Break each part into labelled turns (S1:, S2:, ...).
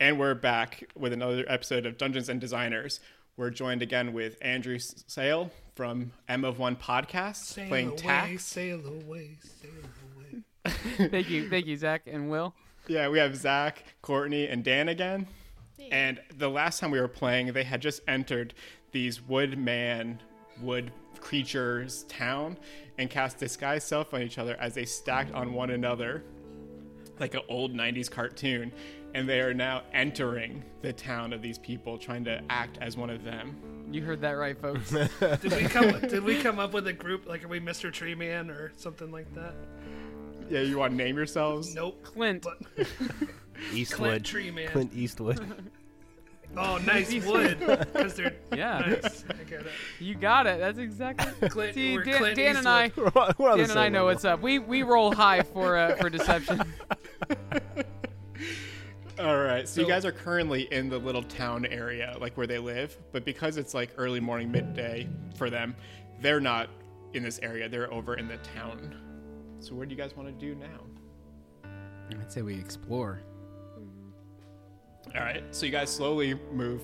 S1: And we're back with another episode of Dungeons and Designers. We're joined again with Andrew S- Sale from M of One Podcast playing Tax.
S2: Sail away, sail away.
S3: Thank you, thank you, Zach and Will.
S1: Yeah, we have Zach, Courtney, and Dan again. And the last time we were playing, they had just entered these wood man, wood creatures town and cast disguise self on each other as they stacked on one another like an old 90s cartoon. And they are now entering the town of these people, trying to act as one of them.
S3: You heard that right, folks.
S2: Did we come? did we come up with a group like are we Mr. Tree Man or something like that?
S1: Yeah, you want to name yourselves?
S2: Nope.
S3: Clint.
S2: But Clint
S4: Eastwood.
S2: Tree Man.
S4: Clint Eastwood.
S2: Oh, nice wood. Because they're
S3: Yeah,
S2: nice. I get it.
S3: you got it. That's exactly.
S2: Clint,
S3: See,
S2: we're
S3: Dan,
S2: Clint
S3: Dan and I,
S4: We're on- we're on the
S3: Dan and I
S4: same
S3: know
S4: level.
S3: what's up. We we roll high for uh, for deception.
S1: All right. So, you
S2: So-
S1: guys are currently in the little town area, like where they live, but because it's like early morning, midday for them, they're not in this area. They're over in the town. So where do you guys want to do now?
S3: I'd say we explore.
S1: All right. So you guys slowly move,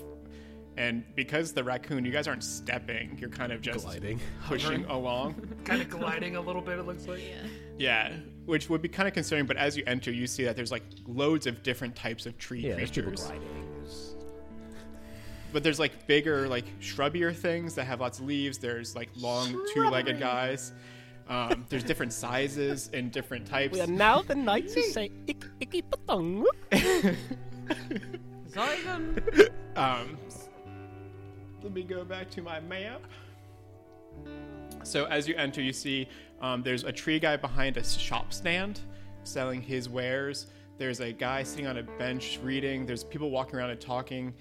S1: and because the raccoon, you guys aren't stepping. You're kind of just
S4: Gliding.
S1: pushing along.
S2: Kind of gliding a little bit. It looks like.
S1: Yeah, which would be kind of concerning. But as you enter, you see that there's like loads of different types of tree
S4: Yeah, there's people
S1: creatures.
S4: gliding. There's-
S1: But there's like bigger, like shrubbier things that have lots of leaves. There's like long, two-legged guys. Um, there's different sizes and different types.
S4: now the knights who say ick, icky patong.
S1: Um, let me go back to my map. So as you enter, you see um, there's a tree guy behind a shop stand selling his wares. There's a guy sitting on a bench reading. There's people walking around and talking.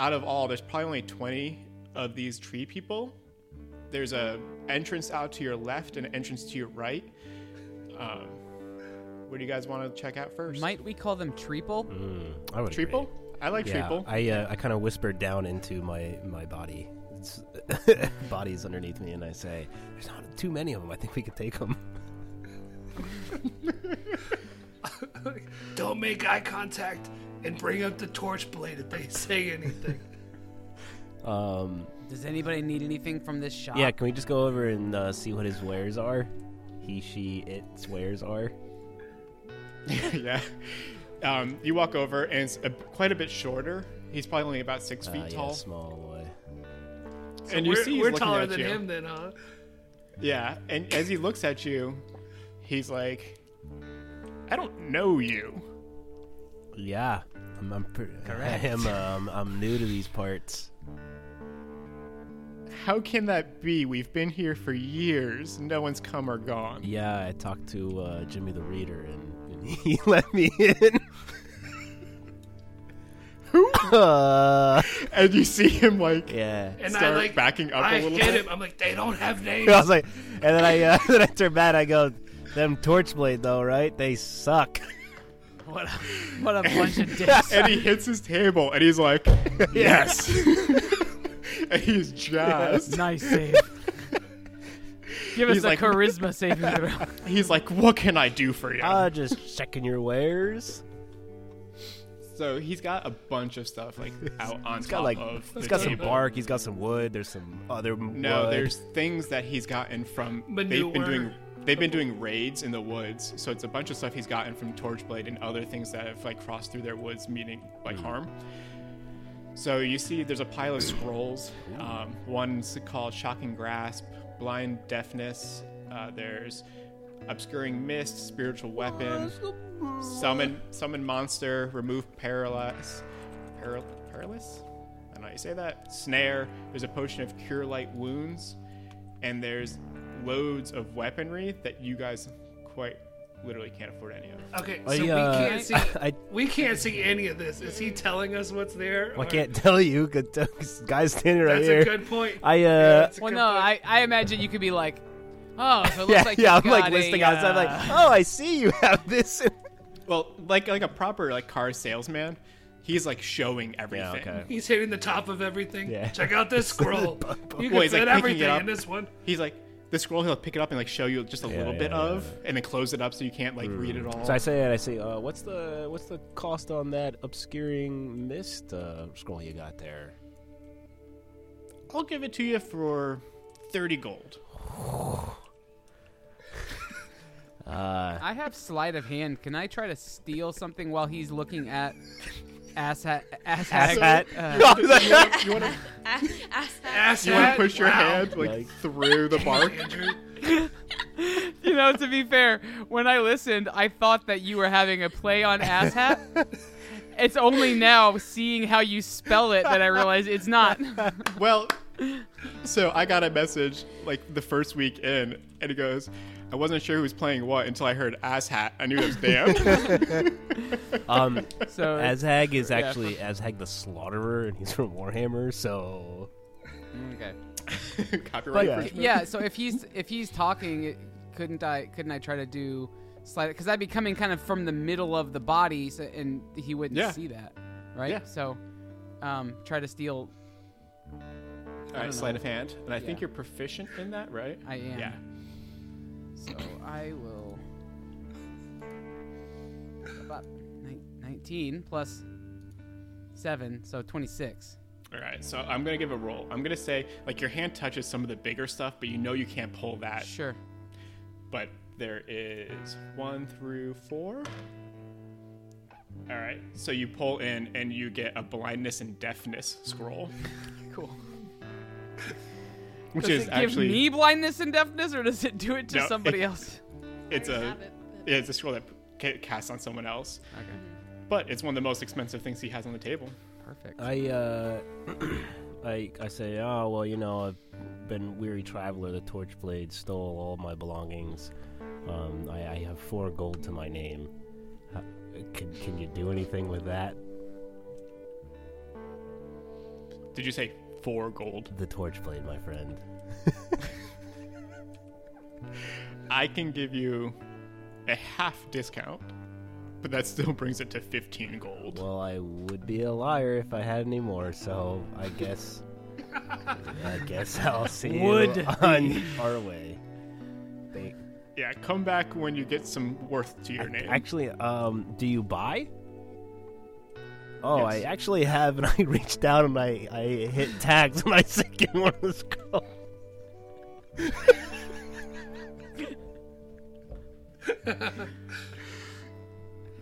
S1: Out of all, there's probably only 20 of these tree people. There's a entrance out to your left and an entrance to your right. Um, what do you guys want to check out first?
S3: Might we call them treeple?
S4: I would agree.
S1: Treeple? I like
S4: Yeah,
S1: Treeple.
S4: I uh, I kind of whispered down into my my body. It's, body's underneath me, and I say, "There's not too many of them. I think we could take them."
S2: Don't make eye contact and bring up the torch blade if they say anything.
S4: Um,
S3: Does anybody need anything from this shop?
S4: yeah, can we just go over and uh, see what his wares are? He, she, its wares are.
S1: yeah. Um, you walk over, and it's a, quite a bit shorter. He's probably only about six
S4: Uh,
S1: feet
S4: yeah,
S1: tall.
S4: small boy.
S1: and you
S2: we're
S1: see he's
S2: we're
S1: looking
S2: taller
S1: at
S2: than
S1: you.
S2: him, then, huh?
S1: Yeah, and as he looks at you, he's like, "I don't know you."
S4: Yeah, I'm. I'm pre- I am. Um, I'm new to these parts.
S1: How can that be? We've been here for years. No one's come or gone.
S4: Yeah, I talked to uh, Jimmy the Reader, and, and he let me in.
S1: Who?
S4: Uh,
S1: And you see him like
S4: yeah.
S2: And I
S1: Start
S2: like
S1: backing up a
S2: I
S1: little
S2: hit
S1: bit.
S2: him. I'm like, they don't have names.
S4: I was like, and then I uh, then I turn back. I go, them Torchblade though, right? They suck.
S3: What a, what a bunch of dicks.
S1: and he hits his table, and he's like, "Yes." and he's jazzed.
S3: Nice save. Give us
S1: He's
S3: a
S1: like-
S3: charisma saving throw.
S1: He's like, "What can I do for you?"
S4: Uh, just checking your wares.
S1: So he's got a bunch of stuff like out on
S4: He's
S1: top
S4: got like,
S1: of.
S4: he's
S1: the
S4: got some
S1: table.
S4: bark. He's got some wood. There's some other.
S1: No,
S4: wood.
S1: there's things that he's gotten from. They've been
S2: Manure.
S1: doing. They've been doing raids in the woods, so it's a bunch of stuff he's gotten from Torchblade and other things that have like crossed through their woods, meaning like harm. So you see, there's a pile of scrolls. Um, one's called Shocking Grasp, Blind Deafness. Uh, there's Obscuring Mist, Spiritual Weapon, Summon Summon Monster, Remove Paralyze, paral- Paralyze. I don't know how you say that. Snare. There's a potion of Cure Light Wounds, and there's loads of weaponry that you guys quite literally can't afford any of.
S2: okay, so
S4: I,
S2: we
S4: uh,
S2: can't see.
S4: I,
S2: We can't see any of this. Is he telling us what's there?
S4: I
S2: or-
S4: can't tell you. 'cause this Guy's standing right
S2: That's
S4: here.
S2: a good point.
S4: I
S2: Yeah,
S4: uh.
S2: that's a
S3: Well,
S2: good
S3: no,
S2: point.
S3: I, I imagine you could be like, oh, so it looks
S4: Yeah,
S3: like
S4: yeah.
S3: you've
S4: I'm like
S3: got
S4: listing
S3: a,
S4: out. I'm like,
S3: uh,
S4: oh, I see you have this.
S1: Well, like like a proper like car salesman, he's like showing everything.
S2: He's hitting the top of everything.
S4: Yeah.
S2: Check out this scroll. you can
S1: Well, he's,
S2: fit
S1: like, picking it
S2: everything
S1: up.
S2: in this one.
S1: He's like, the scroll he'll pick it up and like show you just a
S4: Yeah,
S1: little
S4: yeah,
S1: bit
S4: yeah, Hmm.
S1: of, and then close it up so you can't like read it all.
S4: So I say it. I say, uh, what's the what's the cost on that obscuring mist uh, scroll you got there?
S1: I'll give it to you for thirty gold.
S4: Uh,
S3: I have sleight of hand. Can I try to steal something while he's looking at ass hat? Ass hat. Uh,
S1: You want to
S5: Ask that.
S2: Ass hat.
S1: push your
S2: Wow.
S1: hand like,
S4: Like-
S1: through the bark?
S2: Andrew,
S3: you know, to be fair, when I listened, I thought that you were having a play on ass hat. It's only now seeing how you spell it that I realize it's not.
S1: well, so I got a message like the first week in, and it goes, "I wasn't sure who was playing what until I heard ass hat. I knew it was Dan."
S4: um,
S3: So
S4: Azhag is actually Azhag the Slaughterer, and he's from Warhammer. So
S3: okay.
S1: Copyright.
S4: Yeah.
S1: infringement.
S3: yeah so if he's if he's talking it- couldn't i couldn't i try to do slide because i'd be coming kind of from the middle of the body so, and he wouldn't
S1: Yeah.
S3: see that right
S1: Yeah.
S3: so um try to steal
S1: All right, sleight of hand, and I think
S3: Yeah.
S1: you're proficient in that, right?
S3: i am
S1: Yeah.
S3: so i will about nine- 19 plus 7 so 26
S1: All right, so I'm gonna give a roll. I'm gonna say like your hand touches some of the bigger stuff, but you know you can't pull that.
S3: sure
S1: But there is one through four. All right, so you pull in and you get a blindness and deafness scroll,
S3: cool
S1: which
S3: does
S1: is
S3: it give
S1: actually
S3: me blindness and deafness or does it do it to
S1: No, it-
S3: somebody else
S1: it's a
S5: Have it, but-
S1: yeah, it's a scroll that ca- casts on someone else,
S3: okay
S1: but it's one of the most expensive things he has on the table.
S3: perfect
S4: I uh, I I say, oh well, you know, I've been weary traveler. The Torchblade stole all my belongings. Um, I, I have four gold to my name. How, can can you do anything with that?
S1: Did you say four gold?
S4: The Torchblade, my friend.
S1: I can give you a half discount, but that still brings it to 15 gold.
S4: Well, I would be a liar if I had any more, so I guess. I guess I'll see
S3: Would
S4: you on our way. Thank-
S1: Yeah, come back when you get some worth to your name.
S4: Actually, um, do you buy? Oh, I
S1: Yes.
S4: actually have, and I reached down and I, I hit tags and I sank in one of the scrolls.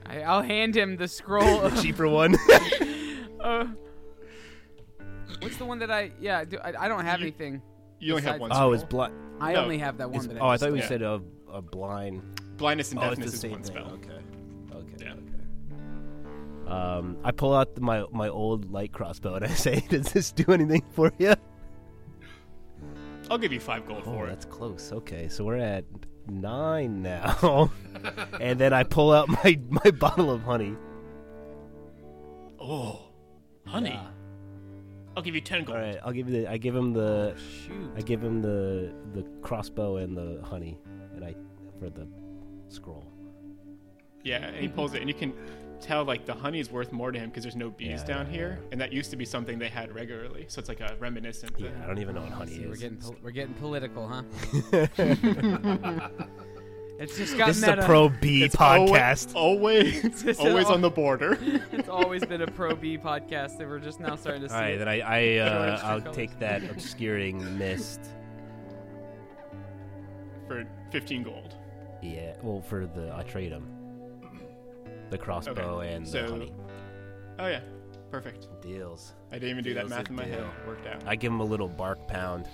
S3: I, i'll hand him the scroll of
S4: Cheaper one.
S3: Uh, what's the one that I? Yeah, do, I, I don't have
S1: You-
S3: anything.
S1: you only have one.
S3: besides-
S4: oh, it's
S1: scroll.
S4: blind.
S3: I
S1: No,
S3: only have that one. That
S4: Oh, I
S3: just-
S4: thought we
S1: Yeah.
S4: said a, a blind.
S1: blindness and
S4: Oh, it's
S1: deafness
S4: the
S1: is
S4: same
S1: one
S4: thing.
S1: spell.
S4: Okay. Okay.
S1: Yeah.
S4: okay. Um, I pull out my my old light crossbow and I say, "Does this do anything for you?"
S1: I'll give you five gold
S4: Oh,
S1: for it.
S4: that's close. Okay, so we're at nine now, and then I pull out my my bottle of honey.
S1: Oh, honey. I'll give you ten
S4: All
S1: gold.
S4: right, I'll give you the. I give him the. I
S3: Shoot.
S4: give him the the crossbow and the honey, and I for the scroll.
S1: Yeah, and he pulls it, and you can tell like the honey is worth more to him because there's no bees
S4: Yeah,
S1: down
S4: yeah,
S1: here, and that used to be something they had regularly. So it's like a reminiscent.
S4: Yeah,
S1: thing.
S4: I don't even know what honey
S3: See, we're
S4: is.
S3: getting pol- we're getting political, huh? it's just got
S4: this is
S3: meta.
S4: a pro bee
S1: alwa-
S4: podcast.
S1: Always,
S3: This is
S1: always, on
S3: all-
S1: the border.
S3: it's always been a pro B podcast, and we're just now starting to see.
S4: All right,
S3: it.
S4: then I, I uh,
S3: Orange
S4: I'll
S3: colors.
S4: take that obscuring mist.
S1: for 15 gold.
S4: Yeah, well, for the I trade him the crossbow
S1: Okay,
S4: and
S1: so-
S4: the honey
S1: Oh yeah, perfect.
S4: deals.
S1: I didn't even do that
S4: Deal's
S1: math
S4: a
S1: in my head.
S4: deal. Uh,
S1: Worked out.
S4: I give him a little bark pound.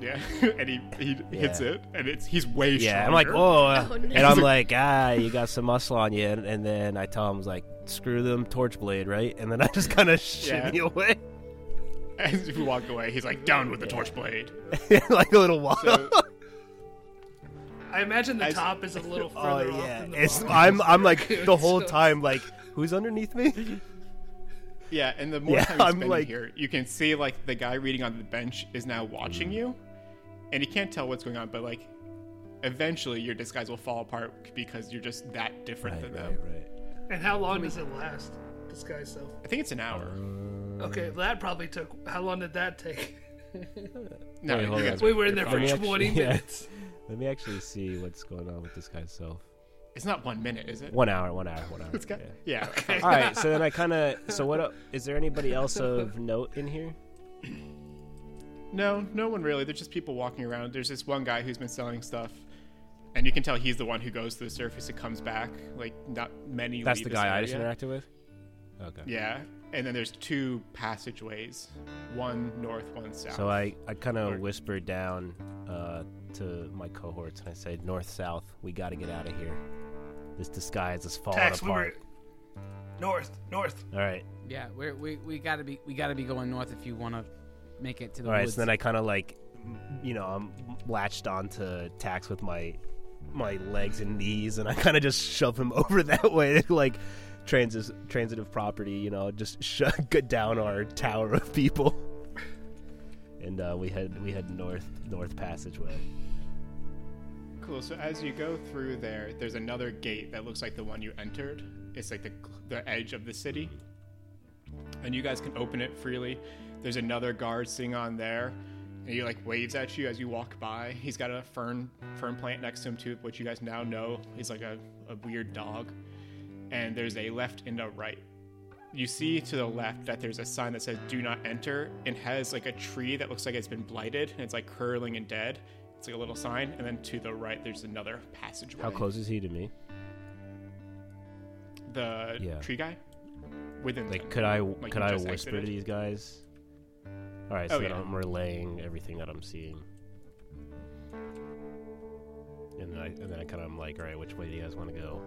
S1: Yeah, and he, he hits
S4: Yeah.
S1: it, and it's he's way
S4: Yeah,
S1: stronger.
S4: I'm like, oh, uh,"
S5: Oh, no.
S4: and I'm like, ah, you got some muscle on you, and, and then I tell him, I was like, screw them, Torchblade, right? And then I just kind of shimmy away, oh.
S1: As we walk away, he's like, down with the torch blade.
S4: like a little while.
S1: So,
S2: I imagine the
S1: As-
S2: top is a little
S4: oh
S2: further off
S4: yeah,
S2: than the
S4: it's
S2: bottom.
S4: I'm I'm like the whole
S2: So-
S4: time like, who's underneath me?
S1: yeah, and the more
S4: Yeah,
S1: time you
S4: I'm
S1: spend
S4: like-
S1: here, you can see like the guy reading on the bench is now
S4: Mm-hmm.
S1: watching you, and you can't tell what's going on, but like, eventually your disguise will fall apart because you're just that different than them.
S4: right.
S2: And how long does it last? Disguise self.
S1: I think it's an hour.
S4: Mm.
S2: Okay, that probably took. How long did that take?
S1: No,
S4: Wait, hold
S1: you
S4: on.
S1: guys,
S2: We were in there
S4: Let
S2: for
S4: me
S2: 20
S4: actually- Oh, yeah.
S2: minutes.
S4: Let me actually see what's going on with this guy's self.
S1: it's not one minute, is it?
S4: One hour, one hour, one hour.
S1: It's got,
S4: yeah.
S1: yeah. okay.
S4: All right, so then I kind of. So what? el- Is there anybody else of note in here?
S1: No, no one really. There's just people walking around. There's this one guy who's been selling stuff, and you can tell he's the one who goes to the surface and comes back. Like not many.
S4: That's
S1: leave
S4: the
S1: this
S4: guy I
S1: area.
S4: just interacted with. Okay.
S1: Yeah, and then there's two passageways, one north, one south.
S4: So I, I kind
S1: Or-
S4: of whispered down uh, to my cohorts and I said, "North south, we got to get out of here. This disguise is falling
S2: Tax, we were
S4: apart."
S2: north, north.
S4: All right,
S3: Yeah, we're, we we gotta be we gotta be going north if you want to make it to the
S4: all right.
S3: woods.
S4: So then I kind of like, you know, I'm latched onto Tax with my my legs and knees, and I kind of just shove him over that way, like transis, transitive property. You know, just sho- get down our tower of people. And uh, we head we head north north passageway.
S1: Cool. So as you go through there, there's another gate that looks like the one you entered. It's like the the edge of the city, and you guys can open it freely. There's another guard sitting on there, and he like waves at you as you walk by. He's got a fern fern plant next to him too, which you guys now know is like a, a weird dog. And there's a left and a right. You see to the left that there's a sign that says "Do not enter" and has like a tree that looks like it's been blighted and it's like curling and dead. It's like a little sign, and then to the right there's another passageway.
S4: How close is he to me?
S1: The
S4: Yeah.
S1: tree guy within
S4: Like,
S1: them.
S4: could I
S1: Like,
S4: could
S1: you
S4: I
S1: just
S4: whisper to
S1: exited?
S4: these guys? All right, so
S1: Oh,
S4: then
S1: yeah.
S4: I'm relaying everything that I'm seeing, and then I and then I kind of am like, all right, which way do you guys want to go?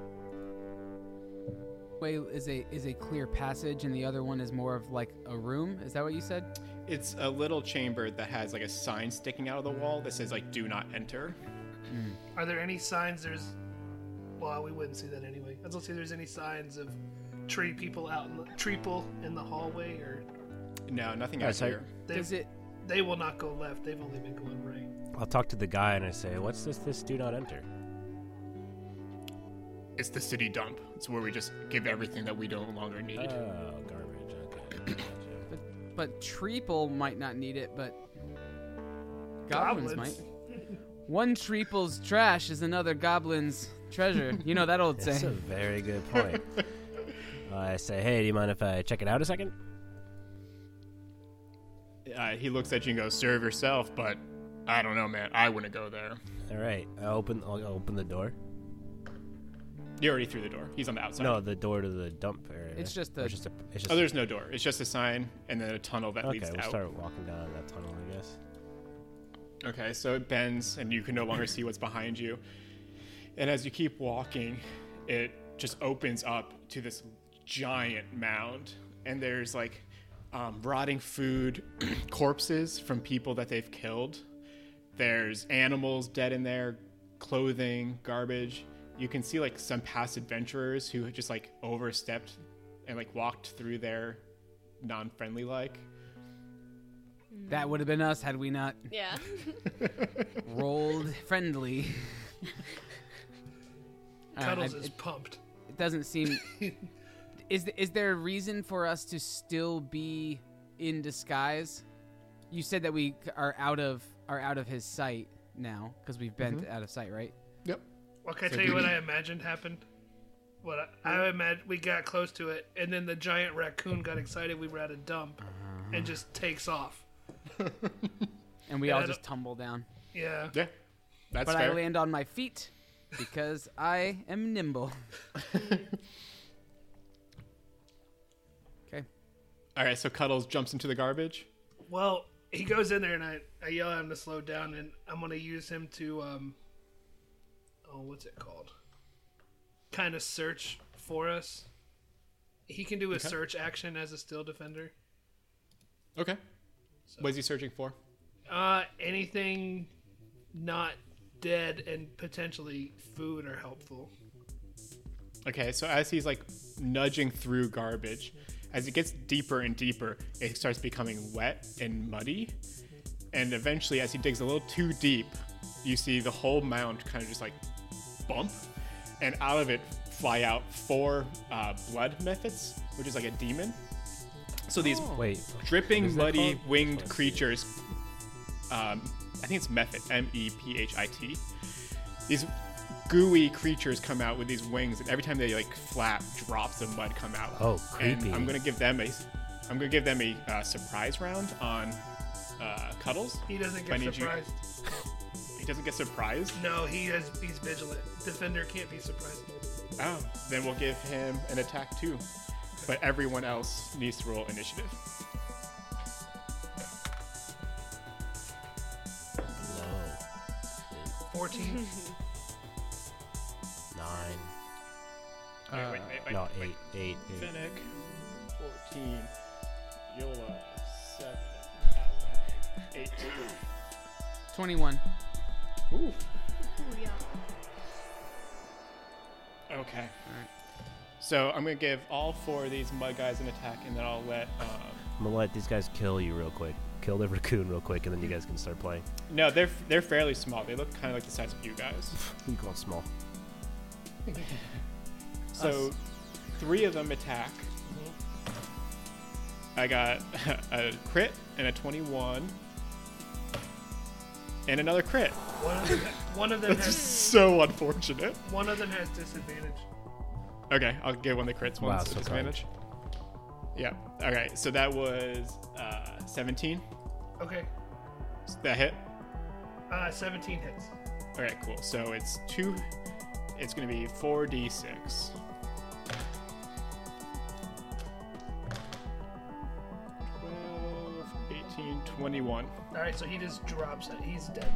S3: way is a is a clear passage, and the other one is more of like a room. Is that what you said?
S1: It's a little chamber that has like a sign sticking out of the wall that says like "Do not enter."
S2: Are there any signs there's. Well, we wouldn't see that anyway. I don't see there's any signs of tree people out in the, treeple in the hallway, or
S1: No, nothing
S4: Yeah,
S1: out
S4: so-
S1: here.
S2: they,
S3: Does it?
S2: they will not go left. They've only been going right.
S4: I'll talk to the guy and I say, what's this? This do not enter.
S1: It's the city dump. It's where we just give everything that we no longer need.
S4: Oh, garbage. Okay.
S3: But but Treeple might not need it, but
S2: Goblins.
S3: goblins, might. One Treeple's trash is another goblin's treasure. You know that old
S4: That's a
S3: saying.
S4: very good point. I say, hey, do you mind if I check it out a second?
S1: Uh, he looks at you and goes, "Serve yourself," but I don't know, man. I wouldn't go there.
S4: All right, I open. I'll open the door.
S1: You already threw the door. He's on the outside.
S4: No, the door to the dump area.
S3: It's just
S4: Or
S3: a-
S4: just a. It's just
S1: Oh, there's no door. It's just a sign and then a tunnel that
S4: okay,
S1: leads
S4: we'll
S1: out.
S4: start walking down that tunnel, I guess.
S1: Okay, so it bends and you can no longer see what's behind you. And as you keep walking, it just opens up to this giant mound. And there's like um, rotting food, corpses from people that they've killed. There's animals dead in there, clothing, garbage. You can see like some past adventurers who had just like overstepped and like walked through there non friendly like.
S3: That would have been us had we not
S5: Yeah.
S3: rolled friendly. Uh, I-
S2: Cuddles is
S3: it,
S2: pumped.
S3: it doesn't seem. is th- is there a reason for us to still be in disguise? You said that we c- are out of are out of his sight now because we've been
S2: Mm-hmm.
S3: out of sight, right?
S1: Yep.
S2: Well, can I tell you what I imagined happened? What I, I imagine we got close to it, and then the giant raccoon got excited. We were at a dump, and just takes off.
S3: And we
S2: Yeah, I
S3: all
S2: don't-
S3: just tumble down.
S2: Yeah,
S1: Yeah. That's
S3: But
S1: fair.
S3: I land on my feet because I am nimble. okay.
S1: All right, so Cuddles jumps into the garbage.
S2: Well, he goes in there, and I, I yell at him to slow down, and I'm gonna use him to um, oh, what's it called? Kind of search for us. He can do a search action as a steel defender.
S1: Okay. What is he searching for?
S2: Uh, anything not dead and potentially food are helpful.
S1: Okay, so as he's like nudging through garbage, as it gets deeper and deeper, it starts becoming wet and muddy. And eventually, as he digs a little too deep, you see the whole mound kind of just like bump. And out of it fly out four uh, blood methods, which is like a demon. So these
S4: Wait,
S3: Oh,
S1: dripping,
S4: that
S1: muddy,
S4: called?
S1: winged creatures um, I think it's Mephit, M E P H I T. These gooey creatures come out with these wings, and every time they like flap, drops of mud come out.
S4: Oh,
S1: And
S4: creepy.
S1: I'm gonna give them a, I'm gonna give them a uh, surprise round on uh, Cuddles.
S2: He doesn't
S1: I
S2: get
S1: need you-
S2: surprised.
S1: He doesn't get surprised.
S2: No, he is. He's vigilant. Defender can't be surprised.
S1: Oh, then we'll give him an attack too. But everyone else needs to roll initiative.
S4: Low.
S2: Fourteen.
S4: Nine.
S1: Wait, wait, wait, wait,
S4: Uh, No,
S1: wait.
S4: eight. Eight. eight.
S1: Finnick, 14. Yola, 7. 8.
S3: 21.
S1: Ooh,
S5: Ooh, yeah.
S1: okay.
S3: right.
S1: So I'm going to give all four of these mud guys an attack, and then I'll let. Um,
S4: I'm gonna let these guys kill you real quick. Kill the raccoon real quick, and then you guys can start playing.
S1: no, they're they're fairly small. They look kind of like the size of you guys.
S4: You call small.
S1: So three of them attack. I got a crit and a 21, and another crit.
S2: One of them, one of them has.
S1: so unfortunate.
S2: One of them has disadvantage.
S1: Okay, I'll give one of the crits
S4: Wow,
S1: once
S4: so
S1: disadvantage. Yeah. Okay, so that was uh, 17.
S2: Okay.
S1: So That hit.
S2: Uh, seventeen hits.
S1: Okay, cool. So it's two. It's gonna be four d six. Twelve, eighteen, twenty-one.
S2: All right, so he just drops it. He's dead.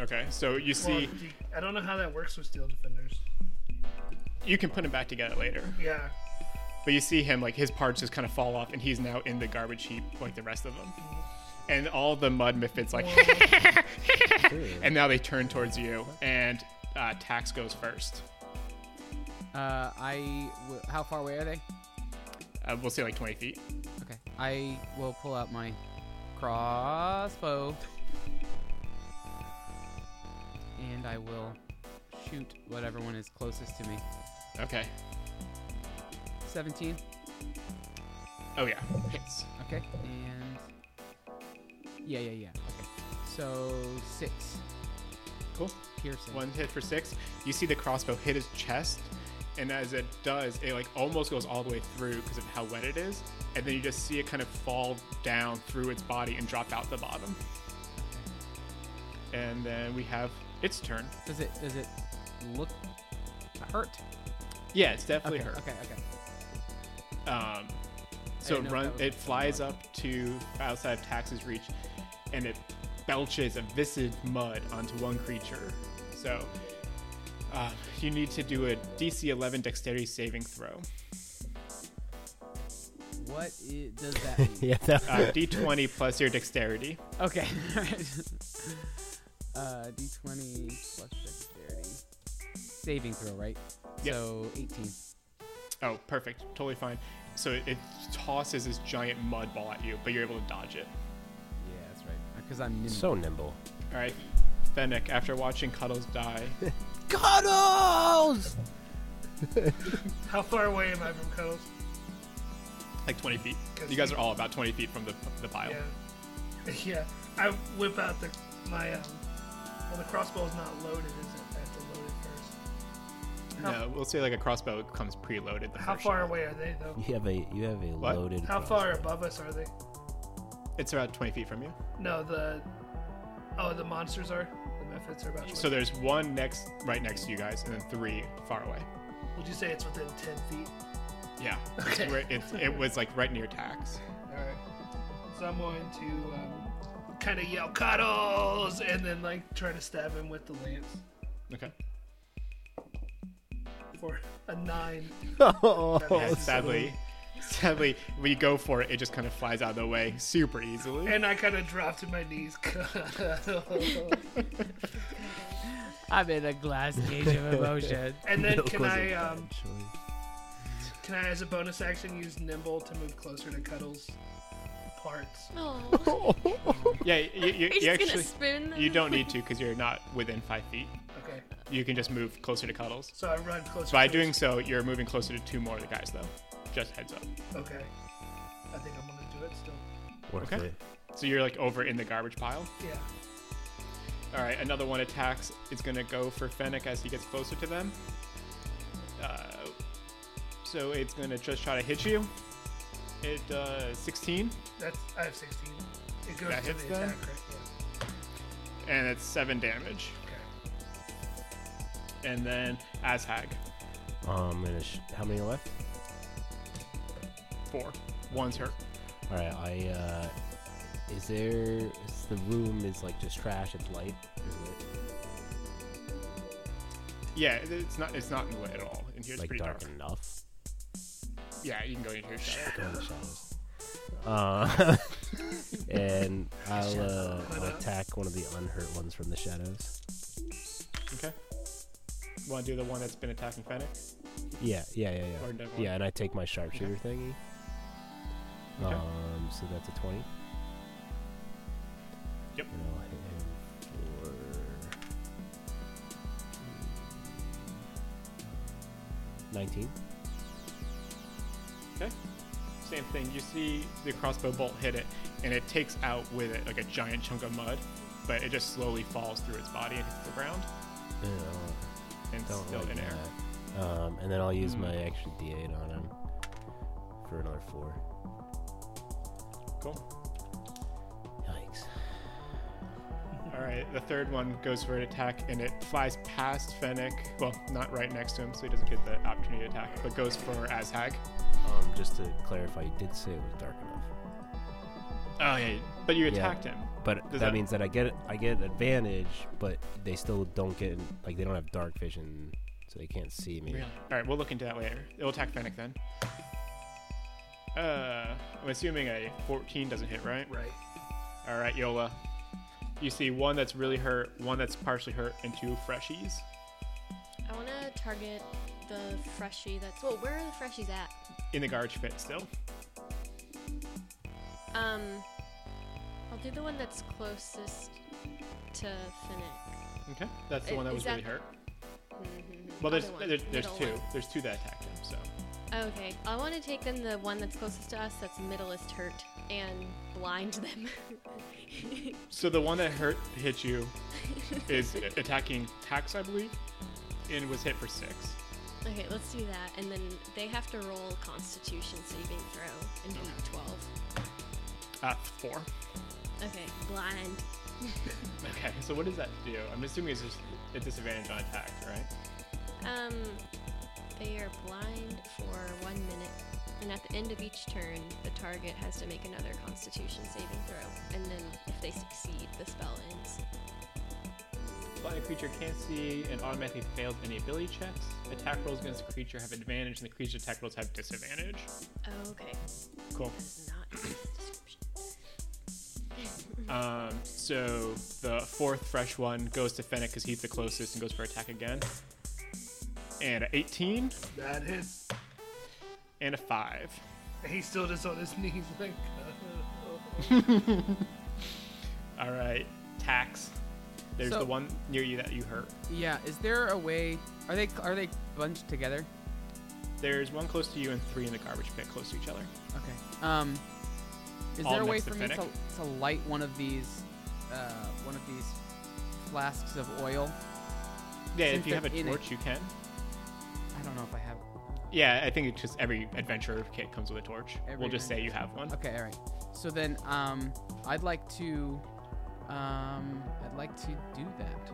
S1: Okay, so you
S2: Well,
S1: see,
S2: do- I don't know how that works with steel defenders.
S1: you can put him back together later,
S2: Yeah.
S1: but you see him like his parts just kind of fall off, and he's now in the garbage heap like the rest of them. And all the mud miffits like, and now they turn towards you, and uh, Tax goes first.
S3: Uh, I. W- how far away are they?
S1: Uh, we'll say like twenty feet.
S3: Okay. I will pull out my crossbow. And I will shoot whatever one is closest to me.
S1: Okay.
S3: 17.
S1: Oh yeah. Hits.
S3: Okay. And. Yeah, yeah, yeah. Okay. So, 6.
S1: Cool.
S3: Piercing.
S1: One hit for six. You see the crossbow hit his chest, and as it does, it like almost goes all the way through because of how wet it is, and then you just see it kind of fall down through its body and drop out the bottom. And then we have its turn.
S3: Does it does it look hurt?
S1: Yeah, it's definitely
S3: Okay,
S1: her.
S3: okay, okay.
S1: Um, so
S3: didn't
S1: it
S3: know
S1: run.
S3: if that
S1: It
S3: was
S1: flies up to outside of Tax's reach, and it belches a viscid mud onto one creature. So uh, you need to do a DC 11 Dexterity saving throw.
S3: What i- does that mean?
S4: Yeah. that-
S1: Uh, D20 plus your Dexterity.
S3: Okay. uh, D20 plus dexterity. Saving throw, right?
S1: Yep.
S3: So 18.
S1: Oh, perfect. Totally fine. So it, it tosses this giant mud ball at you, but you're able to dodge it.
S3: Yeah, that's right. Because I'm nimble.
S4: so nimble.
S1: All right, Fennec. After watching Cuddles die,
S3: Cuddles!
S2: How far away am I from Cuddles?
S1: like 20 feet.
S2: 'Cause
S1: You guys
S2: he-
S1: are all about 20 feet from the the pile.
S2: Yeah. Yeah. I whip out the my um. Well, the crossbow is not loaded, is it? I have to load it first.
S1: No, we'll say like a crossbow comes preloaded. The
S2: How
S1: first
S2: far
S1: shot.
S2: away are they though?
S4: You have a you have a
S1: What?
S4: loaded.
S2: How far
S4: crossbow.
S2: above us are they?
S1: It's about 20 feet from you.
S2: No, the oh, the monsters are. The methods are about. 20.
S1: So there's one next, right next to you guys, and then three far away.
S2: Would you say it's within ten feet?
S1: Yeah.
S2: Okay.
S1: Where it's, it was like right near tax.
S2: All right. So I'm going to um, kind of yell cuddles, and then like try to stab him with the lance
S1: Okay.
S2: for a nine.
S1: Yeah, Oh, sadly, sadly, when you go for it, it just kind of flies out of the way super easily.
S2: And I kind of drop to my knees. Cuddles.
S3: I'm in a glass cage of emotion.
S2: and then
S4: Milk
S2: can
S4: was a
S2: I
S4: bad
S2: um,
S4: choice.
S2: can I as a bonus action use nimble to move closer to cuddles parts?
S5: Oh,
S1: Yeah, you, you,
S5: he's
S1: you
S5: just gonna
S1: actually
S5: spin.
S1: you don't need to because you're not within five feet.
S2: Okay.
S1: You can just move closer to Cuddles.
S2: So I run closer.
S1: By
S2: to-
S1: doing so, you're moving closer to two more of the guys, though. Just heads up.
S2: Okay. I think I'm gonna do it still.
S4: Worth
S1: Okay.
S4: it.
S1: So you're like over in the garbage pile.
S2: Yeah.
S1: All right, another one attacks. It's gonna go for Fennec as he gets closer to them. Uh, so it's gonna just try to hit you. It uh, 16
S2: That's I have 16. It goes
S1: That
S2: to
S1: hits
S2: the
S1: then?
S2: attack, right?
S1: and it's seven damage.
S2: Yeah. Okay.
S1: And then Azhag
S4: Um, and it's- how many left?
S1: four. One's her.
S4: All right, I uh, is there? Is the room is like just trash. It's light. Is
S1: Yeah, it- it's not it's not lit at all. In
S4: it
S1: here's
S4: like
S1: pretty
S4: dark,
S1: dark.
S4: enough?
S1: Yeah, you can go into your shadow.
S4: Go in the shadows. Uh, and I'll, uh, I'll attack one of the unhurt ones from the shadows.
S1: Okay. Want to do the one that's been attacking Fennec?
S4: Yeah, yeah, yeah,
S1: Or
S4: yeah.
S1: another one.
S4: Yeah, and I take my sharpshooter thingy.
S1: Okay.
S4: Um, so that's a twenty.
S1: Yep.
S4: And I'll hit him for nineteen.
S1: Okay. Same thing. You see the crossbow bolt hit it, and it takes out with it like a giant chunk of mud, but it just slowly falls through its body and hits the ground,
S4: Yeah, I'll-
S1: and it's
S4: Uh, Don't
S1: still
S4: like
S1: in air. Hmm.
S4: that. Um, and then I'll use my extra D8 on him for another four.
S1: Cool.
S4: Yikes.
S1: All right. The third one goes for an attack, and it flies past Fennec. Well, not right next to him, so he doesn't get the opportunity to attack, but goes for Azhag.
S4: Um, just to clarify, you did say it was dark enough,
S1: Oh yeah. But you
S4: Yeah.
S1: attacked him.
S4: but
S1: Does
S4: that,
S1: that-
S4: means that I get I get advantage, but they still don't get like they don't have dark vision, so they can't see me.
S1: All right. We'll look into that later. It'll attack Fennec then. Uh, I'm assuming a 14 doesn't hit, right?
S2: Right.
S1: All right, Yola. You see one that's really hurt, one that's partially hurt, and two freshies.
S5: I want to target the freshie that's. Well, where are the freshies at?
S1: In the garbage pit still.
S5: Um, I'll do the one that's closest to Finnick.
S1: Okay. That's the
S5: I-
S1: one that
S5: is
S1: was
S5: that-
S1: really hurt.
S5: Mhm.
S1: Well, there's
S5: Other one,
S1: there's, there's
S5: middle
S1: two.
S5: one.
S1: There's two that attacked him, so.
S5: Oh, Okay, I want to take then the one that's closest to us, that's middleest hurt, and blind them.
S1: So the one that hurt hit you is attacking Tax, I believe, and was hit for six.
S5: okay, let's do that, and then they have to roll Constitution saving throw and beat 12.
S1: Uh, four.
S5: Okay, blind.
S1: Okay, so what does that do? I'm assuming it's just a disadvantage on attack, right?
S5: Um, they are blind for one minute, and at the end of each turn, the target has to make another Constitution saving throw, and then if they succeed, the spell ends.
S1: Blind creature can't see and automatically fails any ability checks. Attack rolls against the creature have advantage, and the creature attack rolls have disadvantage.
S5: Oh, okay,
S1: Cool.
S5: that's not in this description.
S1: Um, so the fourth fresh one goes to Fennec because he's the closest and goes for attack again. And a 18
S2: That hits.
S1: and a 5.
S2: And he's still just on his knees like.
S1: All right, tax. There's
S3: So-
S1: the one near you that you hurt.
S3: Yeah. Is there a way? Are they are they bunched together?
S1: There's one close to you and three in the garbage pit close to each other.
S3: Okay. Um, is
S1: All
S3: there a way
S1: next to
S3: for me to,
S1: Finnick?
S3: to light one of these, uh, one of these flasks of oil?
S1: Yeah,
S3: Since
S1: if you have a
S3: they're in it.
S1: torch, you can.
S3: I don't know if I have.
S1: Yeah, I think it's just every adventurer kit comes with a torch. we'll
S3: Every
S1: just say you have one.
S3: Okay, all right. So then, um, I'd like to, um, I'd like to do that.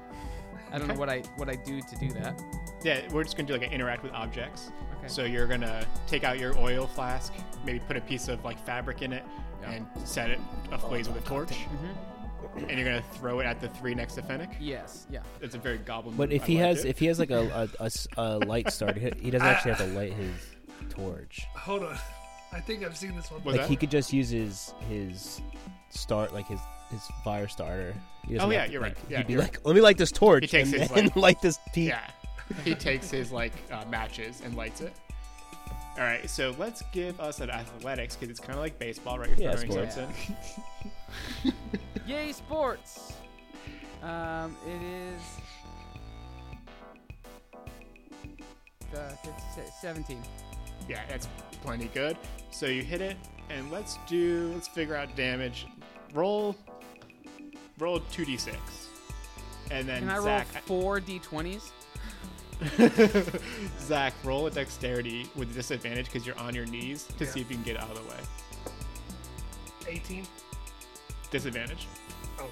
S3: I don't know
S1: Okay.
S3: what I what I do to do that.
S1: Yeah, we're just gonna do like an interact with objects.
S3: Okay.
S1: So you're gonna take out your oil flask, maybe put a piece of like fabric in it,
S3: Yeah. Oh,
S1: and set it ablaze with a torch. And you're gonna throw it at the three next to Fennec.
S3: Yes. Yeah.
S1: That's a very goblin.
S4: But
S1: move.
S4: if
S1: I
S4: he
S1: liked
S4: has
S1: it.
S4: if he has like a a, a s- a light start, he he doesn't actually have to light his torch.
S2: Hold on. I think I've seen this one.
S1: Was
S4: like
S1: that-
S4: he could just use his his start like his his fire starter. He doesn't
S1: Oh, yeah,
S4: have to,
S1: you're
S4: like,
S1: right. Yeah,
S4: he'd be
S1: you're
S4: like, let me light this torch
S1: He takes
S4: and
S1: his,
S4: then
S1: like-
S4: light this tea.
S1: yeah, he takes his like uh, matches and lights it. All right, so let's give us an athletics because it's kind of like baseball, right? You're
S4: Yeah,
S1: throwing
S4: sports.
S1: something.
S3: Yay sports! Um, it is. Uh, fif- se- 17.
S1: Yeah, that's plenty good. So you hit it, and let's do let's figure out damage. roll, roll two d six, and then
S3: Can I
S1: Zach,
S3: roll four d20s?
S1: Zach, roll a dexterity with disadvantage because you're on your knees to
S2: Yeah.
S1: see if you can get out of the way.
S2: 18.
S1: Disadvantage.
S2: Oh.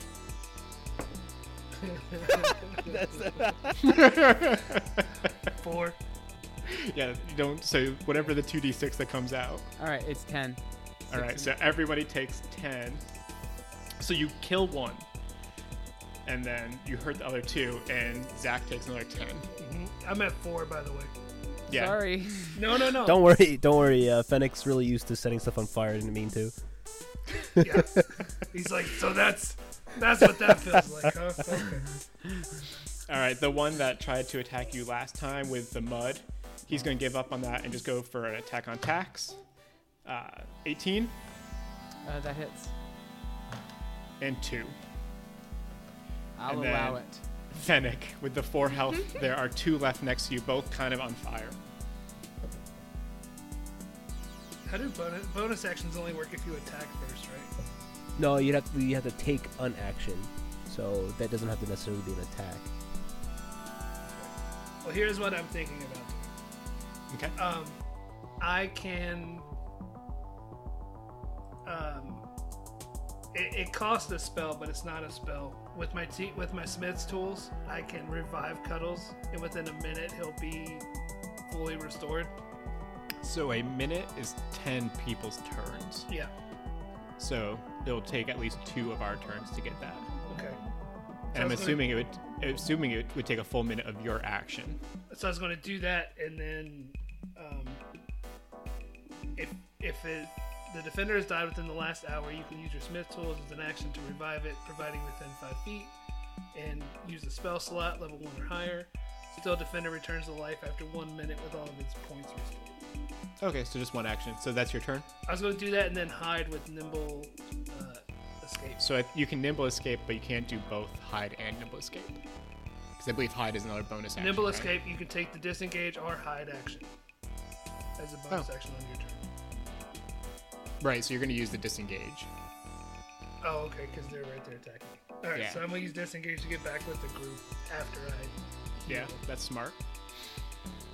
S2: Four.
S1: Yeah, you don't. So whatever the two d six that comes out.
S3: All right, it's 10.
S1: All right, so everybody takes 10. So you kill one, and then you hurt the other two, and Zach takes another 10.
S2: Mhm. I'm at four, by the way.
S1: Yeah.
S3: Sorry.
S2: No, no, no.
S4: Don't worry, don't worry. Uh, Fennec's really used to setting stuff on fire. Didn't mean to.
S2: Yeah. He's like, so that's that's what that feels like, huh? Okay.
S1: All right, the one that tried to attack you last time with the mud, he's going to give up on that and just go for an attack on tax. Uh, 18
S3: Uh, that hits.
S1: and 2.
S3: I'll
S1: And
S3: allow
S1: then-
S3: it.
S1: Fennec, with the 4 health,
S2: Mm-hmm.
S1: there are two left next to you, both kind of on fire.
S2: How do bonus, bonus actions only work if you attack first, right?
S4: No, you have to, you have to take an action, so that doesn't have to necessarily be an attack.
S2: Well, here's what I'm thinking about. doing.
S1: Okay.
S2: Um, I can. Um, it, it costs a spell, but it's not a spell. With my te- with my smith's tools, I can revive Cuddles, and within a minute he'll be fully restored.
S1: So a minute is 10 people's turns.
S2: Yeah.
S1: So it'll take at least two of our turns to get that.
S2: Okay.
S1: And I'm
S2: Sounds good.
S1: assuming it would, assuming it would take a full minute of your action.
S2: So I was gonna do that, and then um, if if it, the defender has died within the last hour, you can use your smith tools as an action to revive it, providing within five feet, and use a spell slot level one or higher. Still, defender returns to life after one minute with all of its points restored.
S1: Okay, so just one action. So that's your turn.
S2: I was gonna do that and then hide with nimble uh, escape.
S1: So if you can nimble escape, but you can't do both hide and nimble escape. Because I believe hide is another bonus action.
S2: nimble
S1: right?
S2: escape, you can take the disengage or hide action as a bonus
S1: Oh.
S2: action on your turn.
S1: Right. So you're going to use the disengage.
S2: Oh, okay, because they're right there attacking. All right,
S1: Yeah.
S2: so I'm gonna use disengage to get back with the group after I.
S1: Yeah, that's smart.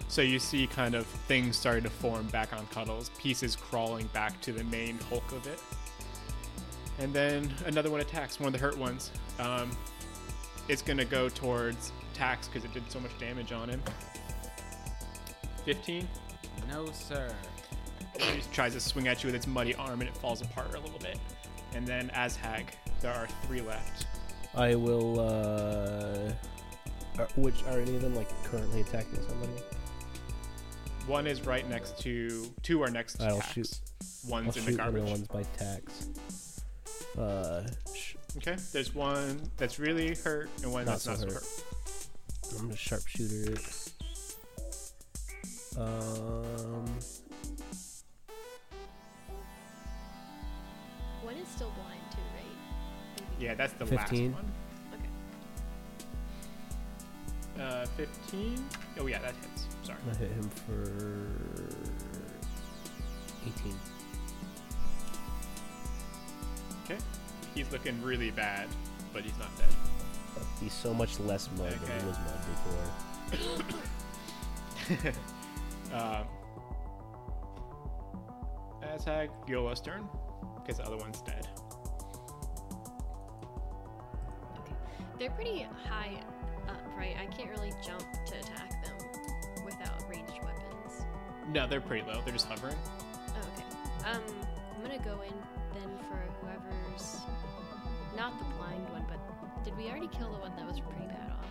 S1: So you see kind of things starting to form back on Cuddles, pieces crawling back to the main hulk of it. And then another one attacks, one of the hurt ones. Um, it's going to go towards Tax because it did so much damage on him. 15.
S3: No, sir.
S1: It just tries to swing at you with its muddy arm and it falls apart a little bit. And then as Hag, there are three left.
S4: I will. uh... Are, which are any of them like currently attacking somebody?
S1: One is right next to. Two are next to
S4: I'll
S1: Tax.
S4: shoot-
S1: One's
S4: I'll
S1: in the
S4: shoot one of
S1: garbage.
S4: ones by tax. Uh, sh-
S1: Okay, there's one that's really hurt and one
S4: Not
S1: that's
S4: so
S1: not so
S4: hurt.
S1: hurt.
S4: I'm gonna sharpshooter it. Um,
S5: One is still blind too, right? Maybe.
S1: Yeah, that's the
S4: 15.
S1: last
S5: Okay.
S1: one. Uh, 15. Oh, yeah, that hits. Sorry.
S4: I hit him for eighteen.
S1: Okay. He's looking really bad, but he's not dead.
S4: He's so much less mud than
S1: Okay.
S4: he was mud before.
S1: Um, as Hag, Yola's turn, because the other one's dead.
S5: They're pretty high up, right? I can't really jump to attack them without ranged weapons.
S1: No, they're pretty low. They're just hovering.
S5: Oh, okay. Um, I'm gonna go in then for whoever's not the blind one, but did we already kill the one that was pretty bad off?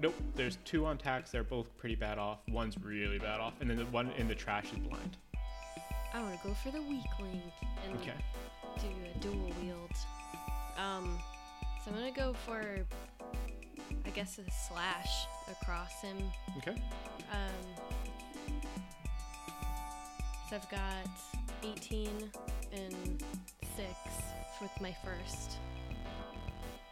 S1: Nope. There's two on tax. They're both pretty bad off. One's really bad off, and then the one in the trash is blind.
S5: I wanna go for the weakling and
S1: Okay.
S5: do a dual wield. Um, so I'm gonna go for, I guess, a slash across him.
S1: Okay.
S5: Um, so I've got 18 and 6 with my first.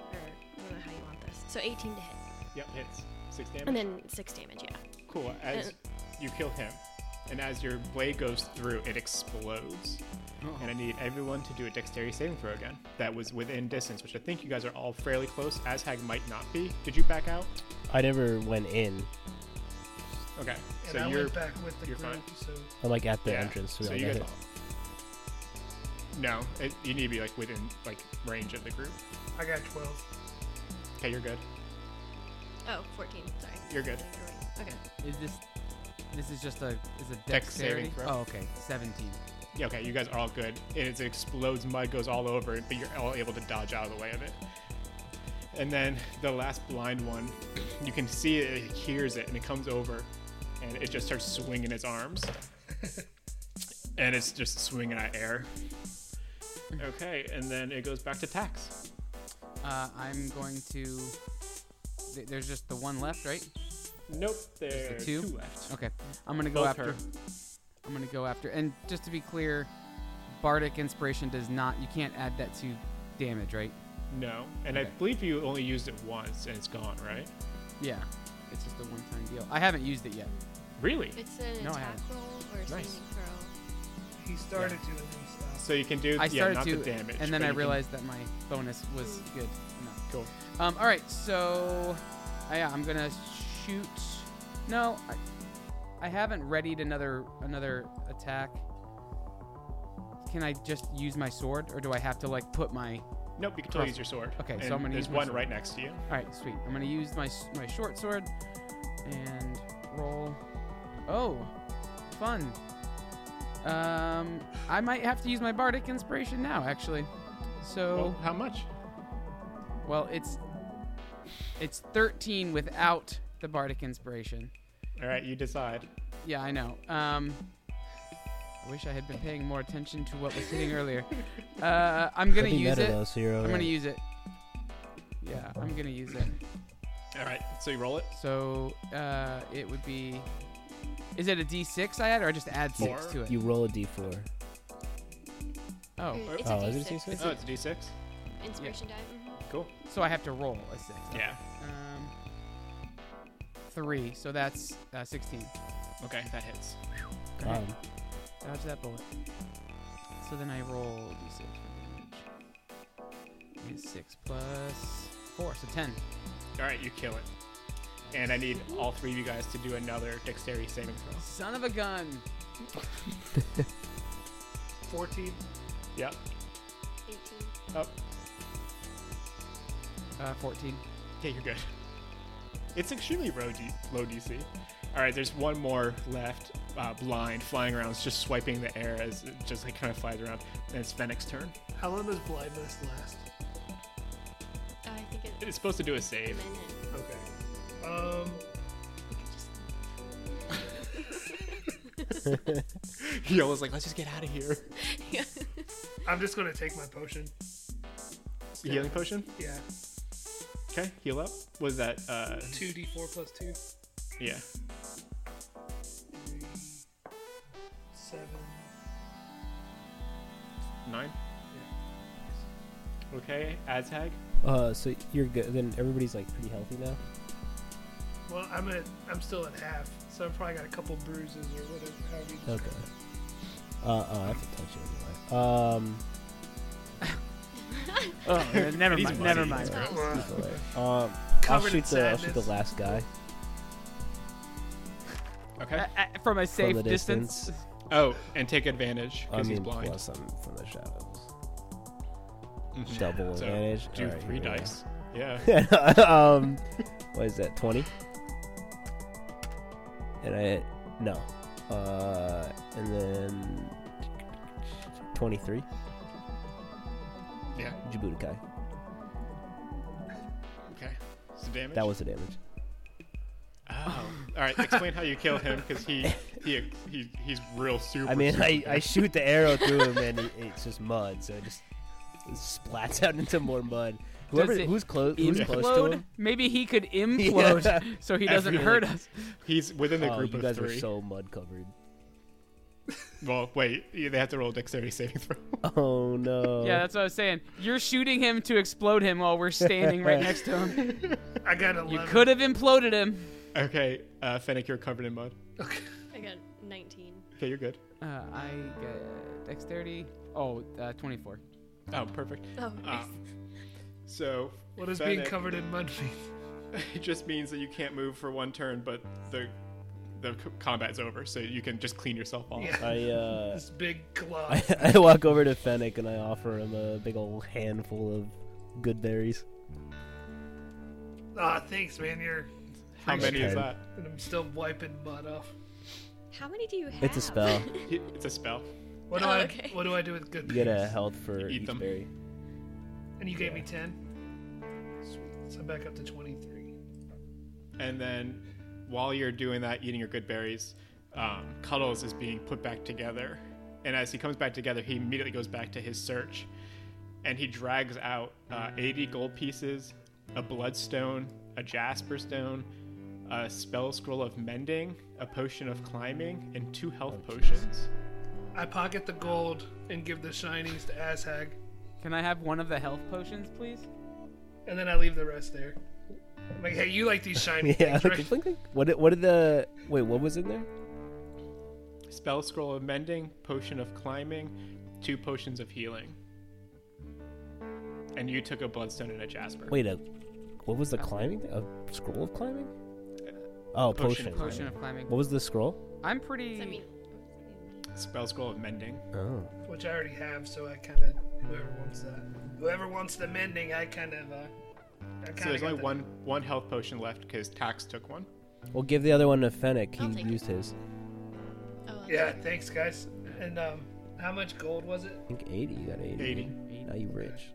S5: Or, I don't know how you want this. So 18 to hit.
S1: Yep. Hits six damage.
S5: And then 6 damage, yeah.
S1: Cool. As
S5: Uh.
S1: you kill him, and as your blade goes through, it explodes.
S2: Oh.
S1: and I need everyone to do a dexterity saving throw again. That was within distance, which I think you guys are all fairly close. Azhag might not be. Did you back out?
S4: I never went in.
S1: Okay,
S2: And
S1: so
S2: I
S1: you're
S2: went back with the
S1: you're
S2: group,
S1: fine.
S2: so
S4: I'm like at the
S1: yeah.
S4: entrance.
S1: So
S4: I
S1: you
S4: got
S1: guys
S4: hit.
S1: all- No, it, you need to be like within like range of the group.
S2: I got 12.
S1: Okay, you're good.
S5: Oh, 14. Sorry.
S1: You're good.
S5: Okay.
S3: Is this this is just a is a
S1: Dex saving
S3: dexterity?
S1: throw.
S3: Oh, okay, seventeen.
S1: Yeah, okay, you guys are all good. And it explodes, mud goes all over it, but you're all able to dodge out of the way of it. And then the last blind one, you can see it, it hears it, and it comes over, and it just starts swinging its arms. and it's just swinging at air. Okay, and then it goes back to tax.
S3: Uh, I'm going to. Th- there's just the one left, right?
S1: Nope, there's
S3: two?
S1: two left.
S3: Okay, I'm gonna go
S1: Both
S3: after.
S1: her.
S3: I'm gonna go after. And just to be clear, bardic inspiration does not. You can't add that to damage, right?
S1: No, and I
S3: Okay.
S1: believe you only used it once, and it's gone, right?
S3: Yeah, it's just a one-time deal. I haven't used it yet.
S1: Really?
S5: It's an
S3: No, I
S5: attack
S3: haven't.
S5: roll or a
S1: Nice.
S5: saving throw.
S2: He started to, and then he stopped.
S1: So you can do
S3: I
S1: yeah,
S3: started
S1: not
S3: to,
S1: the damage,
S3: and then
S1: but
S3: I
S1: you can-
S3: realized that my bonus was good enough.
S1: cool.
S3: Um, all right, so I, I'm gonna shoot. No, I, I haven't readied another another attack. Can I just use my sword, or do I have to like put my?
S1: Nope, you can
S3: Cross-
S1: totally use your sword.
S3: Okay, so
S1: And
S3: I'm gonna
S1: there's
S3: use my
S1: one
S3: sword.
S1: right next to you.
S3: All right, sweet. I'm gonna use my s- my short sword and roll. Oh, fun. Um, I might have to use my bardic inspiration now, actually. So.
S1: Oh, how much?
S3: Well, it's it's 13 without the bardic inspiration.
S1: All right, you decide.
S3: Yeah, I know. Um, I wish I had been paying more attention to what was hitting earlier. Uh, I'm gonna
S4: Pretty
S3: use
S4: meta,
S3: it.
S4: Though, so you're
S3: I'm gonna
S4: alright.
S3: use it. Yeah, I'm gonna use it.
S1: All right, so you roll it.
S3: So uh, it would be. Is it a D6 I add, or I just add six
S1: Four.
S3: to it?
S4: You roll a d4.
S3: oh,
S5: Mm, It's
S4: Oh,
S5: a
S4: is it a
S5: D6.
S4: D6?
S1: Oh, it's a D6.
S5: Inspiration die. mhm.
S1: Cool.
S3: so I have to roll a six.
S1: Yeah.
S3: Um, three. So that's uh, 16.
S1: Okay, that hits.
S3: Go ahead.
S4: Um,
S3: Dodge that bullet. So then I roll d6 for damage. Is 6 plus 4, so 10.
S1: All right, you kill it. And I need all three of you guys to do another dexterity saving throw.
S3: Son of a gun!
S2: 14.
S1: Yep.
S5: 18.
S1: Up.
S3: Uh, 14.
S1: Yeah, you're good. It's extremely low, D- low DC. All right, there's one more left, uh, blind, flying around, it's just swiping the air as it just like kind of flies around. And it's Fennec's turn.
S2: How long does blindness last?
S5: Uh, I think
S1: It
S5: it's
S1: is supposed to do a
S5: a
S1: save.
S5: minute.
S2: Okay. Um,
S1: Yolo's like, let's just get out of here.
S5: Yeah.
S2: I'm just going to take my potion.
S1: Healing potion.
S2: Yeah.
S1: Okay, heal up. Was that uh
S2: 2d4 plus 2.
S1: yeah.
S2: Three, seven.
S1: Nine? Okay, Azhag.
S4: uh, so you're good. Then everybody's like pretty healthy now.
S2: Well, I'm at, I'm still at half, so I've probably got a couple bruises or whatever. However you
S4: Okay.
S2: describe it.
S4: Uh, oh, I have to touch it anyway. Um,
S3: Oh, never
S1: He's
S3: mind. Never
S1: muddy.
S3: mind.
S5: It's
S2: Uh,
S4: um, I'll
S2: Covered in
S4: shoot the I'll shoot the
S2: sadness.
S4: last guy.
S1: Okay.
S3: Uh, uh, from a safe
S4: the
S3: distance.
S4: distance.
S1: Oh, and take advantage
S4: I
S1: because he's
S4: mean,
S1: blind.
S4: plus I'm from the shadows.
S1: Mhm.
S4: Double
S1: So
S4: advantage.
S1: do
S4: Alright,
S1: three
S4: here we go.
S1: dice. Yeah.
S4: um, what is that? Twenty. And I no, uh, and then twenty-three.
S1: Yeah.
S4: Jabudokai.
S1: Okay. So damage.
S4: That was the damage.
S1: Oh. All right. Explain how you kill him because he, he he he's real super.
S4: I mean,
S1: super
S4: I, I
S1: good.
S4: shoot the arrow through him, and it, it's just mud, so it just it splats out into more mud. Whoever
S3: Does it
S4: who's close, who's close to
S3: Implode?
S4: him.
S3: Maybe he could implode
S4: Yeah.
S3: so he doesn't
S1: Everyone.
S3: hurt us.
S1: he's within the
S4: Oh,
S1: group
S4: you
S1: of
S4: guys were
S1: three.
S4: so mud covered.
S1: Well, wait. yeah, They have to roll a dexterity saving throw.
S4: Oh no.
S3: Yeah, that's what I was saying. You're shooting him to explode him while we're standing right next to him.
S2: I got 11.
S3: You could have imploded him.
S1: Okay. Uh, Fennec, you're covered in mud.
S2: Okay.
S5: I got 19.
S1: Okay, you're good.
S3: Uh, I get dexterity. Oh, uh, 24.
S1: Oh, perfect.
S5: Oh, nice.
S1: Ah. So
S2: Ah. What does
S1: Fennec-
S2: being covered in mud mean?
S1: It just means that you can't move for one turn, but the the c- combat's over, so you can just clean yourself off.
S2: Yeah.
S4: I uh,
S2: This big glove.
S4: I, I walk over to Fennec and I offer him a big old handful of good berries.
S2: Ah, thanks, man. You're.
S1: How many is
S4: Okay.
S1: that?
S2: And I'm still wiping mud off.
S5: How many do you have?
S4: It's a spell.
S1: It's a spell.
S2: What do
S5: Oh,
S2: I?
S5: okay.
S2: What do I do with good
S4: You get a
S2: berries?
S4: health for
S1: Eat
S4: each
S1: them.
S4: berry.
S2: And you gave me ten. Sweet. So I'm back up to twenty-three.
S1: And then while you're doing that, eating your good berries, um, Cuddles is being put back together. And as he comes back together, he immediately goes back to his search. And he drags out uh, 80 gold pieces, a bloodstone, a jasper stone, a spell scroll of mending, a potion of climbing, and two health potions.
S2: I pocket the gold and give the shinies to Ashag,
S3: Can I have one of the health potions, please?
S2: and then I leave the rest there. I'm like, hey, you like these shiny
S4: Yeah.
S2: things,
S4: Like,
S2: right?
S4: blink, blink. What? Did, what did the? Wait, what was in there?
S1: Spell scroll of mending, potion of climbing, two potions of healing. And you took a bloodstone and a jasper.
S4: Wait, a. What was the climbing? thing? A scroll of climbing? Oh,
S1: Potion.
S4: potion.
S3: Potion
S4: of climbing.
S3: of climbing.
S4: What was the scroll?
S3: I'm pretty.
S5: I mean,
S1: Spell scroll of mending.
S4: Oh.
S2: Which I already have, so I kind of whoever wants that, whoever wants the mending, I kind of. Uh, I kinda
S1: So there's
S2: got
S1: only
S2: the-
S1: one one health potion left because Tax took one.
S4: We'll give the other one to Fennec. He
S5: I'll take it.
S4: used his.
S5: oh, that's
S2: Yeah,
S5: right.
S2: thanks, guys. And um, how much gold was it?
S4: I think 80. You got 80.
S1: 80.
S4: Now you rich.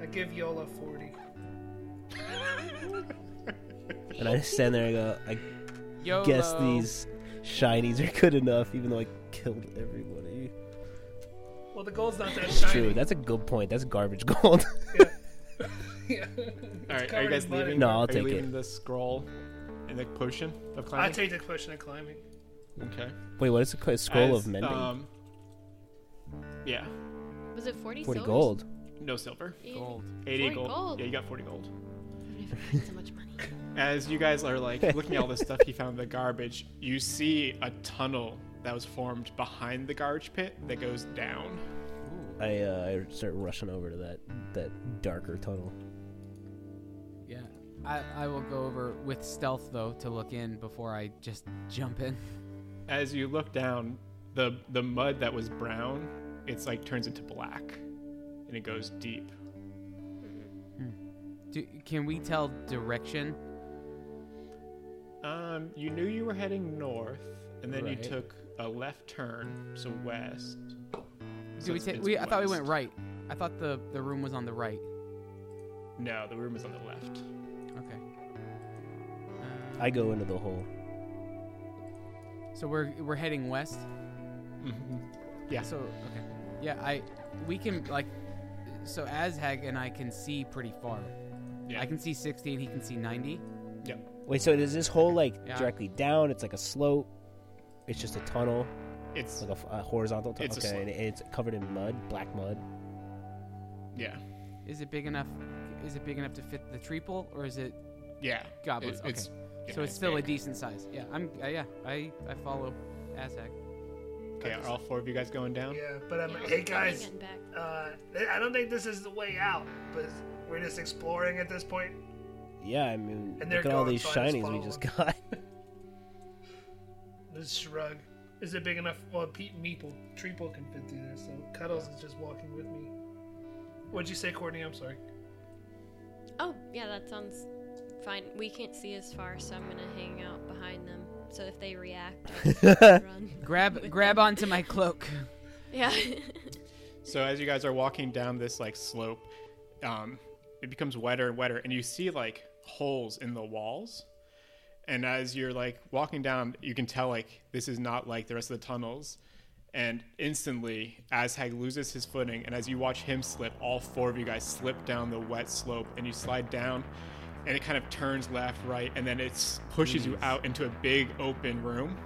S2: I give Yola forty.
S4: And I just stand there and go, I
S3: YOLO.
S4: guess these shinies are good enough, even though I killed everybody.
S2: Well, the gold's not that
S4: It's
S2: shiny.
S4: true. That's a good point. That's garbage gold.
S2: Yeah.
S1: All right, are you
S2: covered
S1: guys
S2: in mud.
S1: leaving?
S4: No, I'll
S1: are you
S4: take
S1: leaving
S4: it.
S1: the scroll and the potion of
S2: I
S1: climbing.
S2: take the potion of climbing.
S1: okay.
S4: Wait, what is a cl- scroll
S1: As,
S4: of mending?
S1: Um, yeah,
S5: Was it 40
S4: 40
S5: souls?
S4: gold.
S1: no silver.
S5: Yeah.
S3: Gold.
S1: 80
S5: 40
S1: gold.
S5: gold.
S1: Yeah, you got 40 gold.
S5: I've never had so much money.
S2: Um,
S1: As you guys are like looking at all this stuff he found in the garbage, you see a tunnel that was formed behind the garbage pit that goes down.
S4: I uh, I start rushing over to that that darker tunnel.
S3: Yeah. I, I will go over with stealth though to look in before I just jump in.
S1: As you look down, the the mud that was brown, it's like turns into black, and it goes deep.
S3: Do, can we tell direction?
S1: Um, you knew you were heading north, and then
S3: Right.
S1: you took a left turn, so west.
S3: Do we
S1: it's-
S3: ta-
S1: it's
S3: we I thought we went
S1: west.
S3: right. I thought the the room was on the right.
S1: No, the room is on the left.
S3: Okay. Uh,
S4: I go into the hole.
S3: So we're we're heading west. Mm-hmm.
S1: Yeah.
S3: So okay. Yeah, I we can like so Azhag and I can see pretty far.
S1: Yeah.
S3: I can see 60 and he can see 90.
S1: Yep.
S4: Wait, so is this hole like
S3: Yeah.
S4: directly down? It's like a slope. It's just a tunnel,
S1: It's
S4: like a, f- a horizontal tunnel.
S1: It's a
S4: okay,
S1: slope.
S4: and it's covered in mud, black mud.
S1: yeah,
S3: Is it big enough is it big enough to fit the triple or is it
S1: yeah. It's,
S3: goblins? okay.
S1: it's- yeah,
S3: so it's, still a
S1: big.
S3: decent size. Yeah, I'm uh, yeah, I I follow Azhag.
S1: Okay, are all four of you guys going down?
S2: Yeah, but I'm
S5: Yeah,
S2: like, hey
S5: I'm
S2: guys,
S5: getting back.
S2: uh, I don't think this is the way out, but we're just exploring at this point.
S4: Yeah, I mean,
S2: And they're
S4: look at all
S2: gone,
S4: these
S2: so I just
S4: shinies we
S2: follow
S4: just
S2: them.
S4: got.
S2: This shrug. Is it big enough? Well, Pete Meeple, Treeple can fit through there, so Cuddles is just walking with me. What'd you say, Courtney? I'm sorry.
S5: Oh, yeah, that sounds fine. We can't see as far, so I'm gonna hang out behind them. So if they react, I just run.
S3: Grab grab onto my cloak.
S5: Yeah.
S1: So as you guys are walking down this like slope, um, it becomes wetter and wetter, and you see like holes in the walls. And as you're like walking down, you can tell like this is not like the rest of the tunnels. And instantly, Azhag loses his footing, and as you watch him slip, all four of you guys slip down the wet slope, and you slide down, and it kind of turns left, right, and then it pushes you out into a big open room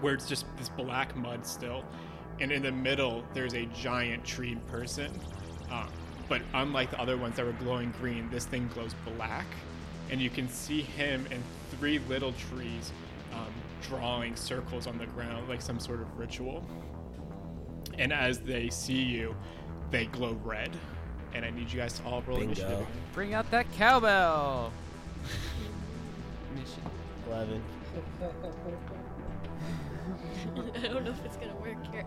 S1: where it's just this black mud still. And in the middle, there's a giant tree person. Um, but unlike the other ones that were glowing green, this thing glows black. And you can see him and three little trees um, drawing circles on the ground, like some sort of ritual. And as they see you, they glow red. And I need you guys to all roll
S4: Bingo.
S1: initiative. again.
S3: Bring out that cowbell. Initiative.
S4: Eleven.
S5: I don't know if it's gonna work here.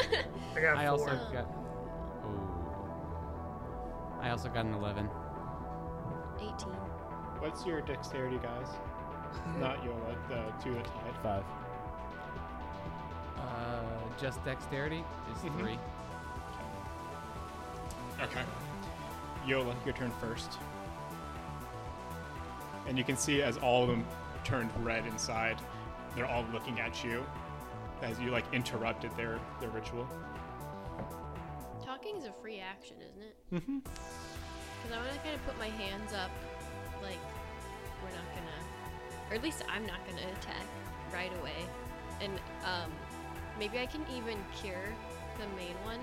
S2: I got
S3: I
S2: four.
S3: also got. Oh. I also got an eleven.
S5: 18.
S1: What's your dexterity, guys? Not your like the two that tied.
S4: Five.
S3: Uh, just dexterity is
S1: Mhm.
S3: three.
S1: Okay. Yola, your turn first. And you can see as all of them turned red inside, they're all looking at you as you like interrupted their their ritual.
S5: Talking is a free action, isn't it? Because I want to kind of put my hands up, like we're not gonna, or at least I'm not gonna attack right away, and um, maybe I can even cure the main one,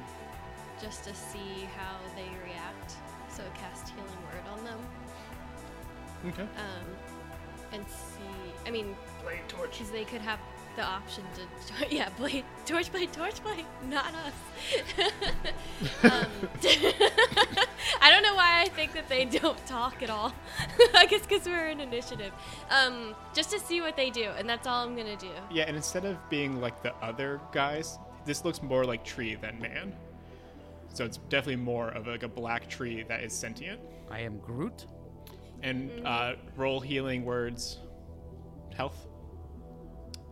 S5: just to see how they react. So cast healing word on them,
S1: Okay.
S5: um, and see. I mean,
S2: Blade torch.
S5: because they could have the option to, yeah, blade, torch blade, torch blade, not us. um, I don't know why I think that they don't talk at all. I guess because we're an initiative. Um, just to see what they do, and that's all I'm gonna do.
S1: Yeah, and instead of being like the other guys, this looks more like tree than man. So it's definitely more of like a black tree that is sentient.
S3: I am Groot.
S1: And uh, roll healing words, health.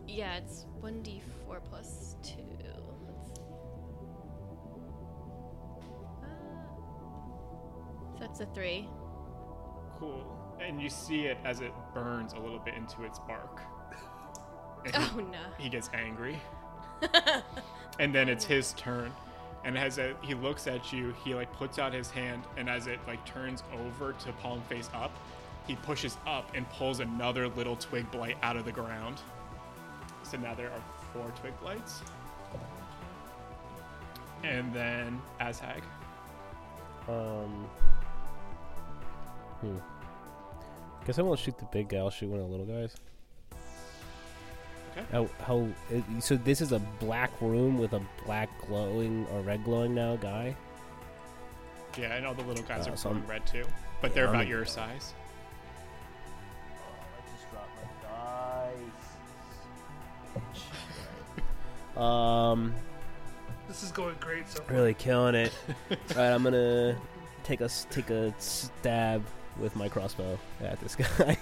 S5: Yeah, it's one d four plus two. Let's- Uh, So that's a three.
S1: Cool. And you see it as it burns a little bit into its bark. And he-
S5: Oh no.
S1: he gets angry. and then it's his turn. And as uh he looks at you, he like puts out his hand, and as it like turns over to palm face up, he pushes up and pulls another little twig blight out of the ground. So now there are four twig blights. And then Azhag.
S4: Um. Hmm. Guess I won't shoot the big guy. I'll shoot one of the little guys.
S1: Okay.
S4: How, how uh, so this is a black room with a black glowing or red glowing now guy.
S1: Yeah, and all the little guys
S4: Uh,
S1: are
S4: so
S1: glowing
S4: I'm-
S1: red too, but they're
S4: Yeah, I'm-
S1: about your size.
S6: Oh, I just dropped my dice.
S4: Um,
S2: This is going great so far.
S4: really killing it. All right, I'm gonna take a s- take a stab with my crossbow at this guy.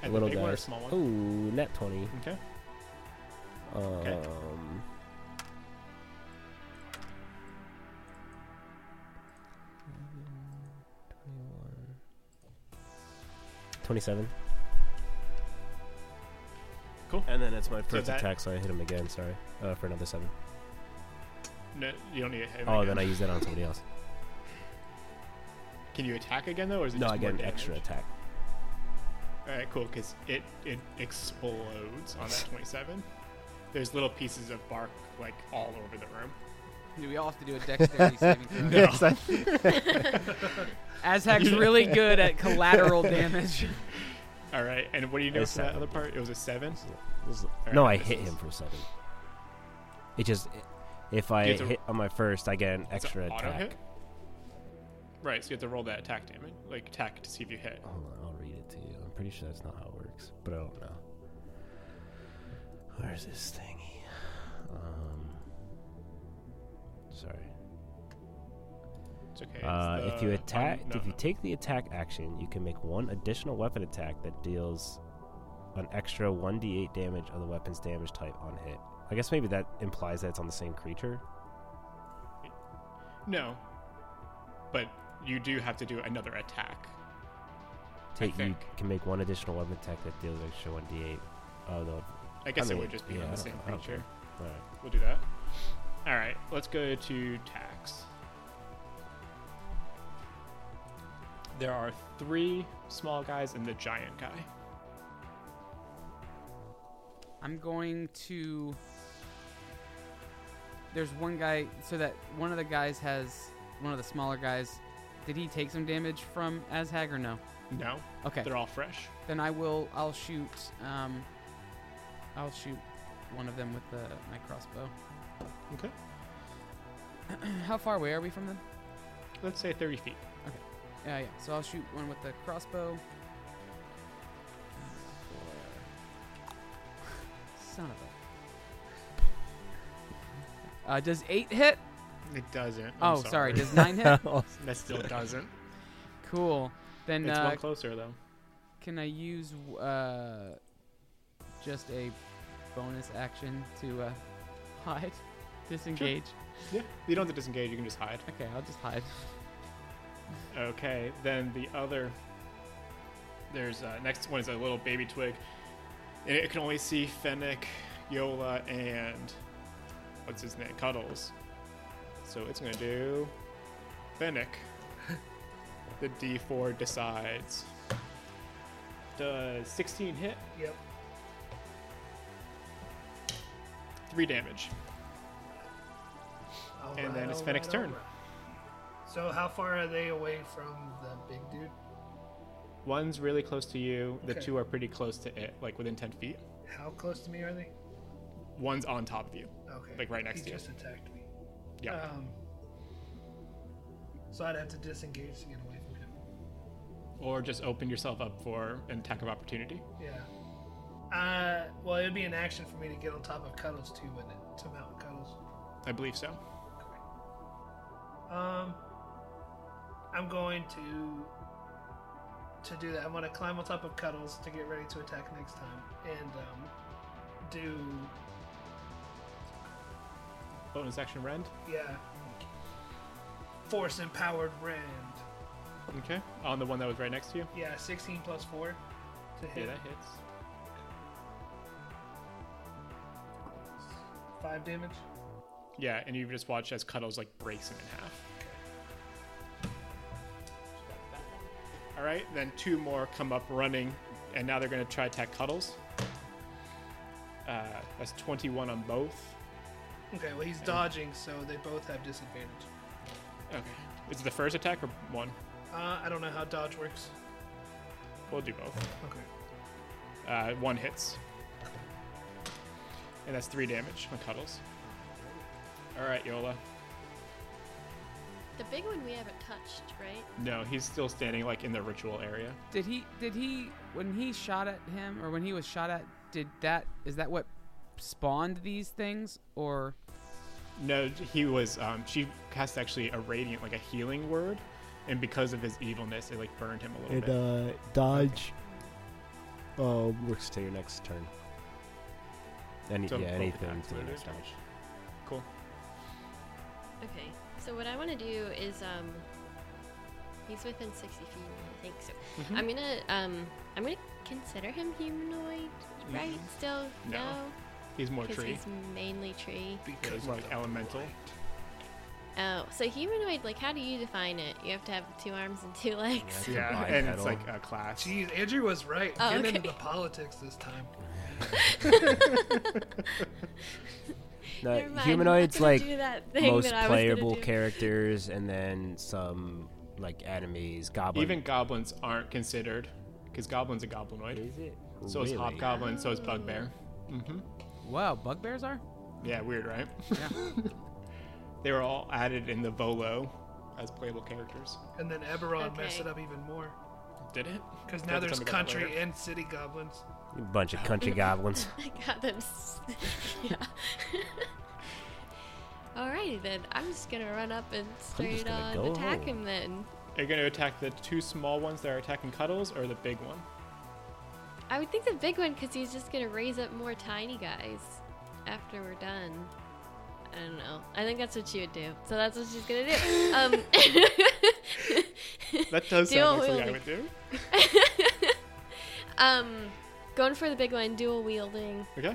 S1: And
S4: little Oh.
S1: the big one or
S4: guys.
S1: small one.
S4: Ooh, net twenty.
S1: Okay.
S4: Um, Twenty-seven.
S1: Cool.
S4: And then it's my first
S1: that-
S4: attack, so I hit him again. Sorry, uh, for another seven.
S1: No, you don't need to hit him
S4: Oh,
S1: again.
S4: then I use that on somebody else.
S1: Can you attack again though, or is it
S4: no,
S1: just
S4: I get an
S1: more
S4: extra
S1: damage?
S4: attack.
S1: All right, cool. Because it it explodes on that twenty-seven. There's little pieces of bark like all over the room.
S3: Do we all have to do a dexterity saving throw?
S1: No.
S3: Azhac's really good at collateral damage.
S1: All right, and what do you know
S4: It's
S1: for that
S4: seven.
S1: other part? It was a seven.
S4: This is-
S1: All
S4: no,
S1: right,
S4: I
S1: this
S4: hit
S1: is-
S4: him for seven. It just if I
S1: It's a-
S4: hit on my first, I get an
S1: It's an
S4: extra
S1: auto
S4: attack.
S1: hit. Right, so you have to roll that attack damage, like attack to see if you hit.
S4: Hold on, I'll read it to you. I'm pretty sure that's not how it works, but I don't know. Where's this thingy? Um, sorry.
S1: It's okay. it's
S4: Uh, if you
S1: the-
S4: attack,
S1: no,
S4: if you
S1: no.
S4: take the attack action, you can make one additional weapon attack that deals an extra 1d8 damage of the weapon's damage type on hit. I guess maybe that implies that it's on the same creature.
S1: no, but you do have to do another attack.
S4: Take you
S1: think.
S4: can make one additional weapon attack that deals an extra 1d8. Oh, no.
S1: I guess
S4: mean,
S1: it would just be
S4: yeah,
S1: on
S4: I
S1: the
S4: don't
S1: same
S4: know, I don't
S1: creature.
S4: care. Alright.
S1: We'll do that. All right, let's go to tax. There are three small guys and the giant guy.
S3: I'm going to. There's one guy. So that one of the guys has one of the smaller guys. Did he take some damage from Azhag or no?
S1: No,
S3: Okay.
S1: they're all fresh.
S3: Then I will. I'll shoot. Um, I'll shoot one of them with the, my crossbow.
S1: Okay.
S3: How far away are we from them?
S1: Let's say 30 feet.
S3: Yeah, yeah. So I'll shoot one with the crossbow. Son of a. Uh, does eight hit?
S1: It doesn't. I'm
S3: oh, sorry. Does nine hit?
S1: that still doesn't.
S3: cool. Then
S1: it's
S3: uh,
S1: one closer though.
S3: can I use uh, just a bonus action to uh, hide, disengage?
S1: Yeah. You don't have to disengage. You can just hide.
S3: Okay, I'll just hide.
S1: Okay. Then the other. There's uh, next one is a little baby twig, and it can only see Fennec, Yola, and what's his name, Cuddles. So it's gonna do Fennec. the D4 decides. Does 16 hit?
S2: Yep.
S1: Three damage.
S2: All
S1: And then it's
S2: all
S1: Fennec's
S2: all
S1: turn.
S2: So how far are they away from the big dude?
S1: One's really close to you. The
S2: Okay.
S1: two are pretty close to it, like within 10 feet.
S2: How close to me are they?
S1: One's on top of you.
S2: Okay.
S1: Like, right next
S2: he
S1: to you.
S2: just attacked me.
S1: Yeah.
S2: Um, so I'd have to disengage to get away from him.
S1: or just open yourself up for an attack of opportunity.
S2: Yeah. Uh, well, it'd be an action for me to get on top of Cuddles too, wouldn't it? To mount Cuddles.
S1: I believe so.
S2: Um, I'm going to to do that. I'm going to climb on top of Cuddles to get ready to attack next time, and um, do
S1: Bonus action rend.
S2: yeah, force empowered rend.
S1: Okay. On the one that was right next to you.
S2: Yeah, 16 plus four to
S1: Yeah,
S2: hit.
S1: that hits.
S2: Five damage.
S1: Yeah, and you just watch as Cuddles like breaks him in half. All right, then two more come up running, and now they're going to try attack Cuddles. Uh, that's 21 on both.
S2: Okay, well he's dodging, so they both have disadvantage.
S1: Okay. Is it the first attack or one?
S2: Uh, I don't know how dodge works.
S1: We'll do both.
S2: Okay.
S1: Uh, one hits. And that's three damage on Cuddles. All right, Yola.
S5: The big one we haven't touched, right?
S1: No, he's still standing like in the ritual area.
S3: Did he? Did he? When he shot at him, or when he was shot at, did that? Is that what spawned these things? Or
S1: No, he was. Um, she cast actually a radiant, like a healing word, and because of his evilness, it like burned him a little
S7: And
S1: bit.
S7: uh, dodge uh,
S4: um,
S7: works till your next turn.
S4: Any,
S1: So
S4: yeah,
S1: both
S4: anything
S1: attacks
S4: to the
S1: would
S4: next
S1: do.
S4: dodge.
S1: Cool.
S5: Okay. So what I want to do is um he's within 60 feet, I think so. I'm going to um I'm going to consider him humanoid, right? Still
S1: No. He's more
S5: Cuz
S1: tree.
S5: he's mainly tree.
S1: Yeah, he's more like elemental.
S5: Oh, so humanoid like how do you define it? You have to have two arms and two legs.
S4: He's a
S1: Yeah, and it's
S4: bipedal.
S1: like uh, a class.
S2: Jeez, Andrew was right.
S5: Oh,
S2: Get into
S5: okay.
S2: the politics this time.
S4: No,
S5: Never mind, I'm not
S4: humanoids
S5: gonna
S4: like
S5: do that thing
S4: most
S5: that I was gonna
S4: playable
S5: do.
S4: characters, and then some like enemies, goblin.
S1: Even goblins aren't considered, because goblin's a goblinoid.
S4: is it?
S1: So is
S4: Really?
S1: hobgoblin. So is bugbear.
S3: wow, bugbears are?
S1: Yeah, weird, right? they were all added in the Volo as playable characters.
S2: And then Eberron messed
S5: Okay.
S2: it up even more.
S1: Did it?
S2: Because
S1: You'll
S2: now
S1: have to tell
S2: there's
S1: me about that
S2: country
S1: later.
S2: and city goblins.
S4: Bunch of country goblins.
S5: I got them. s- yeah. Alrighty then, I'm just gonna run up and straight
S4: gonna
S5: on
S4: go
S5: attack
S4: home.
S5: him then.
S1: Are you going to attack the two small ones that are attacking Cuddles, or the big one?
S5: I would think the big one because he's just gonna raise up more tiny guys after we're done. I don't know. I think that's what she would do. So that's what she's gonna do. Um,
S1: That does sound
S5: Dual
S1: like something I
S5: wielding.
S1: would do.
S5: um, going for the big one, dual wielding,
S1: Okay.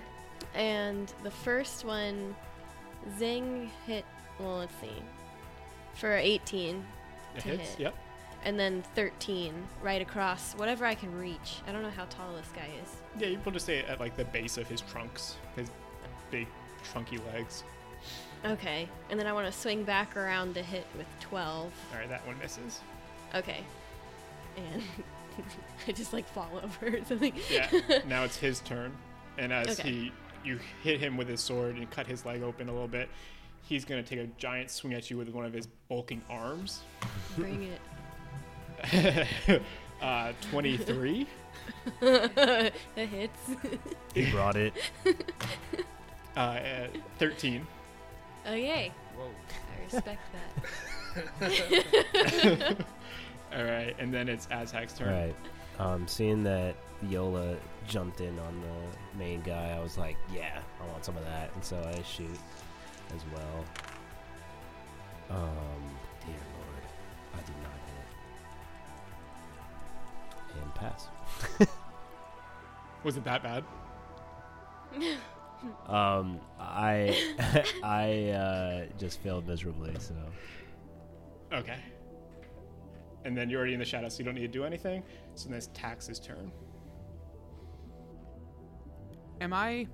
S5: and the first one, Zing hit. Well, let's see, for 18,
S1: It
S5: to
S1: hits.
S5: hit.
S1: Yep.
S5: and then 13 right across whatever I can reach. I don't know how tall this guy is.
S1: Yeah, you put just say at like the base of his trunks, his big trunky legs.
S5: Okay, and then I want to swing back around to hit with 12.
S1: All right, that one misses.
S5: Okay. And I just like fall over or something.
S1: Yeah. now it's his turn. And as
S5: Okay.
S1: he you hit him with his sword and cut his leg open a little bit, he's gonna take a giant swing at you with one of his bulking arms.
S5: Bring it.
S1: uh, 23.
S5: that hits.
S4: He brought it.
S1: uh, uh, 13.
S5: Oh yay!
S8: Whoa.
S5: I respect that.
S1: All right, and then it's Azhag's
S4: All
S1: turn.
S4: right. Um, seeing that Yola jumped in on the main guy, I was like, yeah, I want some of that. And so I shoot as well. Um, dear lord, I did not hit. And pass.
S1: Was it that bad?
S4: Um, I I uh, just failed miserably. So
S1: Okay. And then you're already in the shadow, so you don't need to do anything. So then it's Tax's turn.
S3: Am I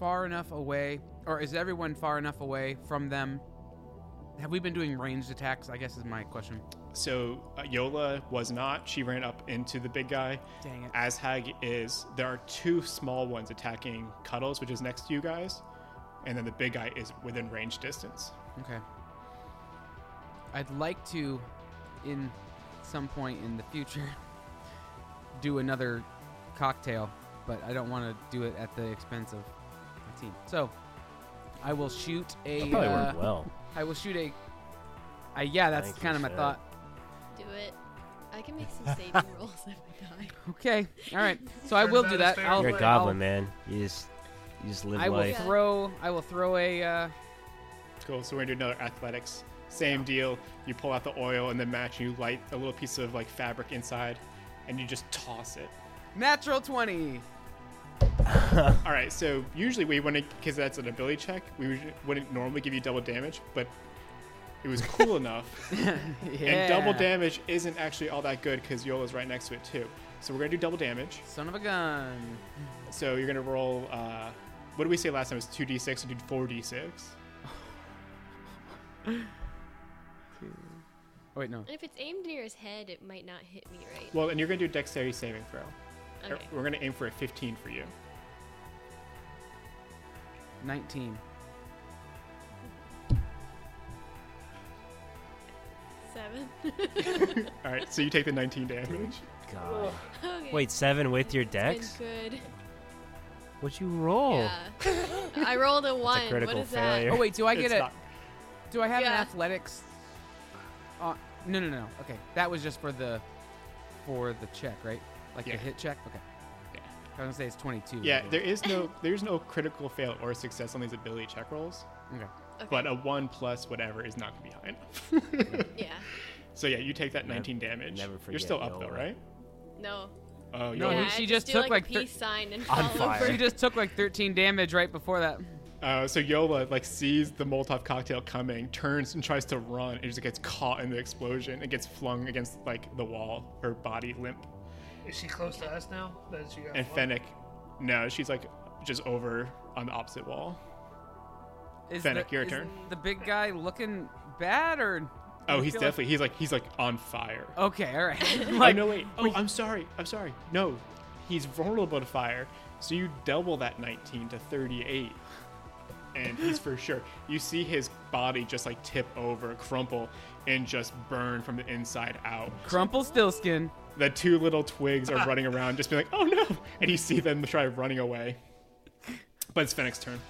S3: far enough away, or is everyone far enough away from them? Have we been doing ranged attacks? I guess is my question.
S1: So uh, Yola was not. She ran up into the big guy.
S3: Dang it.
S1: Azhag is. There are two small ones attacking Cuddles, which is next to you guys. And then the big guy is within range distance.
S3: Okay. I'd like to, in some point in the future, do another cocktail, but I don't want to do it at the expense of my team. So, I will shoot a.
S4: that probably
S3: uh,
S4: went well.
S3: I will shoot a. I yeah, that's
S4: Thank you,
S3: kind of my
S4: sir.
S3: thought.
S5: Do it. I can make some saving rolls if I die.
S3: Okay, all right. So I
S2: Turn
S3: will
S2: that
S3: do
S2: is
S3: that.
S2: fair
S3: I'll,
S4: You're a
S2: play.
S3: I'll-
S4: goblin, man. You just you just live
S3: I will
S4: life.
S5: Yeah.
S3: throw. I will throw a. Uh,
S1: Cool. So we're gonna do another athletics. Same deal. You pull out the oil and the match, and you light a little piece of like fabric inside, and you just toss it.
S3: Natural 20.
S1: All right. So usually we wouldn't, because that's an ability check. We usu- wouldn't normally give you double damage, but it was cool enough.
S3: Yeah.
S1: And double damage isn't actually all that good because Yola's right next to it too. So we're gonna do double damage.
S3: Son of a gun.
S1: So you're gonna roll. Uh, what did we say last time? It was two d6. We did four d6.
S3: Oh wait, no.
S5: And if it's aimed near his head, it might not hit me right.
S1: Well, and you're gonna do dexterity saving throw. Er,
S5: Okay.
S1: We're gonna aim for a 15 for you.
S3: 19.
S5: Seven.
S1: All right. So you take the 19 damage.
S4: God.
S5: okay.
S4: Wait, seven with your
S5: It's
S4: dex?
S5: been good.
S4: What'd you roll?
S5: Yeah. I rolled a one.
S4: Oh. critical
S5: what is
S4: failure.
S3: Oh wait, do I get
S1: It's
S3: a?
S1: not-
S3: Do I have an
S5: Yeah.
S3: athletics? Uh, no, no, no. Okay, that was just for the, for the check, right? Like
S1: Yeah.
S3: the hit check. Okay.
S1: Yeah.
S3: I was gonna say it's 22.
S1: Yeah,
S3: but-
S1: there is no there's no critical fail or success on these ability check rolls,
S3: Okay.
S5: that? Okay.
S1: but a one plus whatever is not gonna be high enough.
S5: yeah.
S1: So yeah, you take that 19 damage.
S4: never
S1: You're
S4: forget
S1: still up
S4: Yola.
S1: though, right?
S5: No.
S1: Oh,
S3: No,
S1: you're.
S5: yeah,
S3: he- she
S5: I
S3: just
S5: do
S3: took,
S5: like,
S3: like,
S5: a
S3: thir-
S5: peace sign and
S4: On
S5: fall
S4: fire.
S5: over.
S3: She just took like 13 damage right before that.
S1: Uh, so Yola like sees the Molotov cocktail coming, turns and tries to run, and just gets caught in the explosion and gets flung against like the wall. Her body limp.
S2: Is she close to us now? That she got
S1: And
S2: one?
S1: Fennec, no, she's like just over on the opposite wall.
S3: Is
S1: Fennec,
S3: the,
S1: your
S3: is
S1: turn.
S3: The big guy looking bad or?
S1: Oh,
S3: I
S1: he's
S3: feel like-
S1: definitely he's like he's like on fire.
S3: Okay, all right.
S1: Like, oh no, wait. Oh, I'm sorry. I'm sorry. No, he's vulnerable to fire. So you double that 19 to 38, and he's for sure. You see his body just like tip over, crumple, and just burn from the inside out.
S3: Crumple Stillskin.
S1: The two little twigs are running around, just being like, "Oh no!" And you see them try running away. But it's Fennec's turn.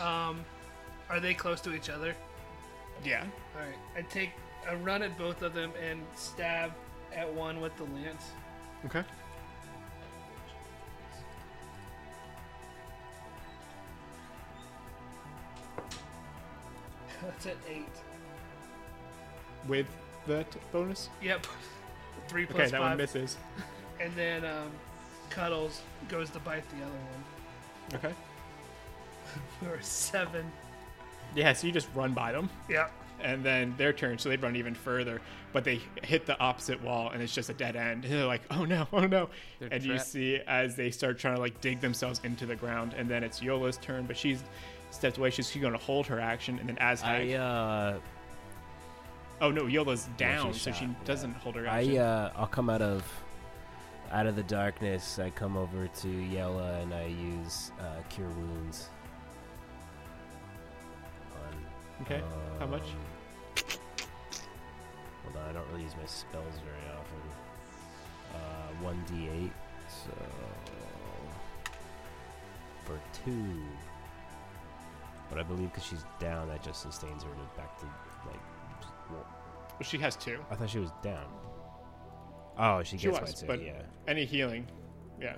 S2: Um, are they close to each other?
S1: Yeah.
S2: All right, I take a run at both of them and stab at one with the lance.
S1: Okay.
S2: That's an eight.
S1: With the t- bonus.
S2: Yep. Three
S1: Okay,
S2: plus
S1: that
S2: five.
S1: one misses.
S2: And then um, Cuddles goes to bite the other one
S1: Okay.
S2: for a seven.
S1: Yeah. So you just run by them.
S2: Yep.
S1: and then their turn, so they run even further. But they hit the opposite wall, and it's just a dead end. And they're like, "Oh no, oh no!"
S3: They're
S1: and you
S3: trapped.
S1: see as they start trying to like dig themselves into the ground, and then it's Yola's turn, but she's stepped away. She's going to hold her action, and then as
S4: I, uh,
S1: oh no, Yola's down,
S4: she's
S1: so she
S4: shot, yeah.
S1: doesn't hold her
S4: I,
S1: action.
S4: uh, I'll come out of Out of the darkness, I come over to Yella and I use uh, Cure Wounds. On,
S1: Okay. How much?
S4: um, Hold on, I don't really use my spells very often. Uh, one d8. So for two, but I believe because she's down, that just sustains her to back to like. just- well,
S1: Well, she has two.
S4: I thought she was down. Oh, she
S1: She
S4: gets
S1: was,
S4: my
S1: but
S4: two. Yeah.
S1: any healing, yeah.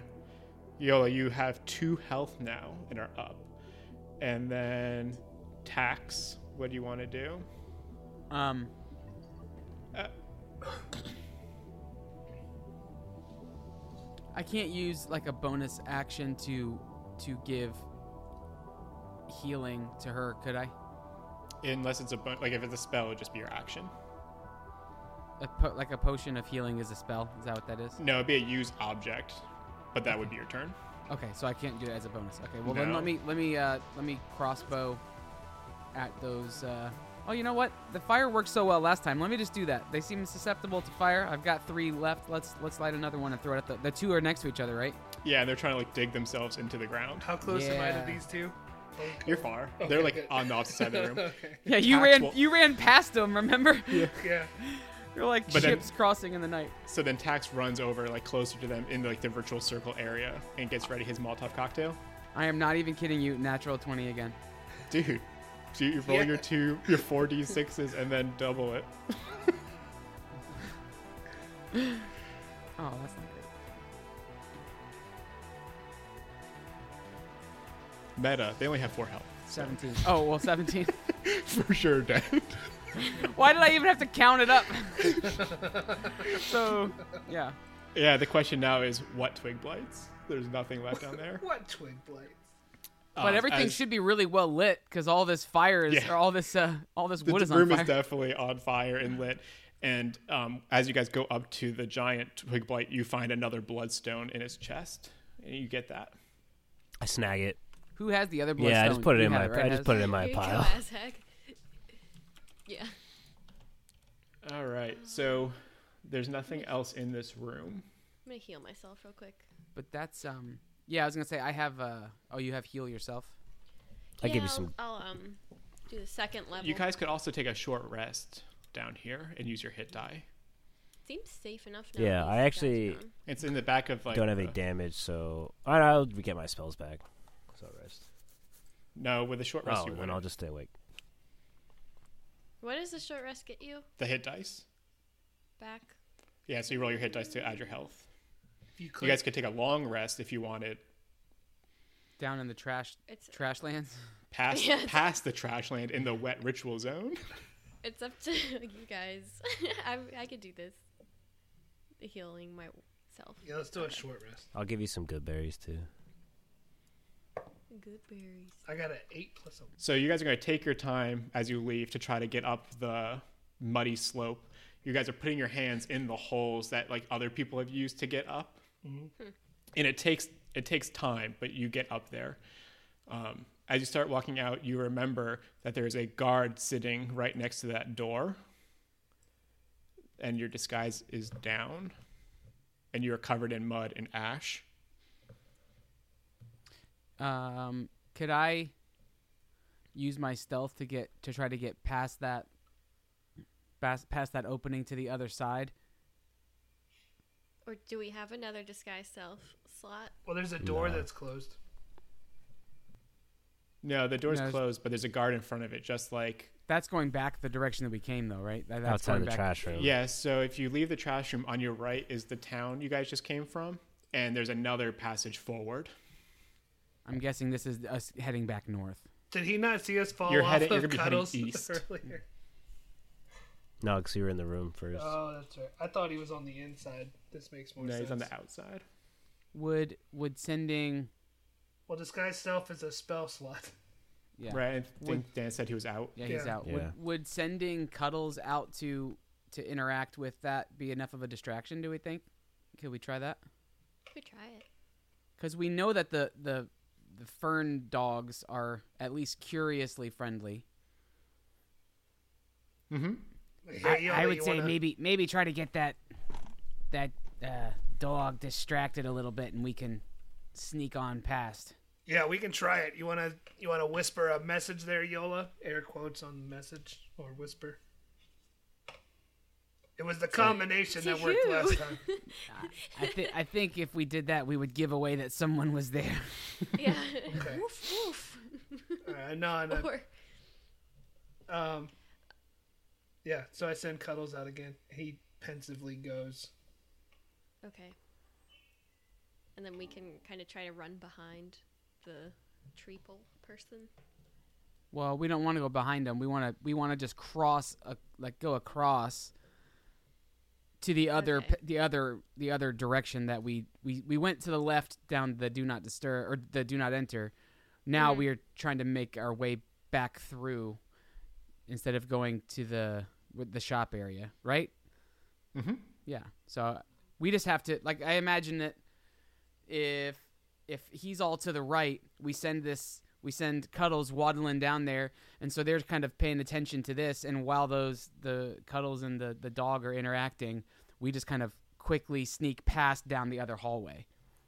S1: Yola, you have two health now and are up. And then tax. What do you want to do?
S3: Um,
S1: Uh,
S3: I can't use like a bonus action to to give healing to her, could I?
S1: unless it's a bu- like if it's a spell, it'd just be your action.
S3: A po- like a potion of healing is a spell. Is that what that is?
S1: No, it'd be a use object, but that would be your turn.
S3: Okay, so I can't do it as a bonus. Okay, well then
S1: No.
S3: let me let me uh, let me crossbow at those. Uh... Oh, you know what? The fire worked so well last time. Let me just do that. They seem susceptible to fire. I've got three left. Let's let's light another one and throw it at the. The two are next to each other, right?
S1: Yeah, and they're trying to like dig themselves into the ground.
S2: How close am I
S3: Yeah.
S2: to these two?
S1: You're far. they're like
S2: good.
S1: on the opposite side of the room.
S2: okay.
S3: Yeah, you
S1: Tax
S3: ran
S1: will-
S3: you ran past them. Remember?
S2: Yeah.
S3: You're like
S1: But then-
S3: ships crossing in the night.
S1: So then Tax runs over like closer to them in like the virtual circle area and gets ready his Molotov cocktail.
S3: I am not even kidding you. Natural twenty again.
S1: Dude, do you roll
S2: Yeah.
S1: your two, your four d sixes, and then double it.
S3: Oh, that's not good.
S1: Meta, they only have four health.
S3: Seventeen. Oh well, seventeen.
S1: For sure, dead.
S3: Why did I even have to count it up? so, yeah.
S1: yeah, the question now is what twig blights? There's nothing left down there. Um,
S2: What twig blights?
S4: Oh,
S3: But everything should be really well lit because all this fire is,
S1: Yeah.
S3: or all this, uh, all this
S1: The
S3: wood is on
S1: room
S3: fire.
S1: is definitely on fire and lit. And um, as you guys go up to the giant twig blight, you find another bloodstone in his chest, and you get that.
S4: I snag it.
S3: Who has the other blood?
S4: Yeah, I just put it in my. I just put it in
S5: Here
S4: my
S5: you go,
S4: pile.
S5: Azhag. yeah.
S1: All right, so there's nothing else in this room.
S5: I'm gonna heal myself real quick.
S3: But that's um. Yeah, I was gonna say I have uh. Oh, you have heal yourself.
S4: I give you
S5: Yeah,
S4: some-
S5: I'll, I'll um do the second level.
S1: You guys could also take a short rest down here and use your hit die.
S5: Seems safe enough now.
S4: Yeah,
S5: at
S4: I
S5: least
S4: actually-
S5: that's gone.
S1: It's in the back of like
S4: Don't have
S1: the-
S4: any damage, so All right, I'll get my spells back. So I'll rest.
S1: No, with a short rest,
S4: Oh,
S1: you
S4: then
S1: win.
S4: I'll just stay awake.
S5: What does the short rest get you
S1: The hit dice.
S5: back?
S1: Yeah, so you roll your hit dice to add your health.
S2: If you
S1: You
S2: click,
S1: guys could take a long rest if you wanted,
S3: Down in the trash,
S5: It's-
S3: trash lands.
S1: past
S5: Yes.
S1: past the trash land in the wet ritual zone.
S5: It's up to you guys. I I could do this. The healing myself.
S2: yeah, let's do a short rest.
S4: I'll give you some good berries too.
S5: Good berries.
S2: I got an eight plus a.
S1: So you guys are going to take your time as you leave to try to get up the muddy slope. You guys are putting your hands in the holes that like other people have used to get up,
S3: Mm-hmm.
S1: and it takes it takes time, but you get up there. Um, as you start walking out, you remember that there is a guard sitting right next to that door, and your disguise is down, and you are covered in mud and ash.
S3: Um, could I use my stealth to get to try to get past that, past past that opening to the other side?
S5: Or do we have another disguise self slot?
S2: Well, there's a door
S4: No.
S2: that's closed.
S1: No, the door's
S3: No, it's-
S1: closed, but there's a guard in front of it, just like
S3: That's going back the direction that we came, though, right? That, that's
S4: Outside
S3: going
S4: the
S3: back-
S4: trash room.
S1: Yeah, so if you leave the trash room, on your right is the town you guys just came from, and there's another passage forward.
S3: I'm guessing this is us heading back north.
S2: Did he not see us fall
S1: You're
S2: off
S1: heading-
S2: of
S1: you're gonna be heading
S2: cuddles
S1: east.
S2: earlier?
S4: No, because you were in the room first.
S2: Oh, that's right. I thought he was on the inside. This makes more
S1: No,
S2: sense.
S1: he's on the outside.
S3: Would would sending
S2: Well, disguise self is a spell slot.
S3: yeah
S1: Right? I think Dan said he was out.
S3: yeah he's
S2: Yeah.
S3: out.
S4: Yeah.
S3: Would would sending cuddles out to to interact with that be enough of a distraction? Do we think? Could we try that?
S5: We could try it.
S3: Because we know that the the the fern dogs are at least curiously friendly.
S2: Yeah, you
S3: I
S2: only
S3: would say
S2: wanna-
S3: maybe maybe try to get that that uh, dog distracted a little bit and we can sneak on past.
S2: Yeah, we can try it. You wanna you wanna whisper a message there, Yola? Air quotes on message or whisper. It was the combination
S5: To
S2: that worked
S5: you.
S2: last time.
S3: I, th- I think if we did that, we would give away that someone was there.
S5: Yeah. woof woof.
S2: Uh, no, no.
S5: Or
S2: Um, yeah, so I send Cuddles out again. He pensively goes.
S5: okay. And then we can kind of try to run behind the treeple person.
S3: Well, we don't want to go behind them. We want to we want to just cross a, like go across to the other
S5: Okay.
S3: p the other the other direction that we we we went to the left down the do not disturb or the do not enter. Now we are trying to make our way back through instead of going to the with the shop area, right? Mm-hmm. Yeah. So we just have to like I imagine that if if he's all to the right, we send this we send Cuddles waddling down there, and so they're kind of paying attention to this. And while those the Cuddles and the the dog are interacting, we just kind of quickly sneak past down the other hallway.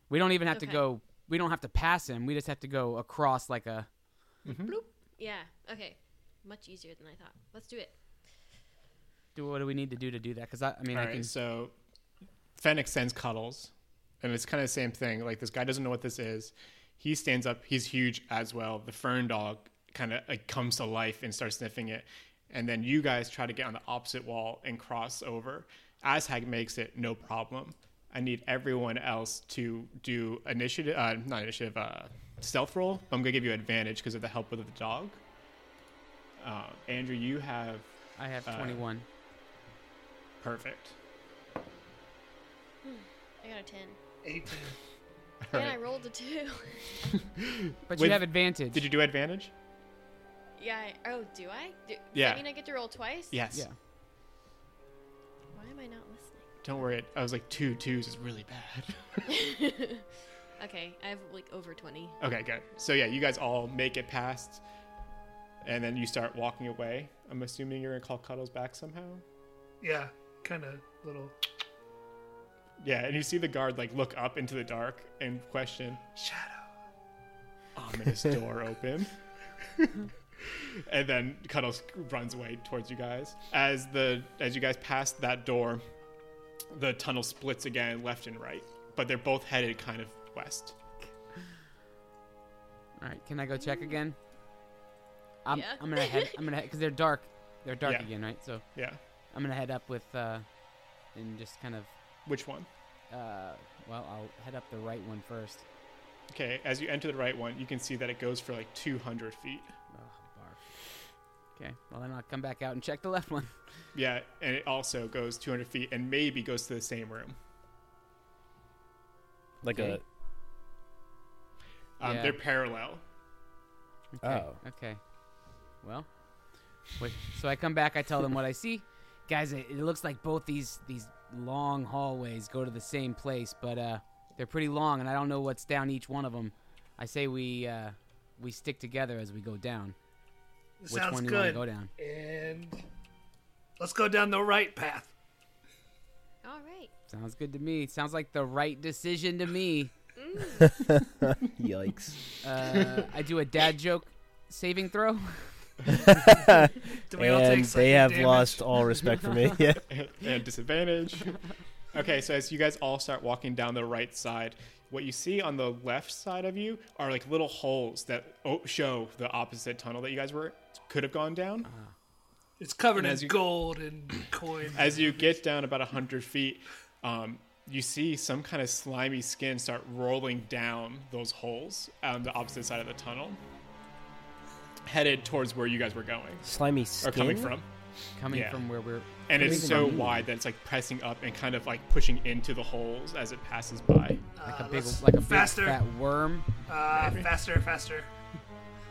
S3: We don't even have to
S5: Okay.
S3: go. We don't have to pass him. We just have to go across like a
S5: Yeah. Okay. Much easier than I thought. Let's do it.
S3: do what do we need to do to do that? Because I, I mean,
S1: All
S3: I
S1: right,
S3: can.
S1: so Fennec sends Cuddles, and it's kind of the same thing. Like this guy doesn't know what this is. He stands up. He's huge as well. The fern dog kind of like comes to life and starts sniffing it, and then you guys try to get on the opposite wall and cross over. Azhag makes it no problem. I need everyone else to do initiative, uh, not initiative, uh, stealth roll. I'm gonna give you advantage because of the help of the dog. Uh, Andrew, you have
S3: I have
S1: uh,
S3: 21.
S1: perfect.
S5: I got a 10.
S2: 18.
S1: All
S5: And
S1: right.
S5: I rolled a 2.
S3: But
S1: with-
S3: you have advantage.
S1: Did you do advantage?
S5: yeah. I, oh, do I? Do, Does
S1: Yeah.
S5: that mean I get to roll twice?
S1: Yes.
S3: Yeah.
S5: Why am I not listening?
S1: Don't worry. I was like two twos is really bad.
S5: Okay. I have like over 20.
S1: okay, good. So yeah, you guys all make it past, and then you start walking away. I'm assuming you're gonna call Cuddles back somehow.
S2: Yeah, kind of little.
S1: Yeah, and you see the guard like look up into the dark and question shadow. Ominous door open. and then Cuddles runs away towards you guys. As the as you guys pass that door, the tunnel splits again left and right, but they're both headed kind of west.
S3: All right, can I go check again? I'm,
S5: Yeah.
S3: I'm gonna head. I'm gonna because they're dark. They're dark
S1: Yeah.
S3: again, right? So
S1: Yeah.
S3: I'm gonna head up with uh, and just kind of
S1: Which one?
S3: uh, well, I'll head up the right one first.
S1: Okay, as you enter the right one, you can see that it goes for like 200 feet.
S3: Oh, barf. Okay, well then I'll come back out and check the left one.
S1: Yeah, and it also goes 200 feet and maybe goes to the same room.
S4: Like
S3: Okay.
S4: a
S1: Um,
S3: Yeah.
S1: They're parallel.
S3: Okay.
S7: Oh.
S3: Okay. Well, wait, so I come back. I tell them what I see. Guys, it, it looks like both these these long hallways go to the same place, but uh, they're pretty long, and I don't know what's down each one of them. I say we uh, we stick together as we go down. Which
S2: Sounds
S3: one do you want to
S2: good.
S3: go down?
S2: And let's go down the right path.
S5: All right.
S3: Sounds good to me. Sounds like the right decision to me.
S4: yikes.
S3: Uh, I do a dad joke saving throw.
S2: Do we all take
S4: and they
S2: psychic
S4: have
S2: damage?
S4: lost all respect for me. Yeah.
S1: and disadvantage. okay, so as you guys all start walking down the right side, what you see on the left side of you are like little holes that o- show the opposite tunnel that you guys were could have gone down.
S2: It's covered
S1: And
S2: in
S1: as you-
S2: gold and coins.
S1: As you get down about 100 feet, um, you see some kind of slimy skin start rolling down those holes on the opposite side of the tunnel, headed towards where you guys were going
S4: Slimy skin.
S1: or coming from.
S3: Coming
S1: Yeah.
S3: from where we're.
S1: And
S3: What
S1: it's
S3: does that
S1: so
S3: mean?
S1: wide that it's like pressing up and kind of like pushing into the holes as it passes by.
S3: Like a
S2: Uh,
S3: big,
S2: let's-
S3: like a big
S2: faster,
S3: fat worm.
S2: uh, faster, faster.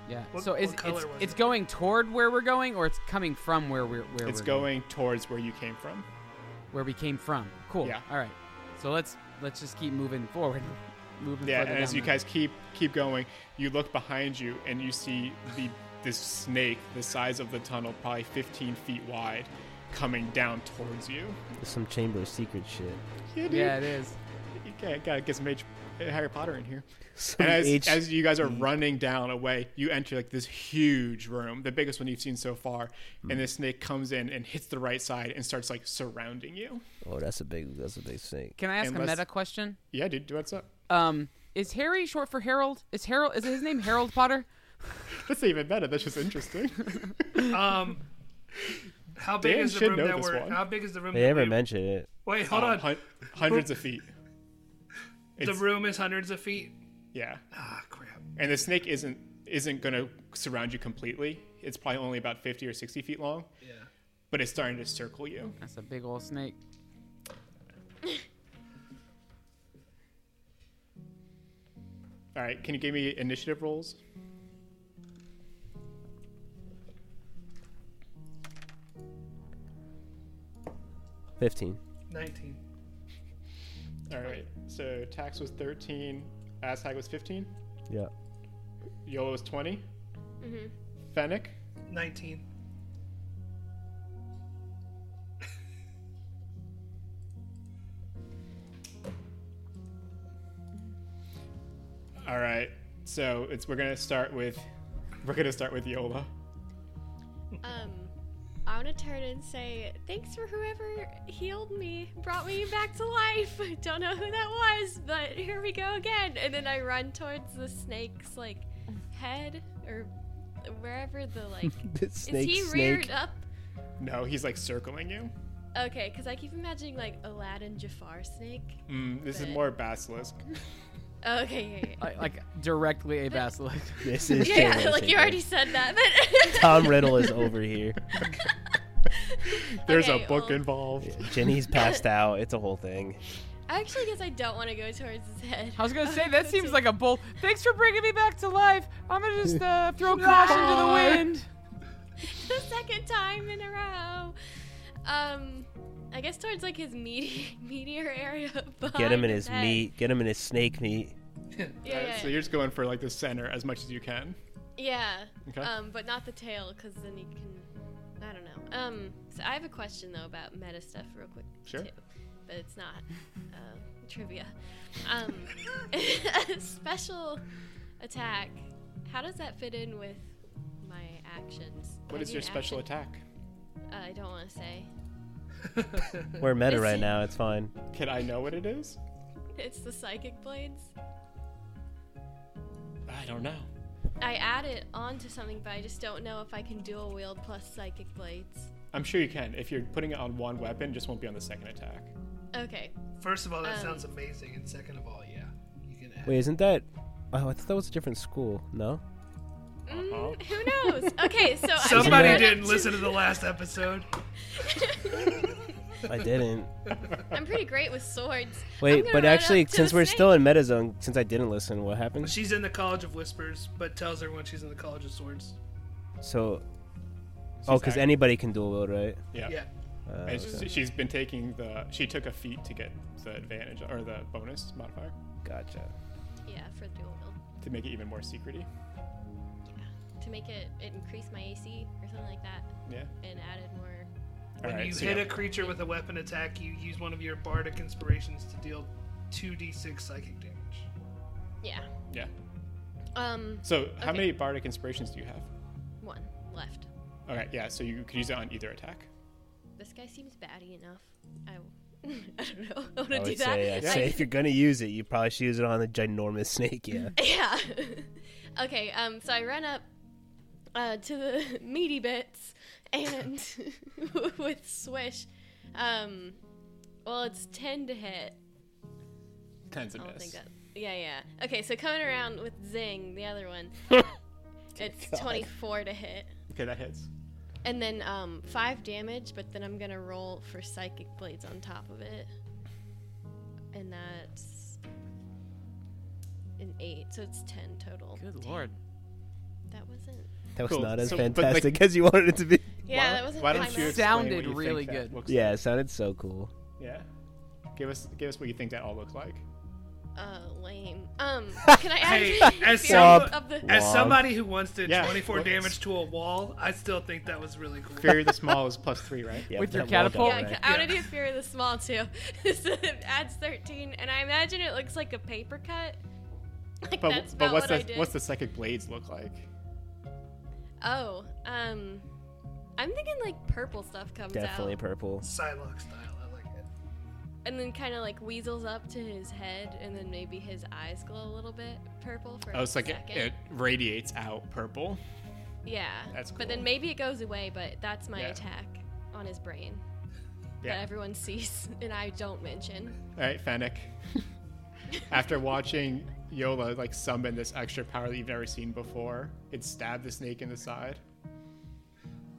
S3: Yeah.
S2: What-
S3: so is
S2: what color
S3: it's,
S2: was
S3: it's
S2: it?
S3: going toward where we're going, or it's coming from where we're where
S1: It's
S3: we're
S1: going towards where you came from.
S3: where we came from. Cool.
S1: Yeah.
S3: All right. So let's let's just keep moving forward, moving.
S1: Yeah,
S3: further
S1: and as
S3: down
S1: you
S3: the-
S1: guys keep keep going, you look behind you and you see the this snake the size of the tunnel, probably 15 feet wide, coming down towards you.
S4: Some Chamber of Secret shit.
S1: Yeah, dude.
S3: Yeah, it is.
S1: yeah, gotta get some H- Harry Potter in here.
S4: Some
S1: And as,
S4: H-
S1: as you guys are running down away, you enter like this huge room, the biggest one you've seen so far, and this snake comes in and hits the right side and starts like surrounding you.
S8: Oh, that's a big, that's a big snake.
S3: Can I ask
S1: Unless-
S3: a meta question?
S1: Yeah, dude, what's up?
S3: Um, is Harry short for Harold? Is Harold is his name Harold Potter?
S1: That's not even better. That's just interesting.
S2: Um, how big
S1: Dan
S2: is the
S1: should
S2: room
S1: know
S2: that
S1: this
S2: we're?
S1: one.
S2: How big is the room?
S4: They
S2: that
S4: never
S2: we-
S4: mentioned it.
S2: Wait, hold
S1: Um,
S2: on.
S1: hun- hundreds of feet.
S2: the
S1: It's-
S2: room is hundreds of feet.
S1: Yeah,
S2: Ah, crap.
S1: and the snake isn't isn't gonna surround you completely. It's probably only about fifty or sixty feet long,
S2: Yeah.
S1: but it's starting to circle you.
S3: That's a big old snake.
S1: All right, can you give me initiative rolls?
S4: Fifteen.
S2: Nineteen.
S1: All right, so tax was thirteen, Aztag was fifteen,
S4: Yeah.
S1: Yola was 20
S5: Mm-hmm.
S1: Fennec,
S2: Nineteen.
S1: All right. So it's we're gonna start with we're gonna start with Yola.
S5: Um, I want to turn and say thanks for whoever healed me, brought me back to life. I don't know who that was, but here we go again. And then I run towards the snake's like head or wherever the like.
S4: This snake.
S5: is he
S4: snake.
S5: reared up?
S1: No, he's like circling you.
S5: Okay, because I keep imagining like Aladdin Jafar snake.
S1: Mm, this is
S5: Bet.
S1: more basilisk.
S5: Okay, yeah,
S3: Like, like directly a basilisk.
S4: This is
S5: yeah, yeah.
S4: Taylor
S5: yeah like you
S4: Swift.
S5: already said that, but
S4: Tom Riddle is over here.
S1: There's
S5: Okay,
S1: a book
S5: well-
S1: involved.
S4: Jenny's passed out. It's a whole thing.
S5: I actually guess I don't want to go towards his head.
S3: I was gonna say that seems like a bull. Thanks for bringing me back to life. I'm gonna just uh, throw caution to the wind.
S5: the second time in a row. Um, I guess towards like his meaty, meteor area.
S4: Get
S5: behind
S4: him in his
S5: head.
S4: meat. Get him in his snake meat.
S1: All
S5: Yeah,
S1: right,
S5: yeah,
S1: So you're just going for like the center as much as you can.
S5: yeah.
S1: Okay.
S5: Um, but not the tail, because then he can. I don't know. Um, so I have a question though about meta stuff, real quick.
S1: Sure.
S5: Too, but it's not uh, trivia. Um, special attack. How does that fit in with my actions?
S1: What is your special
S5: attack?
S1: attack?
S5: Uh, I don't want to say.
S4: We're meta
S5: Is
S4: right
S5: he-
S4: now. It's fine.
S1: Can I know what it is?
S5: It's the psychic blades.
S1: I don't know.
S5: I add it onto something, but I just don't know if I can dual wield plus psychic blades.
S1: I'm sure you can. If you're putting it on one weapon, it just won't be on the second attack.
S5: Okay.
S2: First of all, that
S5: Um,
S2: sounds amazing, and second of all, yeah, you can add.
S4: Wait, isn't that? Oh, I thought that was a different school. No.
S1: Uh-huh.
S5: Mm, who knows? Okay, so I
S2: Somebody
S5: should turn
S2: didn't
S5: up
S2: listen to the last episode.
S4: I didn't.
S5: I'm pretty great with swords. I'm
S4: Wait,
S5: gonna
S4: but
S5: run
S4: actually,
S5: up to
S4: since
S5: the
S4: we're
S5: snake.
S4: still in meta zone, since I didn't listen, what happened?
S2: She's in the College of Whispers, but tells everyone she's in the College of Swords.
S4: So, oh, because
S1: act-
S4: anybody can dual wield, right?
S1: Yeah.
S2: Yeah.
S4: Uh,
S1: And
S4: okay.
S1: she- she's been taking the. She took a feat to get the advantage or the bonus modifier
S4: Gotcha.
S5: Yeah, for dual wield.
S1: to make it even more secrety.
S5: Yeah. To make it, it increase my AC or something like that,
S1: Yeah.
S5: and added more.
S1: All
S2: When
S1: right,
S2: you
S1: so
S2: hit
S1: yeah.
S2: a creature with a weapon attack, you use one of your bardic inspirations to deal 2d6 psychic damage.
S5: Yeah.
S1: Yeah.
S5: Um,
S1: So how
S5: Okay.
S1: many bardic inspirations do you have?
S5: one left.
S1: Okay, yeah, so you could use it on either attack.
S5: This guy seems batty enough. I, I don't know. I want
S4: I
S5: to do
S4: would
S5: that.
S4: say, I'd say if you're gonna use it, you probably should use it on the ginormous snake. Yeah.
S5: Yeah. okay, um, so I run up uh, to the meaty bits and with swish. Um, well, it's 10 to hit.
S1: Tens and
S5: I don't think
S1: miss.
S5: that. Yeah, yeah. Okay, so coming around with Zing, the other one,
S2: Oh
S5: it's 24 to hit.
S1: Okay, that hits.
S5: And then um, 5 damage, but then I'm going to roll for Psychic Blades on top of it. And that's an 8, so it's 10 total.
S3: Good lord.
S5: That wasn't.
S4: That was
S1: Cool.
S4: not as
S1: So- but, like-
S4: fantastic as you wanted it to be.
S5: Yeah,
S1: why,
S5: that wasn't.
S1: Why don't
S5: my
S1: you explain
S5: math.
S1: what
S3: Sounded
S1: you think
S3: really
S1: that
S3: good.
S1: looks
S4: Yeah, it sounded so cool.
S1: like? Yeah. Give us give us what you think that all looks like.
S5: Uh, lame. Um, can I add
S2: Hey,
S5: the
S2: as
S5: fear
S2: some-
S5: of the?
S2: As
S4: Log.
S2: somebody who once did
S1: Yeah.
S2: 24
S1: What?
S2: damage to a wall, I still think that was really cool.
S1: Fury of the Small is plus three, right?
S4: Yeah,
S3: With your
S4: that wall
S1: Oh,
S3: catapult?
S5: Yeah,
S4: got
S5: I,
S4: wrecked.
S5: want to do fear of the small too. so it adds thirteen, and I imagine it looks like a paper cut. Like
S1: But,
S5: that's about
S1: but what's
S5: what I
S1: the
S5: did.
S1: what's the psychic blades look like?
S5: Oh, um, I'm thinking like purple stuff comes
S8: Definitely
S5: out,
S8: purple.
S2: Psylocke style, I like it.
S5: and then kind of like weasels up to his head, and then maybe his eyes glow a little bit purple for.
S1: Oh, it's like it,
S5: second.
S1: it radiates out purple.
S5: Yeah.
S1: That's
S5: But then
S1: cool.
S5: maybe it goes away, but that's my
S1: Yeah.
S5: attack on his brain
S1: Yeah.
S5: that everyone sees and I don't mention.
S1: All right, Fennec. After watching Yola like summon this extra power that you've never seen before, it stabbed the snake in the side.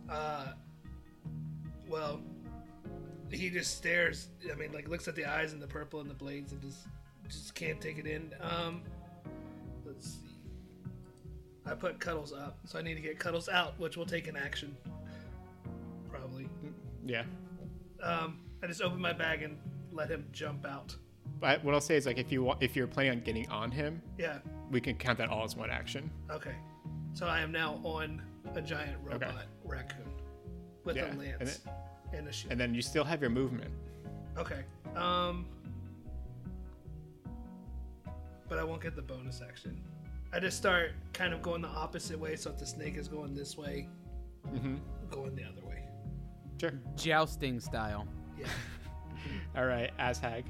S2: Uh, well, he just stares. I mean, like looks at the eyes and the purple and the blades and just just can't take it in. Um, let's see. I put Cuddles up, so I need to get Cuddles out, which will take an action, probably.
S1: Yeah.
S2: Um, I just open my bag and let him jump out.
S1: But what I'll say is like if you wa- if you're planning on getting on him,
S2: Yeah.
S1: we can count that all as one action.
S2: Okay. So I am now on a giant robot raccoon with
S1: Yeah,
S2: a
S1: and
S2: lance
S1: it-
S2: and, a shield.
S1: And then you still have your movement.
S2: Okay. Um. But I won't get the bonus action. I just start kind of going the opposite way. So if the snake is going this way,
S1: Mm-hmm.
S2: going the other way.
S1: Sure.
S3: Jousting style.
S2: Yeah.
S1: All right, Azhag.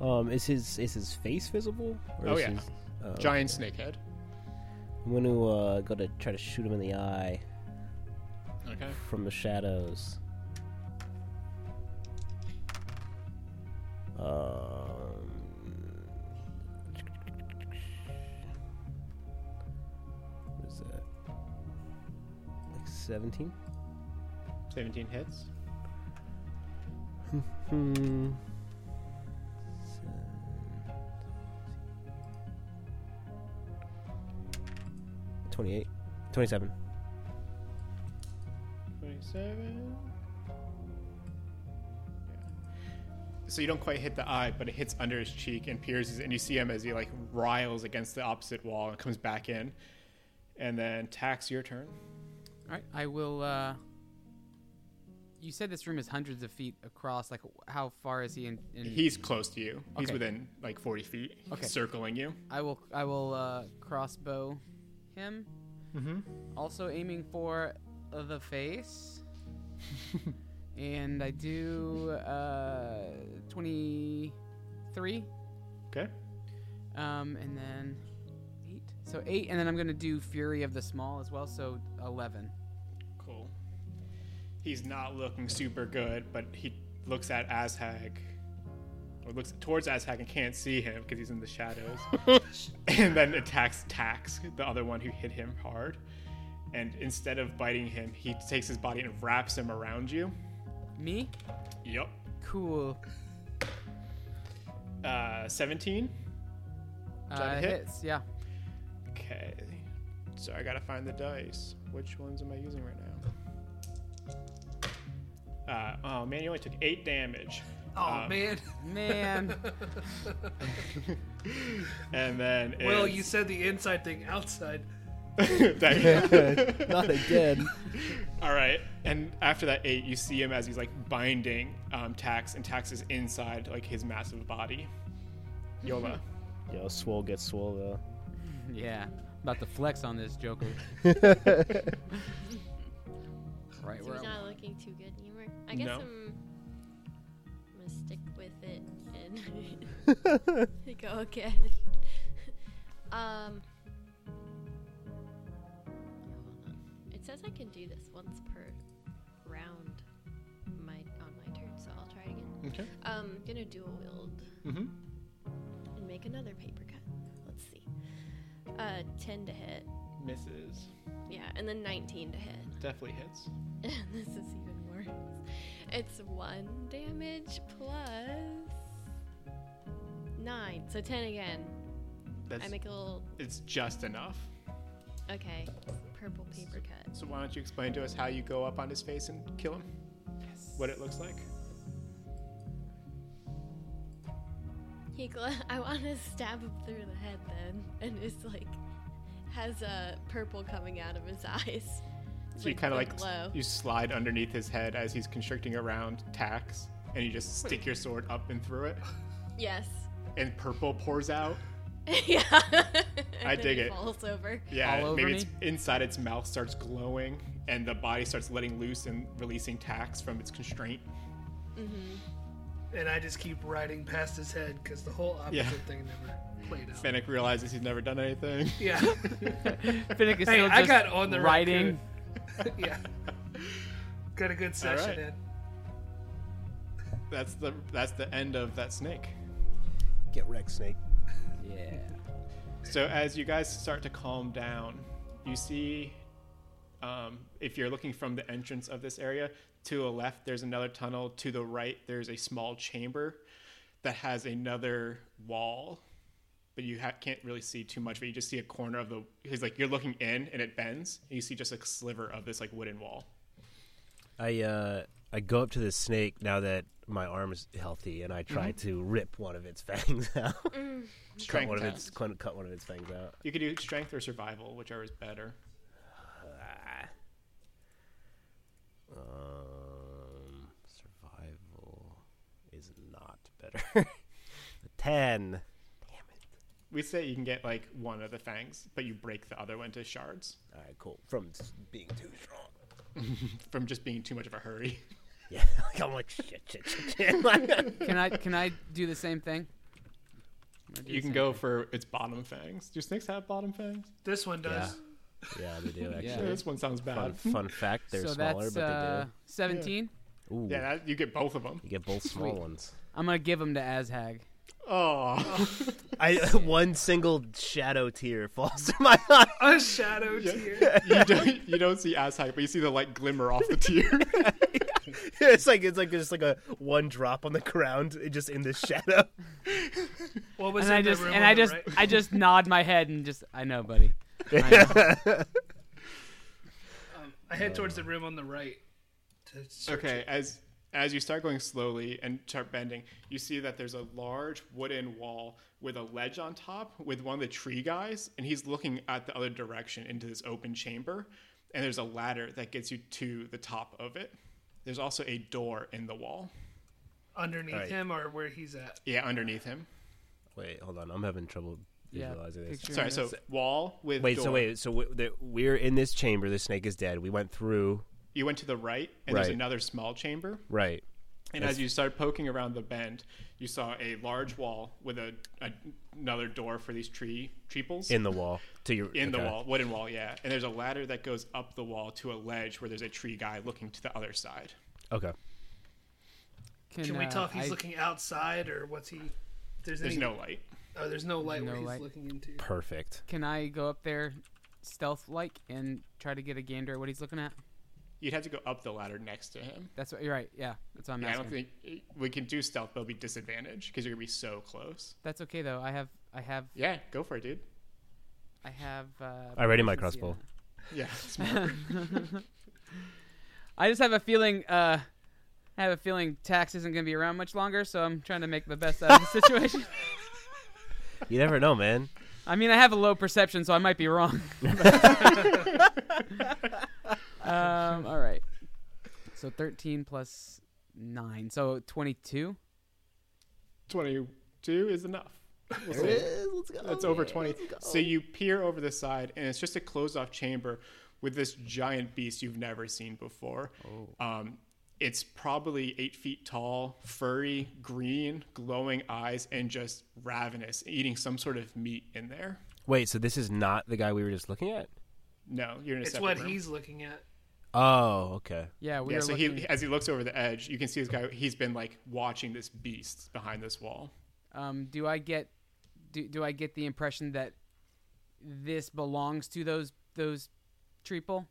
S4: Um, is his is his face visible? Or
S1: Oh,
S4: is
S1: yeah.
S4: his- oh, okay.
S1: Giant snake head.
S4: I'm gonna uh, go to try to shoot him in the eye
S1: Okay.
S4: from the shadows. Um, what is that? Like seventeen?
S1: 17 hits.
S4: Hmm. Twenty-eight. Twenty-seven.
S1: 27. So you don't quite hit the eye, but it hits under his cheek and pierces, and you see him as he like riles against the opposite wall and comes back in. And then tax your turn.
S3: All right, I will. uh You said this room is hundreds of feet across. Like, how far is he in? in...
S1: He's close to you. He's
S3: Mm. Okay.
S1: within like 40 feet,
S3: Okay.
S1: circling you.
S3: I will. I will uh crossbow him.
S1: Mhm.
S3: Also aiming for the face. and I do uh twenty-three.
S1: Okay.
S3: Um, and then eight. So eight, and then I'm gonna do Fury of the Small as well. So eleven.
S1: Cool. He's not looking super good, but he looks at Azhag, or looks towards Azhag and can't see him because he's in the shadows. and then attacks Tax, the other one who hit him hard. And instead of biting him, he takes his body and wraps him around you.
S3: Me?
S1: Yep.
S3: Cool.
S1: Uh, 17. that
S3: Uh,
S1: a hit?
S3: hits. Yeah.
S1: Okay. So I gotta find the dice. Which ones am I using right now? Uh, oh man, you only took eight damage.
S2: Oh
S1: Um,
S2: man.
S3: Man.
S1: And then
S2: Well,
S1: it's-
S2: you said the inside thing outside.
S1: Thank you.
S8: Not again.
S1: All right. And after that eight, you see him as he's like binding um, Tax, and Tax is inside like his massive body. Yola.
S4: Yo, swole gets swole though.
S3: yeah. About to flex on this Joker. right.
S5: So
S3: Where
S5: he's
S3: are
S5: not looking too good anymore. I guess
S1: No.
S5: I'm, I'm gonna stick with it and go again. um, hold on. it says I can do this once per round, my on my turn. So I'll try again.
S1: Mm-hmm. Okay.
S5: Um, gonna dual wield
S1: Mm-hmm.
S5: and make another paper cut. Let's see. Uh, ten to hit.
S1: Misses.
S5: Yeah, and then nineteen to hit.
S1: Definitely hits.
S5: this is even worse. It's one damage plus nine, so ten again.
S1: That's
S5: I make a little
S1: it's just enough.
S5: okay purple paper cut.
S1: So why don't you explain to us how you go up on his face and kill him? What it looks like.
S5: He gl- I want to stab him through the head then, and it's like has a uh, purple coming out of his eyes. It's
S1: So you kind of
S5: a
S1: like
S5: glow.
S1: you slide underneath his head as he's constricting around Tax, and you just stick your sword up and through it,
S5: yes.
S1: and purple pours out.
S5: yeah.
S1: I
S5: And then
S1: dig
S5: he
S1: it.
S5: Falls over.
S1: Yeah,
S3: All over
S1: maybe
S3: me?
S1: it's inside its mouth starts glowing, and the body starts letting loose and releasing Tax from its constraint.
S2: And I just keep riding past his head because the whole opposite
S1: Yeah.
S2: thing never played out.
S1: Fennec realizes he's never done anything.
S2: Yeah.
S3: Finnick is
S2: Hey,
S3: still
S2: I
S3: just
S2: got on the
S3: writing.
S2: yeah. Got a good session
S1: right.
S2: in.
S1: That's the that's the end of that snake.
S7: Get wrecked, Snake.
S3: Yeah.
S1: So as you guys start to calm down, you see, um, if you're looking from the entrance of this area, to the left there's another tunnel. To the right there's a small chamber that has another wall, but you ha- can't really see too much. But you just see a corner of the. He's like you're looking in, and it bends. And you see just a sliver of this like wooden wall.
S4: I uh, I go up to the snake now that my arm is healthy, and I try to rip one of its fangs out. cut
S1: Strength
S4: one of
S1: test.
S4: its cut cut one of its fangs out.
S1: You could do strength or survival, whichever is better.
S4: Um, survival is not better. Ten. Damn it.
S1: We say you can get like one of the fangs, but you break the other one to shards
S4: All right, cool. From s- being too strong.
S1: from just being too much of a hurry.
S4: Yeah, like, I'm like shit, shit, shit, shit.
S3: Can I can I do the same thing?
S1: You can go for its bottom fangs. Do snakes have bottom fangs?
S2: This one does.
S4: yeah, they do actually.
S1: Yeah, this one sounds
S4: Fun,
S1: bad.
S4: fun fact: they're
S3: so
S4: smaller,
S3: that's
S4: but they
S3: uh,
S4: do.
S3: 17.
S4: Ooh,
S1: Yeah, that, you get both of them.
S4: you get both small
S3: Sweet.
S4: ones.
S3: I'm gonna give them to Azhag.
S1: Oh,
S4: I one single shadow tear falls from my eye.
S2: A shadow tear.
S1: you don't you don't see as high, but you see the light glimmer off the tear.
S4: It's like it's like just like a one drop on the ground, just in the shadow.
S2: What was
S3: And
S2: in
S3: I
S2: the
S3: just
S2: room
S3: and
S2: on
S3: I
S2: the
S3: just
S2: right?
S3: I just nod my head and just I know, buddy. I know.
S2: Um, I head towards the room on the right. To search
S1: okay,
S2: it.
S1: as as you start going slowly and start bending, you see that there's a large wooden wall with a ledge on top with one of the tree guys, and he's looking at the other direction into this open chamber. And there's a ladder that gets you to the top of it. There's also a door in the wall.
S2: underneath
S4: Alright.
S2: him or where he's at.
S1: Yeah, underneath him.
S4: Wait, hold on. I'm having trouble
S3: Yeah,
S4: visualizing this.
S3: picture
S1: Sorry,
S3: it.
S1: so wall with
S4: Wait,
S1: door.
S4: so wait, so we- the- we're in this chamber. The snake is dead. We went through.
S1: You went to the right, and there's
S4: Right.
S1: another small chamber.
S4: Right.
S1: And as you start poking around the bend, you saw a large wall with a, a another door for these tree treeples
S4: In the wall. To your
S1: in the
S4: okay.
S1: wall, wooden wall, yeah. And there's a ladder that goes up the wall to a ledge where there's a tree guy looking to the other side.
S4: Okay.
S3: Can,
S2: Can we
S3: uh,
S2: tell if he's
S3: I-
S2: looking outside or what's he? There's,
S1: There's
S2: any,
S1: no light.
S2: Oh, there's no light
S3: No
S2: where he's
S3: light.
S2: looking into.
S4: Perfect.
S3: Can I go up there, stealth like, and try to get a gander at what he's looking at?
S1: You'd have to go up the ladder next to him.
S3: That's what you're right. Yeah, that's what I'm
S1: Yeah, I
S3: asking.
S1: don't think we can do stealth. They'll be disadvantaged because you're gonna be so close.
S3: That's okay though. I have I have
S1: Yeah, go for it, dude.
S3: I have. Uh,
S4: I ready my
S3: proficiency in it.
S4: crossbow.
S1: Yeah, smart.
S3: I just have a feeling. Uh, I have a feeling tax isn't going to be around much longer, so I'm trying to make the best out of the situation.
S4: You never know, man.
S3: I mean, I have a low perception, so I might be wrong. um, all right. So 13 plus nine, so 22.
S1: twenty-two is enough. We'll see.
S8: Let's go.
S1: It's over 20. So you peer over the side, and it's just a closed off chamber with this giant beast you've never seen before.
S8: Oh.
S1: Um, it's probably eight feet tall, furry, green, glowing eyes, and just ravenous, eating some sort of meat in there.
S4: Wait, so this is not the guy we were just looking at?
S1: No, you're in a
S2: It's
S1: separate
S2: what
S1: room.
S2: he's looking at.
S4: Oh, okay.
S3: Yeah, we
S1: yeah,
S3: are
S1: so
S3: looking.
S1: he as he looks over the edge, you can see this guy. He's been like watching this beast behind this wall.
S3: um, do I get do, do I get the impression that this belongs to those those treeple?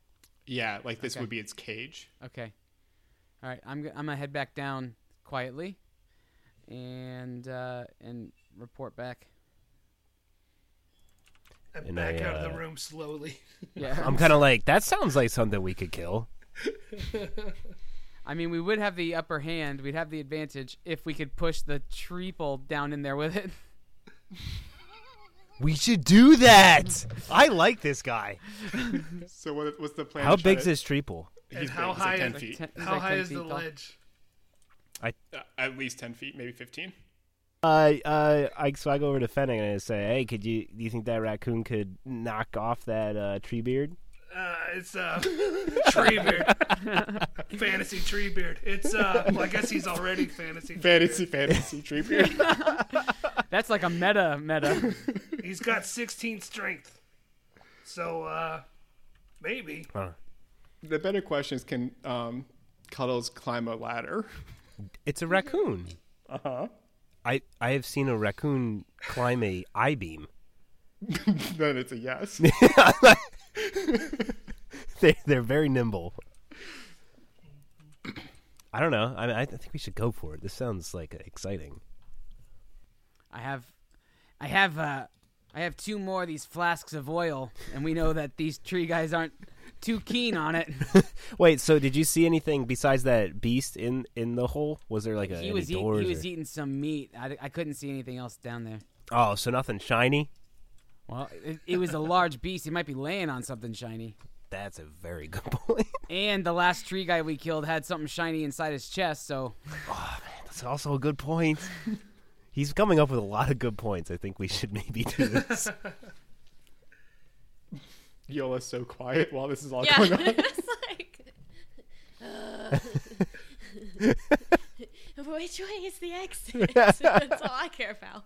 S1: Yeah, like this
S3: Okay.
S1: would be its cage.
S3: Okay. All right, I'm go- I'm gonna head back down quietly, and uh, and report back.
S2: I
S4: And
S2: back
S4: I,
S2: out of
S4: uh,
S2: the room slowly.
S3: Yeah,
S4: I'm kind of like that. Sounds like something we could kill.
S3: I mean, we would have the upper hand. We'd have the advantage if we could push the triple down in there with it.
S9: We should do that. I like this guy.
S1: So what, what's the plan?
S4: How
S1: to try
S4: big's
S1: to-
S4: this triple?
S1: He's
S2: And how
S1: big, he's like
S2: high
S1: Ten
S2: is-
S1: feet,
S3: Ten-
S2: How
S3: like
S2: high
S3: 10
S2: is
S3: feet
S2: the
S3: tall.
S2: ledge?
S1: Uh, at least ten feet, maybe fifteen.
S4: I, uh, I, so I go over to Fennec and I say, "Hey, could you? Do you think that raccoon could knock off that uh, tree beard?"
S2: Uh, it's uh, tree beard, fantasy tree beard. It's uh, well, I guess he's already fantasy.
S1: Fantasy, fantasy, tree beard.
S3: That's like a meta meta.
S2: Treebeard. He's got 16 strength, so uh, maybe
S1: the better question is, can um, Cuddles climb a ladder?
S4: It's a raccoon.
S1: Uh huh.
S4: I, I have seen a raccoon climb a I beam.
S1: then it's a yes.
S4: They they're very nimble. I don't know. I mean, I think we should go for it. This sounds like exciting.
S3: I have, I have, uh, I have two more of these flasks of oil, and we know that these tree guys aren't too keen on it.
S4: Wait, so did you see anything besides that beast in in the hole? Was there like a
S3: he
S4: any
S3: was eat,
S4: doors?
S3: he was
S4: or-
S3: eating some meat. I, I couldn't see anything else down there.
S4: oh, so nothing shiny.
S3: Well, it, it was a large beast. He might be laying on something shiny.
S4: That's a very good point.
S3: And the last tree guy we killed had something shiny inside his chest, so
S4: That's also a good point. He's coming up with a lot of good points. I think we should maybe do this.
S1: Yola's so quiet while this is all
S5: Yeah,
S1: going on.
S5: it's like. uh, Which way is the exit? That's all I care about.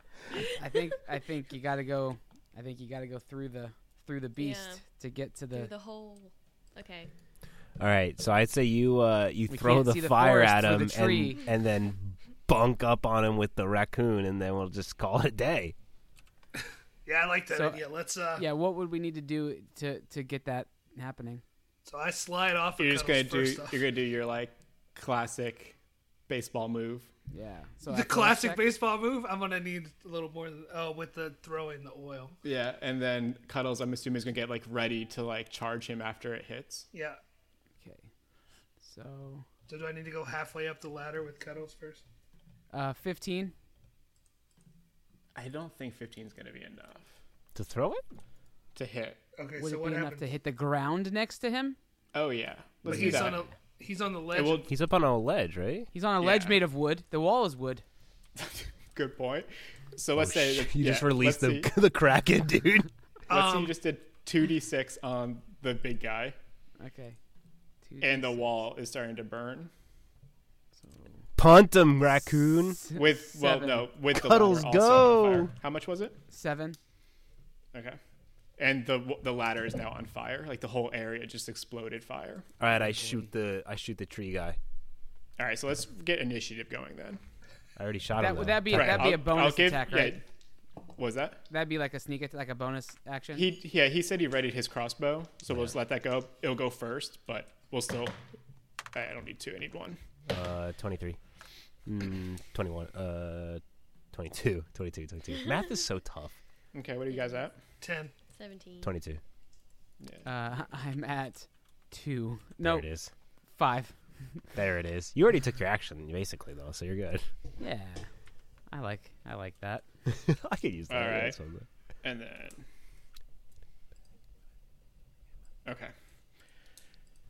S3: I think I think you got to go. I think you got to go through the through the beast
S5: Yeah.
S3: to get to
S5: Through
S3: the.
S5: the whole. Okay.
S4: All right, so I'd say you uh, you
S3: We
S4: throw
S3: can't
S4: the
S3: see the
S4: fire
S3: forest
S4: at
S3: through the
S4: him
S3: tree.
S4: and and then bunk up on him with the raccoon, and then we'll just call it a day.
S2: yeah, I like that
S3: So-
S2: idea. Let's uh,
S3: Yeah, what would we need to do to to get that happening?
S2: so I slide off. of
S1: You're just gonna
S2: Cuddles
S1: do.
S2: first off.
S1: You're gonna do your like classic baseball move.
S3: Yeah. So
S2: the
S3: athletics
S2: classic
S3: check?
S2: baseball move. I'm gonna need a little more than, oh, with the throwing the oil.
S1: Yeah, and then Cuddles, I'm assuming, is gonna get like ready to like charge him after it hits.
S2: Yeah.
S3: Okay. So,
S2: So do I need to go halfway up the ladder with cuddles first?
S3: uh, fifteen.
S1: I don't think 15 is gonna be enough
S4: To throw it?
S1: to hit.
S2: Okay,
S3: Would
S2: so
S3: it
S2: what
S3: be enough
S2: happens?
S3: to hit the ground next to him?
S1: Oh yeah,
S2: But
S1: let's do
S2: he's
S1: that.
S2: on a he's on the ledge.
S1: It will-
S4: He's up on a ledge, right?
S3: He's on a ledge
S1: Yeah.
S3: made of wood. The wall is wood.
S1: good point. So let's say that,
S4: Oh, You
S1: yeah,
S4: just released the
S1: let's See,
S4: the kraken, dude.
S1: let's see,
S2: Um,
S1: you just did 2d6 on the big guy,
S3: Okay. Two
S1: and the
S3: d-
S1: wall is starting to burn.
S4: Punt him, raccoon.
S3: s-
S1: With well,
S3: seven.
S1: no, with the
S4: Cuddles,
S1: ladder also on
S4: go!
S1: fire. How much was it?
S3: seven.
S1: Okay. And the the ladder is now on fire. Like the whole area just exploded fire.
S4: All right, I shoot the I shoot the tree guy.
S1: All right, so let's get initiative going then.
S4: I already shot
S3: That
S4: him.
S3: would
S4: though.
S3: that be that'd be a bonus attack, right?
S1: Was that?
S3: That'd be like a sneak attack, like a bonus action.
S1: He yeah, he said he readied his crossbow, so we'll just let that go. It'll go first, but we'll still I I don't need two, I need one.
S4: Uh, 23. Mm, 21. Uh, 22. 22. 22. Math is so tough.
S1: Okay, what are you guys at?
S2: ten.
S5: 17.
S4: 22.
S3: Uh, I'm at two.
S4: There
S3: No,
S4: it is.
S3: five.
S4: There it is. You already took your action, basically, though, so you're good.
S3: Yeah, I like I like that.
S4: I could use that.
S1: All
S4: yeah,
S1: right.
S4: that's fine.
S1: And then Okay.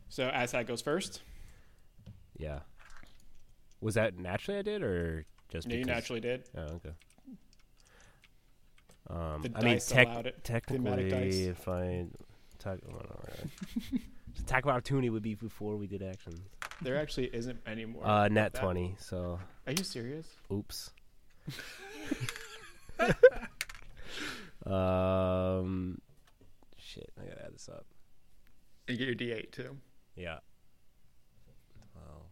S1: So Asad goes first.
S4: Yeah. Was that naturally I did, or just
S1: No, you
S4: because?
S1: naturally did.
S4: Oh, okay. Um,
S1: The
S4: I mean,
S1: dice
S4: tech-
S1: allowed it. Thematic dice.
S4: technically, if I attack, oh, no, really. attack of opportunity would be before we did action.
S1: There actually isn't any more.
S4: Uh,
S1: of
S4: net
S1: that.
S4: twenty. So,
S1: Are you serious?
S4: oops. um, shit, I gotta add this up.
S1: You get your D eight too.
S4: Yeah. Well.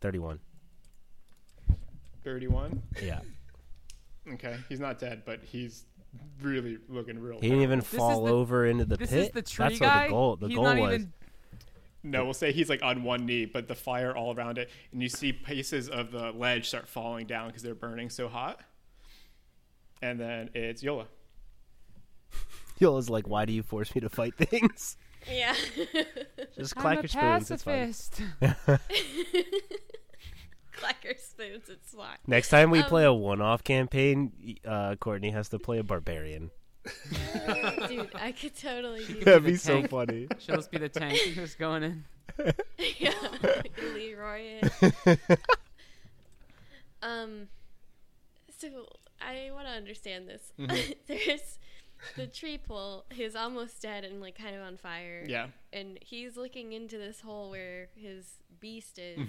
S4: Thirty-one.
S1: 31.
S4: Yeah,
S1: Okay, he's not dead, but he's really looking real.
S4: he didn't
S1: bad.
S4: even
S3: is
S4: fall
S3: the-
S4: over into the
S3: This
S4: pit.
S3: is the tree
S4: That's
S3: guy.
S4: what the goal. The
S3: He's
S4: goal
S3: not
S4: was.
S3: even.
S1: No, we'll say he's like on one knee, but the fire all around it, and you see pieces of the ledge start falling down because they're burning so hot. And then it's Yola.
S4: Yola's like, why do you force me to fight things?
S5: Yeah.
S4: Just
S3: I'm
S4: clack
S3: a
S4: your spoons. It's fine.
S3: pacifist.
S5: Clacker spoons, it's why.
S4: Next time we
S5: Um,
S4: play a one-off campaign, uh, Courtney has to play a barbarian.
S5: Dude, I could totally do that.
S4: That'd be so
S3: tank.
S4: funny.
S3: She'll just be the tank who's going in.
S5: yeah. Leroy. um so I wanna understand this. There's the tree pole who's almost dead and like kind of on fire.
S1: Yeah.
S5: And he's looking into this hole where his beast is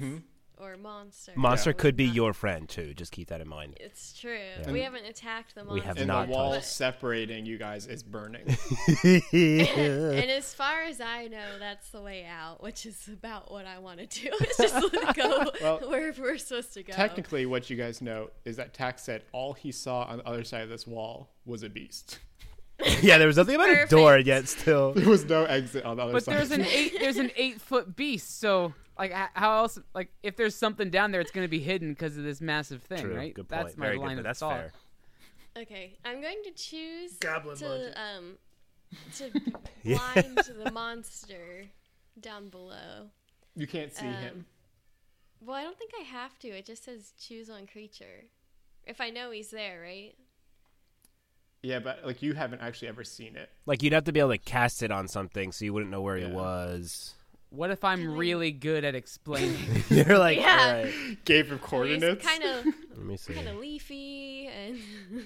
S5: or monster.
S4: Monster
S5: or
S4: could be
S5: whatnot.
S4: your friend too. Just keep that in mind.
S5: It's true. We haven't attacked the monster.
S4: We have
S1: and
S4: not
S1: the wall
S5: touched.
S1: separating you guys is burning.
S5: and as far as I know, that's the way out, which is about what I want to do. Is just let it go
S1: Well,
S5: wherever we're supposed to go.
S1: Technically, what you guys know is that Tax said all he saw on the other side of this wall was a beast.
S4: yeah, there was nothing about a door
S5: Perfect.
S4: yet. Still,
S1: There was no exit on the other
S3: But
S1: side.
S3: there's an eight. There's an eight foot beast. So like, h- how else? Like, if there's something down there, it's gonna be hidden because of this massive thing,
S4: true.
S3: right?
S4: Good point.
S3: That's my
S4: Very
S3: line
S4: good.
S3: of
S4: That's
S3: thought.
S4: fair.
S5: Okay, I'm going to choose
S2: Goblin
S5: to
S2: logic.
S5: um to blind the monster down below.
S1: you can't see him.
S5: Well, I don't think I have to. It just says choose one creature. If I know he's there, right?
S1: Yeah, but like you haven't actually ever seen it.
S4: Like you'd have to be able to cast it on something, so you wouldn't know where
S1: Yeah.
S4: it was.
S3: What if I'm really good at explaining?
S4: You're like,
S5: Yeah.
S4: all right.
S1: Gave of
S5: He's
S1: coordinates.
S5: kind of
S4: Let me see.
S5: kind of leafy and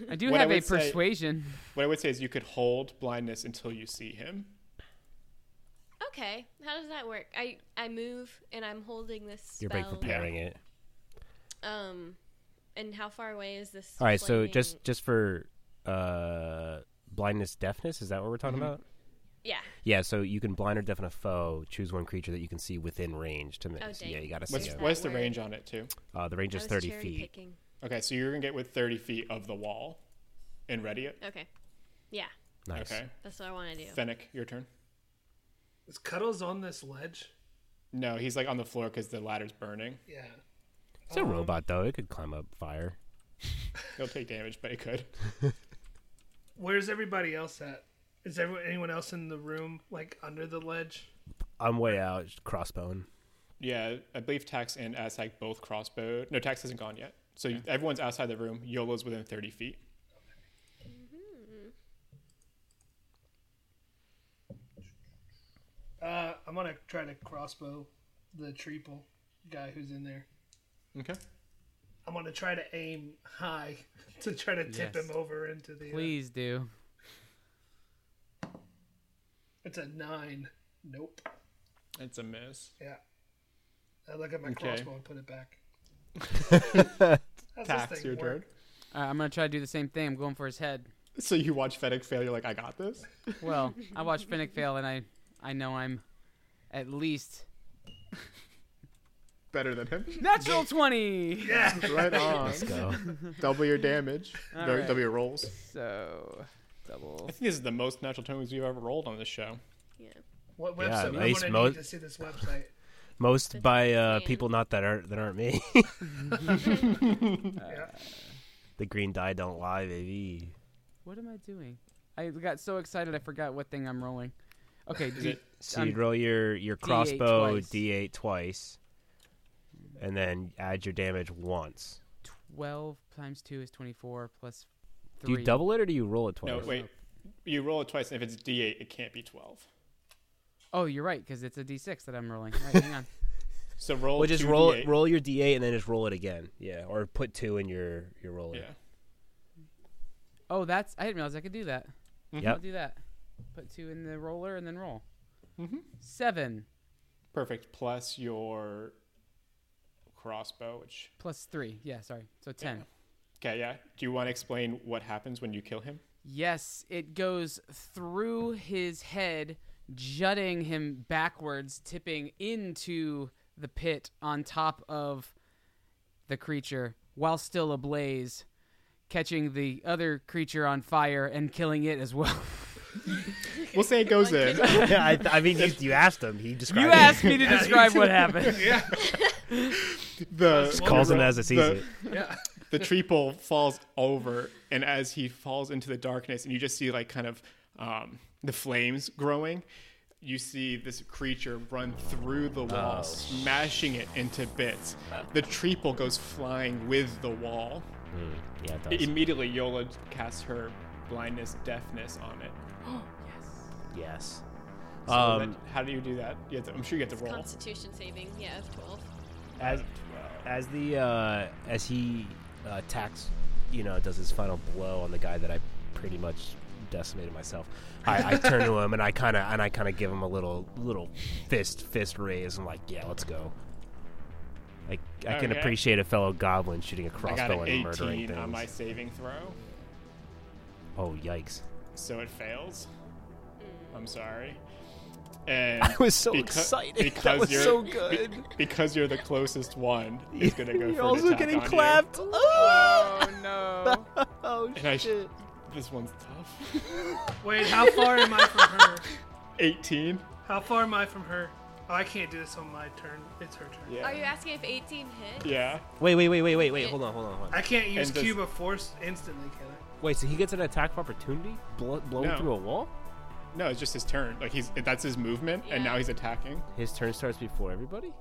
S3: I do
S1: What I
S3: have a
S1: would say-
S3: persuasion.
S1: What I would say is you could hold blindness until you see him.
S5: okay. How does that work? I I move and I'm holding this
S4: You're
S5: spell.
S4: like preparing it.
S5: Um, and how far away is this?
S4: All right, so
S5: flaming-
S4: just just for uh blindness, deafness, is that what we're talking
S5: Mm-hmm.
S4: about?
S5: yeah.
S4: Yeah, so you can blind or deafen a foe. Choose one creature that you can see within range to miss.
S5: Oh, dang.
S4: yeah, you gotta see
S1: What's,
S5: Yeah.
S4: it.
S1: what's the
S5: That word.
S1: range on it too?
S4: Uh, the range
S5: I
S4: is
S5: was
S4: thirty
S5: cherry
S4: feet.
S5: Picking.
S1: Okay, so you're gonna get with 30 feet of the wall, and ready it.
S5: Okay, yeah,
S4: Nice.
S1: Okay,
S5: that's what I want to do.
S1: Fennec, your turn.
S2: Is Cuddles on this ledge?
S1: No, he's like on the floor because the ladder's burning.
S2: Yeah.
S4: It's a robot though; it could climb up fire.
S1: He'll take damage, but he could.
S2: Where's everybody else at? Is everyone, anyone else in the room, like under the ledge?
S4: I'm way out. Crossbone.
S1: Yeah, I believe Tax and Aztec both crossbowed. No, Tax hasn't gone yet. So everyone's outside the room. Yolo's within 30 feet.
S2: Uh, I'm gonna try to crossbow the triple guy who's in there.
S1: Okay.
S2: I'm gonna try to aim high to try to tip
S3: Yes.
S2: him over into the. uh,
S3: Please do.
S2: it's a nine. Nope.
S1: It's a miss.
S2: Yeah. I look at my
S1: Okay.
S2: crossbow and put it back. How's this
S1: Tax,
S2: thing
S1: your
S2: work?
S1: turn.
S3: Uh, I'm gonna try to do the same thing. I'm going for his head.
S1: So you watch Fennec fail. You're like, I got this.
S3: Well, I watched Finnick fail, and I, I know I'm, at least
S1: Better than him.
S3: natural twenty.
S1: right on.
S4: Go.
S1: Double your damage.
S3: All right.
S1: Double your rolls.
S3: So, double.
S1: I think this is the most natural tokens we've ever rolled on this show.
S5: Yeah.
S2: What
S4: Yeah,
S2: website? I'm
S4: nice
S2: gonna
S4: mo-
S2: need to see this website.
S4: Most by uh,
S5: fan.
S4: people not that aren't that aren't me.
S2: yeah.
S4: the green die don't lie, baby.
S3: What am I doing? I got so excited I forgot what thing I'm rolling. Okay,
S1: Is
S3: do-
S1: it-
S4: So
S3: I'm-
S4: you'd roll your your
S3: D8
S4: crossbow
S3: twice.
S4: D8 twice, and then add your damage once.
S3: 12 times 2 is 24 plus 3.
S4: Do you double it or do you roll it twice?
S1: No, wait. You roll it twice, and if it's D8, it can't be 12.
S3: Oh, you're right, because it's a d6 that I'm rolling. All right, hang on.
S1: So roll.
S4: Well, just
S1: two
S4: roll
S1: D8.
S4: roll your D8 and then just roll it again. Yeah, or put two in your your roller.
S1: Yeah.
S3: Oh, that's. I didn't realize I could do that. I'll
S4: Yep.
S3: do that. Put 2 in the roller and then roll. Mm-hmm. 7
S1: Perfect. Plus your crossbow, which.
S3: plus 3. Yeah, sorry. So 10.
S1: Okay, yeah. Do you want to explain what happens when you kill him?
S3: Yes, it goes through his head, jutting him backwards, tipping into the pit on top of the creature while still ablaze, catching the other creature on fire and killing it as well.
S1: We'll say it goes in.
S4: Yeah, I, I mean, you, you asked him. He described.
S3: you
S4: it.
S3: asked me to describe what happened.
S1: The
S4: calls him as it sees
S1: the,
S4: it.
S2: Yeah.
S1: The tree pole falls over, and as he falls into the darkness, and you just see like kind of um, the flames growing, you see this creature run through
S4: Oh,
S1: the wall, smashing it into bits. The treeple goes flying with the wall.
S4: Mm, yeah, it does.
S1: Immediately, Yola casts her blindness, deafness on it.
S4: yes.
S1: So
S4: Um,
S1: that- how do you do that? You have to, I'm sure you have to roll.
S5: Constitution saving, yeah, of 12.
S4: as as the uh, as he uh, attacks, you know, does his final blow on the guy that I pretty much decimated myself. I, I turn to him and I kind of and I kind of give him a little little fist fist raise and like, yeah, let's go. Like I can
S1: Okay.
S4: appreciate a fellow goblin shooting a
S1: I got
S4: crossbow
S1: an
S4: and murdering
S1: 18
S4: things.
S1: on my saving throw,
S4: Oh yikes!
S1: so it fails. I'm sorry. And
S4: I was so
S1: beca-
S4: excited.
S1: Because
S4: that was
S1: you're,
S4: so
S1: be-
S4: good.
S1: because you're the closest one, it's gonna go. for an
S4: You're also
S1: attack
S4: getting
S1: on you.
S4: clapped.
S3: Oh no!
S4: Oh
S1: And I sh-
S4: shit!
S1: this one's tough.
S2: Wait, how far am I from her?
S1: 18.
S2: How far am I from her? Oh, I can't do this on my turn. It's her turn.
S1: Yeah.
S5: Are you asking if 18 hit? Uh,
S1: yeah.
S4: Wait, wait, wait, wait, wait, wait. Hold on, hold on, hold on.
S2: I can't use
S1: And does-
S2: cube of force instantly, can I?
S4: Wait, so he gets an attack of opportunity? Blow, blown
S1: No.
S4: through a wall?
S1: No, it's just his turn. Like he's that's his movement, and
S5: Yeah.
S1: now he's attacking.
S4: His turn starts before everybody?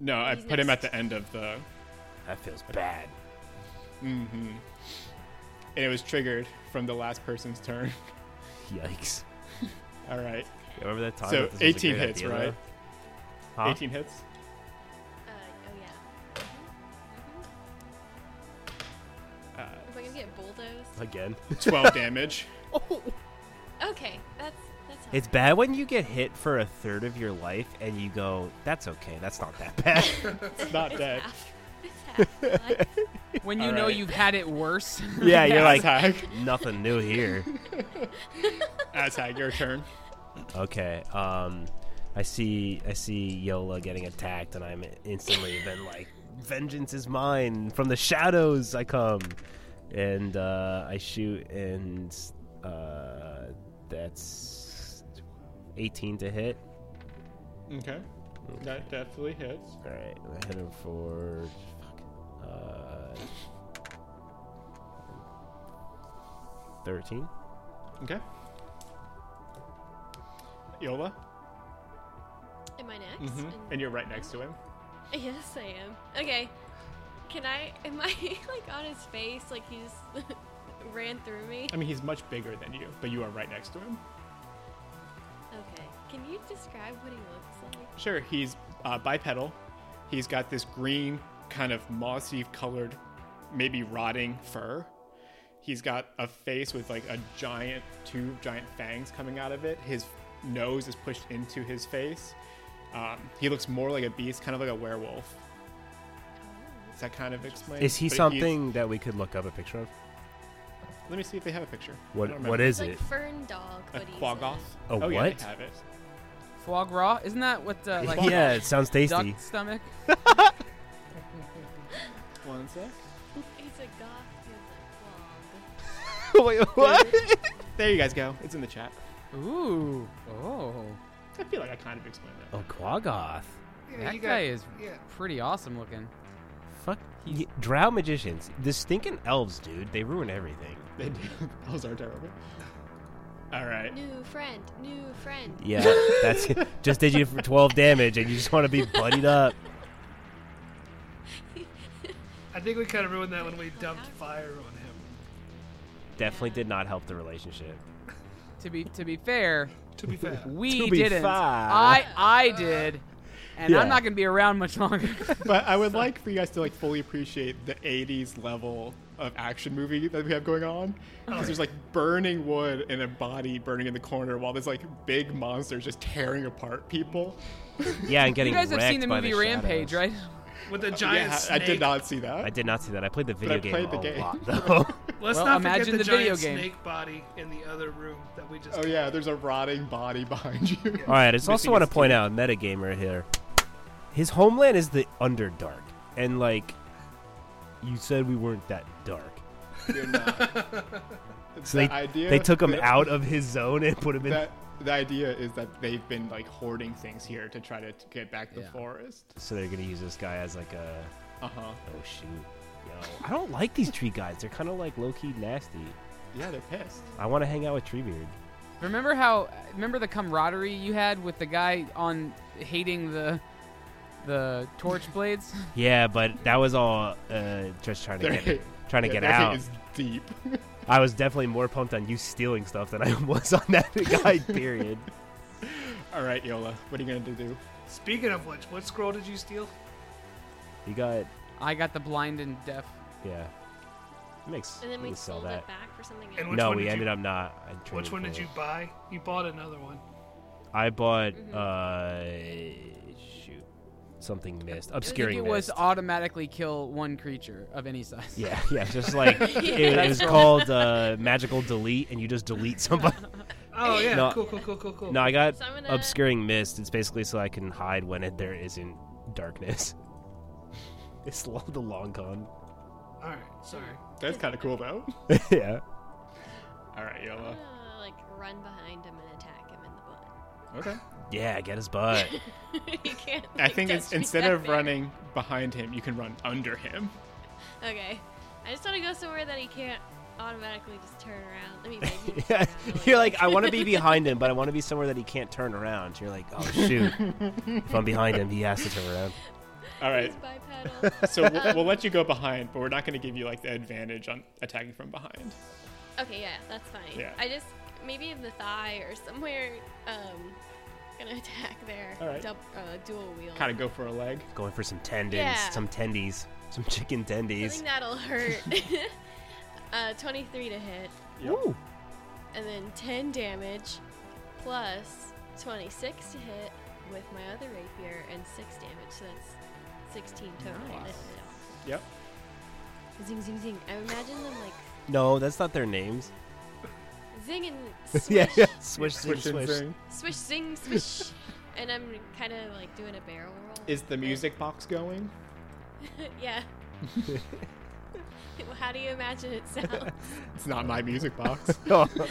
S1: No, I
S5: He's
S1: put him at
S5: next.
S1: the end of the,
S4: That feels bad.
S1: and it was triggered from the last person's turn.
S4: Yikes.
S1: All right.
S4: Remember that time?
S1: So,
S4: that this was a
S1: 18
S4: great
S1: hits,
S4: idea,
S1: right?
S4: though? Huh?
S1: 18 hits.
S5: Uh, oh, yeah.
S1: Uh,
S5: Am I going to get bulldozed?
S4: Again.
S1: 12 damage.
S5: Okay, that's. that's
S9: It's bad when you get hit for a third of your life and you go, that's okay, that's not that bad.
S1: It's not dead.
S5: half. It's half. What?
S3: When you know
S1: Alright.
S3: you've had it worse,
S9: yeah, you're like,
S1: Tag.
S9: nothing new here.
S1: Tag, your turn.
S4: Okay. Um, I see. I see Yola getting attacked, and I'm instantly then like, "Vengeance is mine!" From the shadows I come, and uh, I shoot, and uh, that's eighteen to hit.
S1: Okay. That definitely hits.
S4: All right, I hit him for fuck, uh, thirteen.
S1: Okay. Yola?
S5: Am I next?
S1: Mm-hmm.
S5: And-
S1: And you're right next to him.
S5: Yes, I am. Okay. Can I? Am I like on his face? Like he just ran through me?
S1: I mean, he's much bigger than you, but you are right next to him.
S5: Okay. Can you describe what he looks like?
S1: Sure, he's uh, bipedal. He's got this green, kind of mossy colored, maybe rotting fur. He's got a face with like a giant, two giant fangs coming out of it. His nose is pushed into his face. Um, he looks more like a beast, kind of like a werewolf. Does that kind of explain?
S4: Is he
S1: but he's-
S4: something that we could look up a picture of?
S1: Let me see if they have a picture. I
S4: What
S1: don't
S4: What
S1: remember.
S4: is
S5: like
S4: it?
S5: Fern Dog,
S1: a
S5: but he's
S1: quaggoth?
S4: A
S1: oh, Yeah,
S4: what?
S1: they have it.
S3: foie gras isn't that what the like
S4: yeah, it sounds
S3: duck
S4: tasty.
S3: stomach?
S1: One sec.
S5: A, he's a goth with a
S9: Wait, what?
S1: There you guys go. It's in the chat.
S3: Ooh, oh,
S1: I feel like I kind of explained that.
S4: Oh, Quaggoth.
S2: Yeah,
S3: that
S2: you
S3: guy
S2: got-
S3: is
S2: yeah.
S3: pretty awesome looking.
S4: Fuck. y- Drow magicians. The stinking elves, dude. They ruin everything.
S1: They do. Those are terrible. All right.
S5: quag. New friend, new friend.
S4: Yeah, that's just did you for 12 damage and you just want to be buddied up.
S2: I think we kind of ruined that when we dumped fire on him.
S4: Definitely did not help the relationship.
S3: To be to be fair,
S2: To be fair.
S3: we
S4: To be
S3: didn't.
S4: fair.
S3: I I did, and
S4: Yeah.
S3: I'm not gonna be around much longer.
S1: But I would like for you guys to like fully appreciate the '80s level of action movie that we have going on, because there's like burning wood and a body burning in the corner, while there's like big monsters just tearing apart people.
S4: Yeah, and getting
S3: you guys have
S4: wrecked
S3: seen the
S4: by
S3: movie
S4: the
S3: Rampage,
S4: shadows.
S3: right?
S2: With a
S1: Yeah,
S2: giant
S1: I
S2: snake.
S1: did not see that.
S4: I did not see that. I played the video
S1: I played
S4: game
S1: the
S4: a
S1: game.
S4: lot though.
S2: Let's
S3: Well,
S2: not forget the,
S3: imagine the
S2: giant
S3: video game.
S2: snake body in the other room that we just.
S1: Oh yeah, there's a rotting body behind you.
S4: All right, I just
S1: Missing
S4: also want to
S1: his
S4: point out metagamer here. His homeland is the Underdark, and like you said, we weren't that dark.
S1: You're not.
S4: So
S1: The
S4: they
S1: idea
S4: they took him
S1: that-
S4: out of his zone and put him in
S1: That the idea is that they've been like hoarding things here to try to t- get back the
S3: Yeah.
S1: forest.
S4: So they're gonna use this guy as like a
S1: Uh huh.
S4: oh shoot, yo. I don't like these tree guys. They're kind of like low key nasty.
S1: Yeah, they're pissed.
S4: I want to hang out with Treebeard.
S3: Remember how? Remember the camaraderie you had with the guy on hating the the torch blades?
S9: Yeah, but that was all uh, just trying to
S1: Their
S9: get
S1: hate-
S9: trying to
S1: yeah,
S9: get
S1: their hate
S9: out.
S1: is deep.
S9: I was definitely more pumped on you stealing stuff than I was on that guy. Period.
S1: All right, Yola, what are you gonna do?
S2: Speaking of which, what scroll did you steal?
S9: You got
S3: I got the blind and deaf.
S9: yeah. Makes
S5: And then we
S9: can sell
S5: sold
S9: that.
S5: it back for something
S2: And
S5: else.
S2: which
S9: no,
S2: one
S9: we
S2: did
S9: ended
S2: you,
S9: up not. I traded
S2: Which one
S9: for
S2: did
S9: it.
S2: you buy? You bought another one.
S9: I bought uh shoot something missed obscuring
S3: I think it
S9: mist.
S3: was automatically kill one creature of any size.
S9: yeah, yeah, just like it, it was called uh, magical delete, and you just delete somebody.
S2: Oh yeah,
S9: No.
S2: cool, cool, cool, cool, cool.
S9: No, I got
S5: So I'm gonna-
S9: obscuring mist. It's basically so I can hide when it, there isn't darkness. it's lo- the long con.
S2: All right, sorry.
S1: That's kind of cool though.
S9: yeah.
S1: All right, Yola.
S5: Uh, like run behind him and attack him in the butt.
S1: Okay.
S9: Yeah, get his butt.
S5: you can't.
S1: I
S5: like,
S1: think
S5: touch
S1: it's,
S5: me
S1: instead
S5: that
S1: of
S5: bad.
S1: running behind him, you can run under him.
S5: Okay. I just want to go somewhere that he can't automatically just turn around. Let me. Maybe turn
S9: yeah.
S5: around
S9: You're
S5: really
S9: like, I want to be behind him, but I want to be somewhere that he can't turn around. You're like, oh, shoot. if I'm behind him, he has to turn around.
S1: All right.
S5: Please bipedal.
S1: So we'll, we'll let you go behind, but we're not going to give you like the advantage on attacking from behind.
S5: okay, yeah, that's fine.
S1: Yeah.
S5: I just maybe in the thigh or somewhere. Um, gonna attack there.
S1: All right.
S5: Dub, uh, dual wheel.
S1: Kind of go for a leg.
S9: Going for some tendons,
S5: Yeah.
S9: some tendies, some chicken
S5: I
S9: tendies.
S5: think that'll hurt. uh, 23 to hit,
S1: Ooh.
S5: and then 10 damage, plus 26 to hit with my other rapier, and 6 damage, so that's 16 total.
S3: Nice.
S5: If it all-
S1: Yep.
S5: Zing, zing, zing. I imagine them like
S9: No, that's not their names.
S5: zing and swish,
S9: yeah. Swish, swish,
S1: Switch and
S9: swish.
S1: zing.
S5: swish, zing, swish. and I'm kind of like doing a barrel roll.
S1: Is the music box going?
S5: yeah. Well, How do you imagine it sounds?
S1: It's not my music box.
S9: Oh.
S5: well,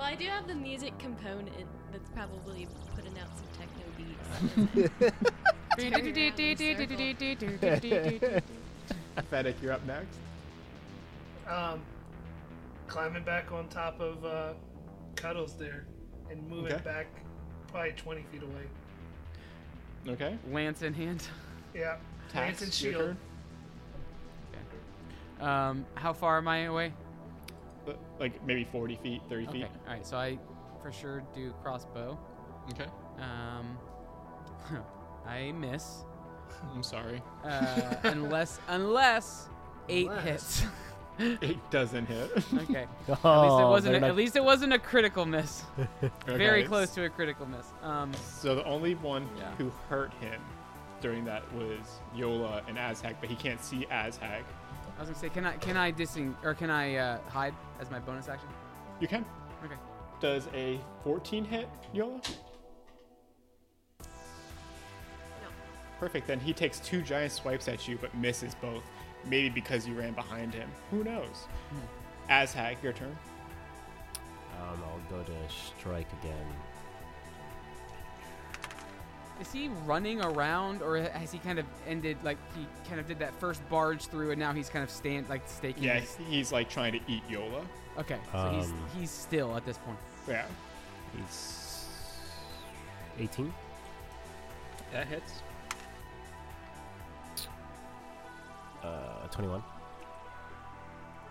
S5: I do have the music component that's probably putting out some techno beats.
S1: Fedic, you're up next.
S2: Um, climbing back on top of uh, Cuddles there, and moving
S1: Okay.
S2: back probably 20 feet away.
S1: Okay.
S3: Lance in hand.
S2: Yeah,
S1: Tax,
S2: lance and
S1: your
S2: shield.
S1: turn.
S3: Um, how far am I away?
S1: Uh, Like maybe 40 feet, 30
S3: Okay.
S1: feet.
S3: All right. So I for sure do crossbow.
S1: Okay.
S3: Um, I miss.
S1: I'm sorry.
S3: Uh, unless unless eight hits.
S1: It doesn't hit.
S3: okay. At least it
S4: Oh,
S3: wasn't.
S4: they're
S3: A,
S4: not-
S3: at least it wasn't a critical miss. Very
S1: Okay.
S3: close to a critical miss. Um,
S1: So the only one
S3: Yeah.
S1: who hurt him during that was Yola and Azhag, but he can't see Azhag.
S3: I was gonna say, can I can I dissing or can I uh, hide as my bonus action?
S1: You can.
S3: Okay.
S1: Does a 14 hit Yola?
S5: No.
S1: Perfect. Then he takes two giant swipes at you, but misses both. Maybe because you ran behind him. Who knows?
S3: Hmm.
S1: Azhag, your turn.
S4: Um, I'll go to strike again.
S3: Is he running around, or has he kind of ended like he kind of did that first barge through, and now he's kind of stand like staking?
S1: Yeah,
S3: his-
S1: he's like trying to eat Yola.
S3: Okay. So he's
S4: Um,
S3: he's still at this point.
S1: Yeah.
S4: He's 18.
S1: That hits.
S4: Uh, 21.